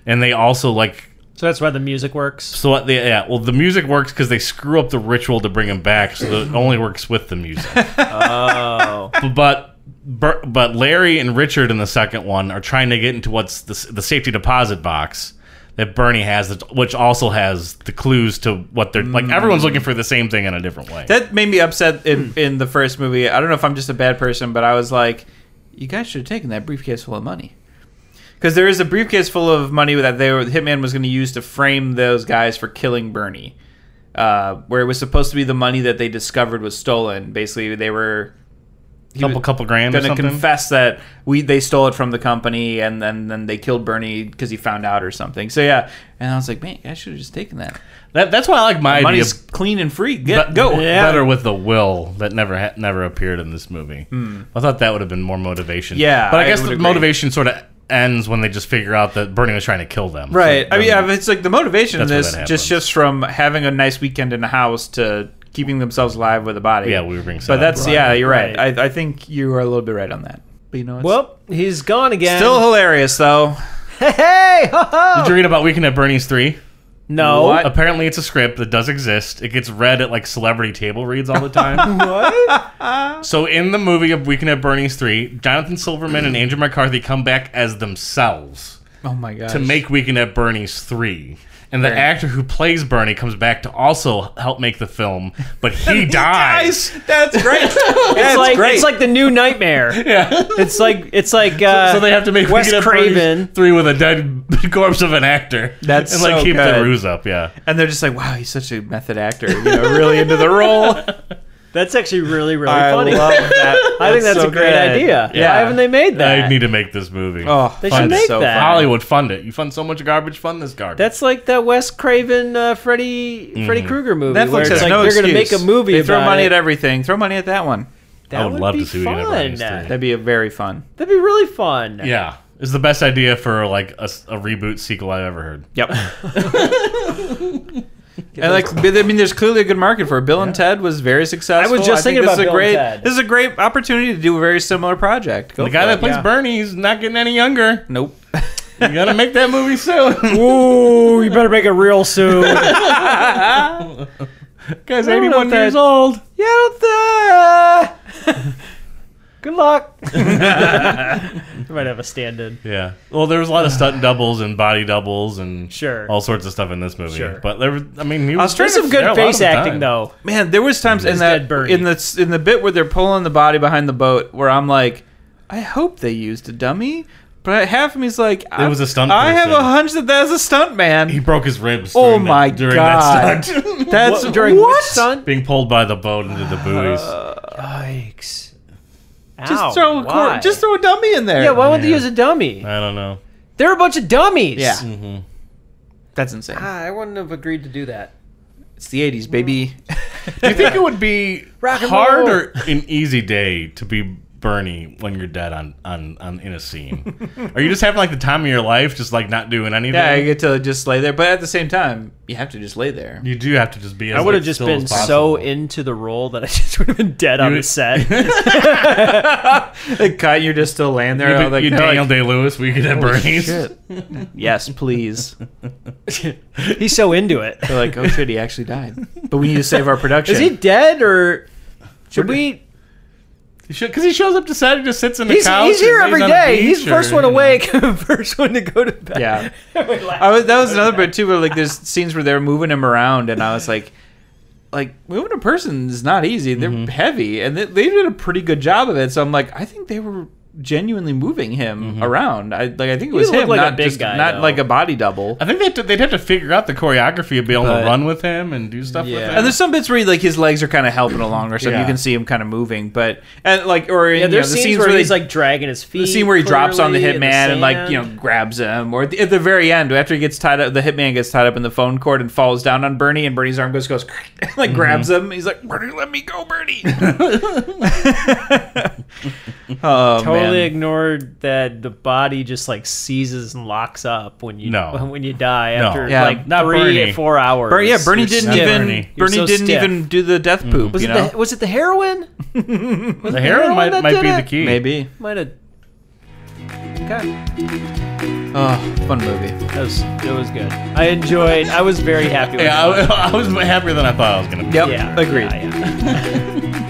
[SPEAKER 1] and they also like
[SPEAKER 2] So that's why the music works.
[SPEAKER 1] so what they, yeah, well, the music works because they screw up the ritual to bring him back, so it only works with the music. oh, but Bur- but Larry and Richard in the second one are trying to get into what's the, s- the safety deposit box that Bernie has, that- which also has the clues to what they're like. Everyone's looking for the same thing in a different way.
[SPEAKER 4] Mm. That made me upset
[SPEAKER 1] Hmm.
[SPEAKER 4] in, in the first movie. I don't know if I'm just a bad person, but I was like, you guys should have taken that briefcase full of money. Because there is a briefcase full of money that they were, Hitman was going to use to frame those guys for killing Bernie. Uh, where it was supposed to be the money that they discovered was stolen. Basically, they were
[SPEAKER 1] A couple couple grand or
[SPEAKER 4] going to
[SPEAKER 1] something.
[SPEAKER 4] confess that we they stole it from the company, and then then they killed Bernie because he found out or something. So yeah, and I was like, man, I should have just taken that.
[SPEAKER 1] that, that's why I like my idea.
[SPEAKER 4] Money's clean and free. Get,
[SPEAKER 1] But
[SPEAKER 4] go.
[SPEAKER 1] better with the will that never ha- never appeared in this movie. I thought that would have been more motivation.
[SPEAKER 4] Hmm. Yeah,
[SPEAKER 1] but I
[SPEAKER 4] I
[SPEAKER 1] guess
[SPEAKER 4] would
[SPEAKER 1] the
[SPEAKER 4] agree.
[SPEAKER 1] motivation sort of ends when they just figure out that Bernie was trying to kill them.
[SPEAKER 4] Right.
[SPEAKER 1] So
[SPEAKER 4] I mean,
[SPEAKER 1] then-
[SPEAKER 4] yeah, but it's like the motivation in
[SPEAKER 1] That's where
[SPEAKER 4] this
[SPEAKER 1] that
[SPEAKER 4] just
[SPEAKER 1] happens.
[SPEAKER 4] shifts from having a nice weekend in a house to keeping themselves alive with a body.
[SPEAKER 1] Yeah, we were being set
[SPEAKER 4] But
[SPEAKER 1] up.
[SPEAKER 4] that's yeah, you're right.
[SPEAKER 2] Right.
[SPEAKER 4] I, I think you are a little bit right on that. But you know, it's
[SPEAKER 2] Well, he's gone again.
[SPEAKER 4] still hilarious though.
[SPEAKER 2] hey, ho, ho.
[SPEAKER 1] Did you read about Weekend at Bernie's three?
[SPEAKER 2] No.
[SPEAKER 4] What?
[SPEAKER 1] Apparently, it's a script that does exist. It gets read at like celebrity table reads all the time. what? So, in the movie of Weekend at Bernie's three, Jonathan Silverman and Andrew McCarthy come back as themselves
[SPEAKER 4] Oh my god.
[SPEAKER 1] to make Weekend at Bernie's three. And the actor who plays Bernie comes back to also help make the film, but he, dies.
[SPEAKER 4] That's great.
[SPEAKER 2] it's
[SPEAKER 4] That's
[SPEAKER 2] like
[SPEAKER 4] great.
[SPEAKER 2] it's like the new nightmare. yeah. It's like it's like uh,
[SPEAKER 1] So they have to make
[SPEAKER 2] Wes
[SPEAKER 1] Weekend at Bernie's
[SPEAKER 2] Craven.
[SPEAKER 1] three with a dead corpse of an actor.
[SPEAKER 4] That's
[SPEAKER 1] and like
[SPEAKER 4] so
[SPEAKER 1] keep the
[SPEAKER 4] good.
[SPEAKER 1] ruse up. Yeah,
[SPEAKER 4] and they're just like, wow, he's such a method actor. You know, really into the role.
[SPEAKER 2] That's actually really really
[SPEAKER 4] I
[SPEAKER 2] funny.
[SPEAKER 4] love that.
[SPEAKER 2] I think that's
[SPEAKER 4] so
[SPEAKER 2] a great
[SPEAKER 4] good.
[SPEAKER 2] idea.
[SPEAKER 4] Yeah.
[SPEAKER 2] Why haven't they made that?
[SPEAKER 1] I need to make this movie.
[SPEAKER 4] Oh,
[SPEAKER 2] They
[SPEAKER 4] fun.
[SPEAKER 2] should make
[SPEAKER 4] So
[SPEAKER 2] that.
[SPEAKER 4] fun.
[SPEAKER 1] Hollywood fund it. You fund so much garbage, fund this garbage.
[SPEAKER 2] that's like that Wes Craven uh, Freddy Freddy Krueger movie where
[SPEAKER 4] Netflix
[SPEAKER 2] it's
[SPEAKER 4] has
[SPEAKER 2] like
[SPEAKER 4] no
[SPEAKER 2] they're
[SPEAKER 4] excuse.
[SPEAKER 2] gonna make a movie
[SPEAKER 4] They throw
[SPEAKER 2] about
[SPEAKER 4] money
[SPEAKER 2] it.
[SPEAKER 4] at everything. Throw money at that one.
[SPEAKER 2] That
[SPEAKER 1] I would love
[SPEAKER 2] be
[SPEAKER 1] to see what you did about
[SPEAKER 2] fun.
[SPEAKER 1] these three.
[SPEAKER 4] That'd be a very fun.
[SPEAKER 2] That'd be really fun.
[SPEAKER 1] yeah, it's the best idea for like a, s- a reboot sequel I've ever heard.
[SPEAKER 4] Yep. And like, but, I mean, there's clearly a good market for it. Bill and Ted was very successful.
[SPEAKER 2] I was just
[SPEAKER 4] think
[SPEAKER 2] thinking
[SPEAKER 4] this is a
[SPEAKER 2] about Bill and
[SPEAKER 4] great,
[SPEAKER 2] Ted.
[SPEAKER 4] This is a great opportunity to do a very similar project. Go
[SPEAKER 1] the guy
[SPEAKER 4] for
[SPEAKER 1] that
[SPEAKER 4] it.
[SPEAKER 1] plays
[SPEAKER 4] Yeah.
[SPEAKER 1] Bernie's not getting any younger.
[SPEAKER 4] Nope.
[SPEAKER 1] You gotta make that movie soon.
[SPEAKER 2] Ooh, you better make it real soon.
[SPEAKER 1] Guy's
[SPEAKER 2] I don't know if
[SPEAKER 1] 81 years
[SPEAKER 2] that-
[SPEAKER 1] old.
[SPEAKER 2] Yeah,
[SPEAKER 4] uh,
[SPEAKER 2] I don't th- Good luck. I might have a stand-in.
[SPEAKER 1] Yeah. Well, there was a lot of stunt doubles and body doubles and
[SPEAKER 2] Sure.
[SPEAKER 1] all sorts of stuff in this movie.
[SPEAKER 2] Sure.
[SPEAKER 1] But there, was, I mean, he was
[SPEAKER 2] There's
[SPEAKER 1] there
[SPEAKER 2] some good
[SPEAKER 1] a lot of
[SPEAKER 2] face
[SPEAKER 1] the
[SPEAKER 2] acting
[SPEAKER 1] time.
[SPEAKER 2] though.
[SPEAKER 4] Man, there was times in that
[SPEAKER 2] Dead Bernie.
[SPEAKER 4] in the in the bit where they're pulling the body behind the boat, where I'm like, I hope they used a dummy. But half of me's like,
[SPEAKER 1] It was a stunt
[SPEAKER 4] I have a
[SPEAKER 1] person.
[SPEAKER 4] hunch that that's a stunt man.
[SPEAKER 1] He broke his ribs.
[SPEAKER 4] Oh
[SPEAKER 1] during that-
[SPEAKER 4] my
[SPEAKER 1] during
[SPEAKER 4] god!
[SPEAKER 1] That stunt.
[SPEAKER 4] That's
[SPEAKER 2] What- during which
[SPEAKER 4] what?
[SPEAKER 2] stunt?
[SPEAKER 1] Being pulled by the boat into the buoys.
[SPEAKER 2] Yikes.
[SPEAKER 4] Just
[SPEAKER 2] Ow,
[SPEAKER 4] throw a
[SPEAKER 2] why?
[SPEAKER 4] cor- just throw a dummy in there.
[SPEAKER 2] yeah, why would they use a dummy?
[SPEAKER 1] I don't know.
[SPEAKER 2] They're a bunch of dummies.
[SPEAKER 4] Yeah. That's insane.
[SPEAKER 2] Ah, I wouldn't have agreed to do that.
[SPEAKER 4] It's the '80s, baby.
[SPEAKER 2] Mm.
[SPEAKER 1] Do you think it would be
[SPEAKER 2] Rock and
[SPEAKER 1] hard
[SPEAKER 2] roll.
[SPEAKER 1] or an easy day to be Bernie when you're dead on, on, on in a scene? Are you just having like the time of your life, just like not doing anything?
[SPEAKER 4] yeah, I get to just lay there, but at the same time, you have to just lay there.
[SPEAKER 1] you do have to just be. As,
[SPEAKER 2] I would have
[SPEAKER 1] like,
[SPEAKER 2] just
[SPEAKER 1] still
[SPEAKER 2] been
[SPEAKER 1] as
[SPEAKER 2] so
[SPEAKER 1] possible.
[SPEAKER 2] into the role that I just would have been dead on the
[SPEAKER 1] would-
[SPEAKER 2] set.
[SPEAKER 4] Like, cut, you're just still laying there.
[SPEAKER 1] You,
[SPEAKER 4] like,
[SPEAKER 1] you
[SPEAKER 4] they're
[SPEAKER 1] Daniel
[SPEAKER 4] like,
[SPEAKER 1] Day Lewis, we could have Bernie's.
[SPEAKER 4] yes, please.
[SPEAKER 2] He's so into it.
[SPEAKER 4] They're like, oh shit, he actually died. But we need to save our production.
[SPEAKER 2] Is he dead or should we?
[SPEAKER 1] Because he shows up to set and just sits in the
[SPEAKER 2] He's,
[SPEAKER 1] couch.
[SPEAKER 2] he's here
[SPEAKER 1] and
[SPEAKER 2] every
[SPEAKER 1] lays on a
[SPEAKER 2] day. He's
[SPEAKER 1] beach
[SPEAKER 2] the first
[SPEAKER 1] or,
[SPEAKER 2] one
[SPEAKER 1] you know.
[SPEAKER 2] awake, first one to go to bed.
[SPEAKER 4] Yeah. I was, that was another bit too, where like there's scenes where they're moving him around, and I was like, like moving a person is not easy. They're heavy, and they, they did a pretty good job of it. So I'm like, I think they were genuinely moving him around. I like I think it was
[SPEAKER 2] looked
[SPEAKER 4] him,
[SPEAKER 2] like a
[SPEAKER 4] not
[SPEAKER 2] big
[SPEAKER 4] just
[SPEAKER 2] guy,
[SPEAKER 4] not
[SPEAKER 2] though.
[SPEAKER 4] like a body double.
[SPEAKER 1] I think they'd, they'd have to figure out the choreography of being able
[SPEAKER 4] But-
[SPEAKER 1] to run with him and do stuff with him.
[SPEAKER 4] And there's some bits where like his legs are kind of helping along or something. You
[SPEAKER 1] Yeah.
[SPEAKER 4] can see him kind of moving, but and like or
[SPEAKER 2] Yeah,
[SPEAKER 4] you know, the
[SPEAKER 2] there's scenes, where
[SPEAKER 4] they-
[SPEAKER 2] he's like dragging his feet.
[SPEAKER 4] the scene where he drops on the
[SPEAKER 2] clearly, in
[SPEAKER 4] hitman and like you know
[SPEAKER 2] sand.
[SPEAKER 4] grabs him or at the, at the very end after he gets tied up the hitman gets tied up in the phone cord and falls down on bernie and bernie's arm goes goes like grabs
[SPEAKER 2] Mm-hmm.
[SPEAKER 4] him he's like bernie let me go bernie oh
[SPEAKER 2] totally
[SPEAKER 4] man.
[SPEAKER 2] ignored that the body just like seizes and locks up when you
[SPEAKER 1] No.
[SPEAKER 2] when you die after
[SPEAKER 4] Yeah,
[SPEAKER 2] like
[SPEAKER 1] not
[SPEAKER 2] three
[SPEAKER 1] Bernie.
[SPEAKER 2] four hours.
[SPEAKER 4] Ber- yeah bernie
[SPEAKER 2] You're
[SPEAKER 4] didn't
[SPEAKER 2] stiff.
[SPEAKER 4] even
[SPEAKER 1] Bernie.
[SPEAKER 4] bernie,
[SPEAKER 2] You're so
[SPEAKER 4] didn't
[SPEAKER 2] stiff. Mm-hmm.
[SPEAKER 4] even do the death poop
[SPEAKER 2] Was
[SPEAKER 4] you
[SPEAKER 2] it
[SPEAKER 4] know
[SPEAKER 2] the was it the heroin?
[SPEAKER 1] the heroin
[SPEAKER 2] heroin
[SPEAKER 1] might,
[SPEAKER 2] that
[SPEAKER 1] might
[SPEAKER 2] did
[SPEAKER 1] be the
[SPEAKER 2] it?
[SPEAKER 1] key.
[SPEAKER 4] maybe
[SPEAKER 2] Might have. Okay,
[SPEAKER 4] oh fun movie
[SPEAKER 2] that was that was good. I enjoyed. I was very happy. with
[SPEAKER 1] Yeah,
[SPEAKER 2] that.
[SPEAKER 1] I, I was happier than I thought I was going to be.
[SPEAKER 4] yep
[SPEAKER 2] Yeah,
[SPEAKER 4] agreed
[SPEAKER 2] yeah, yeah.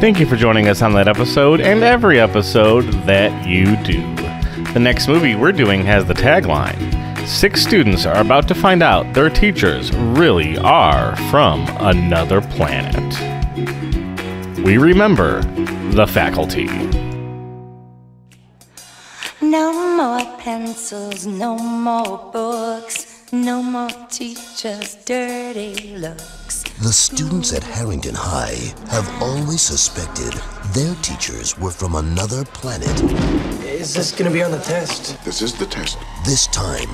[SPEAKER 5] Thank you for joining us on that episode and every episode that you do. The next movie we're doing has the tagline Six students are about to find out their teachers really are from another planet. We remember the faculty.
[SPEAKER 9] No more pencils, no more books, no more teachers' dirty looks.
[SPEAKER 12] The students at Harrington High have always suspected their teachers were from another planet.
[SPEAKER 8] Is this gonna be on the test?
[SPEAKER 13] This is the test.
[SPEAKER 12] This time,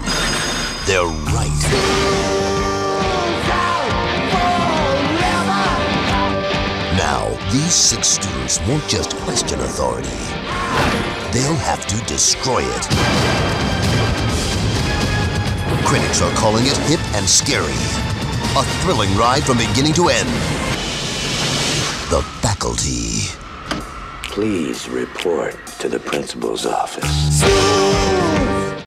[SPEAKER 12] they're right. Now, these six students won't just question authority, they'll have to destroy it. Critics are calling it hip and scary. A thrilling ride from beginning to end. The faculty.
[SPEAKER 13] Please report to the principal's office.
[SPEAKER 9] School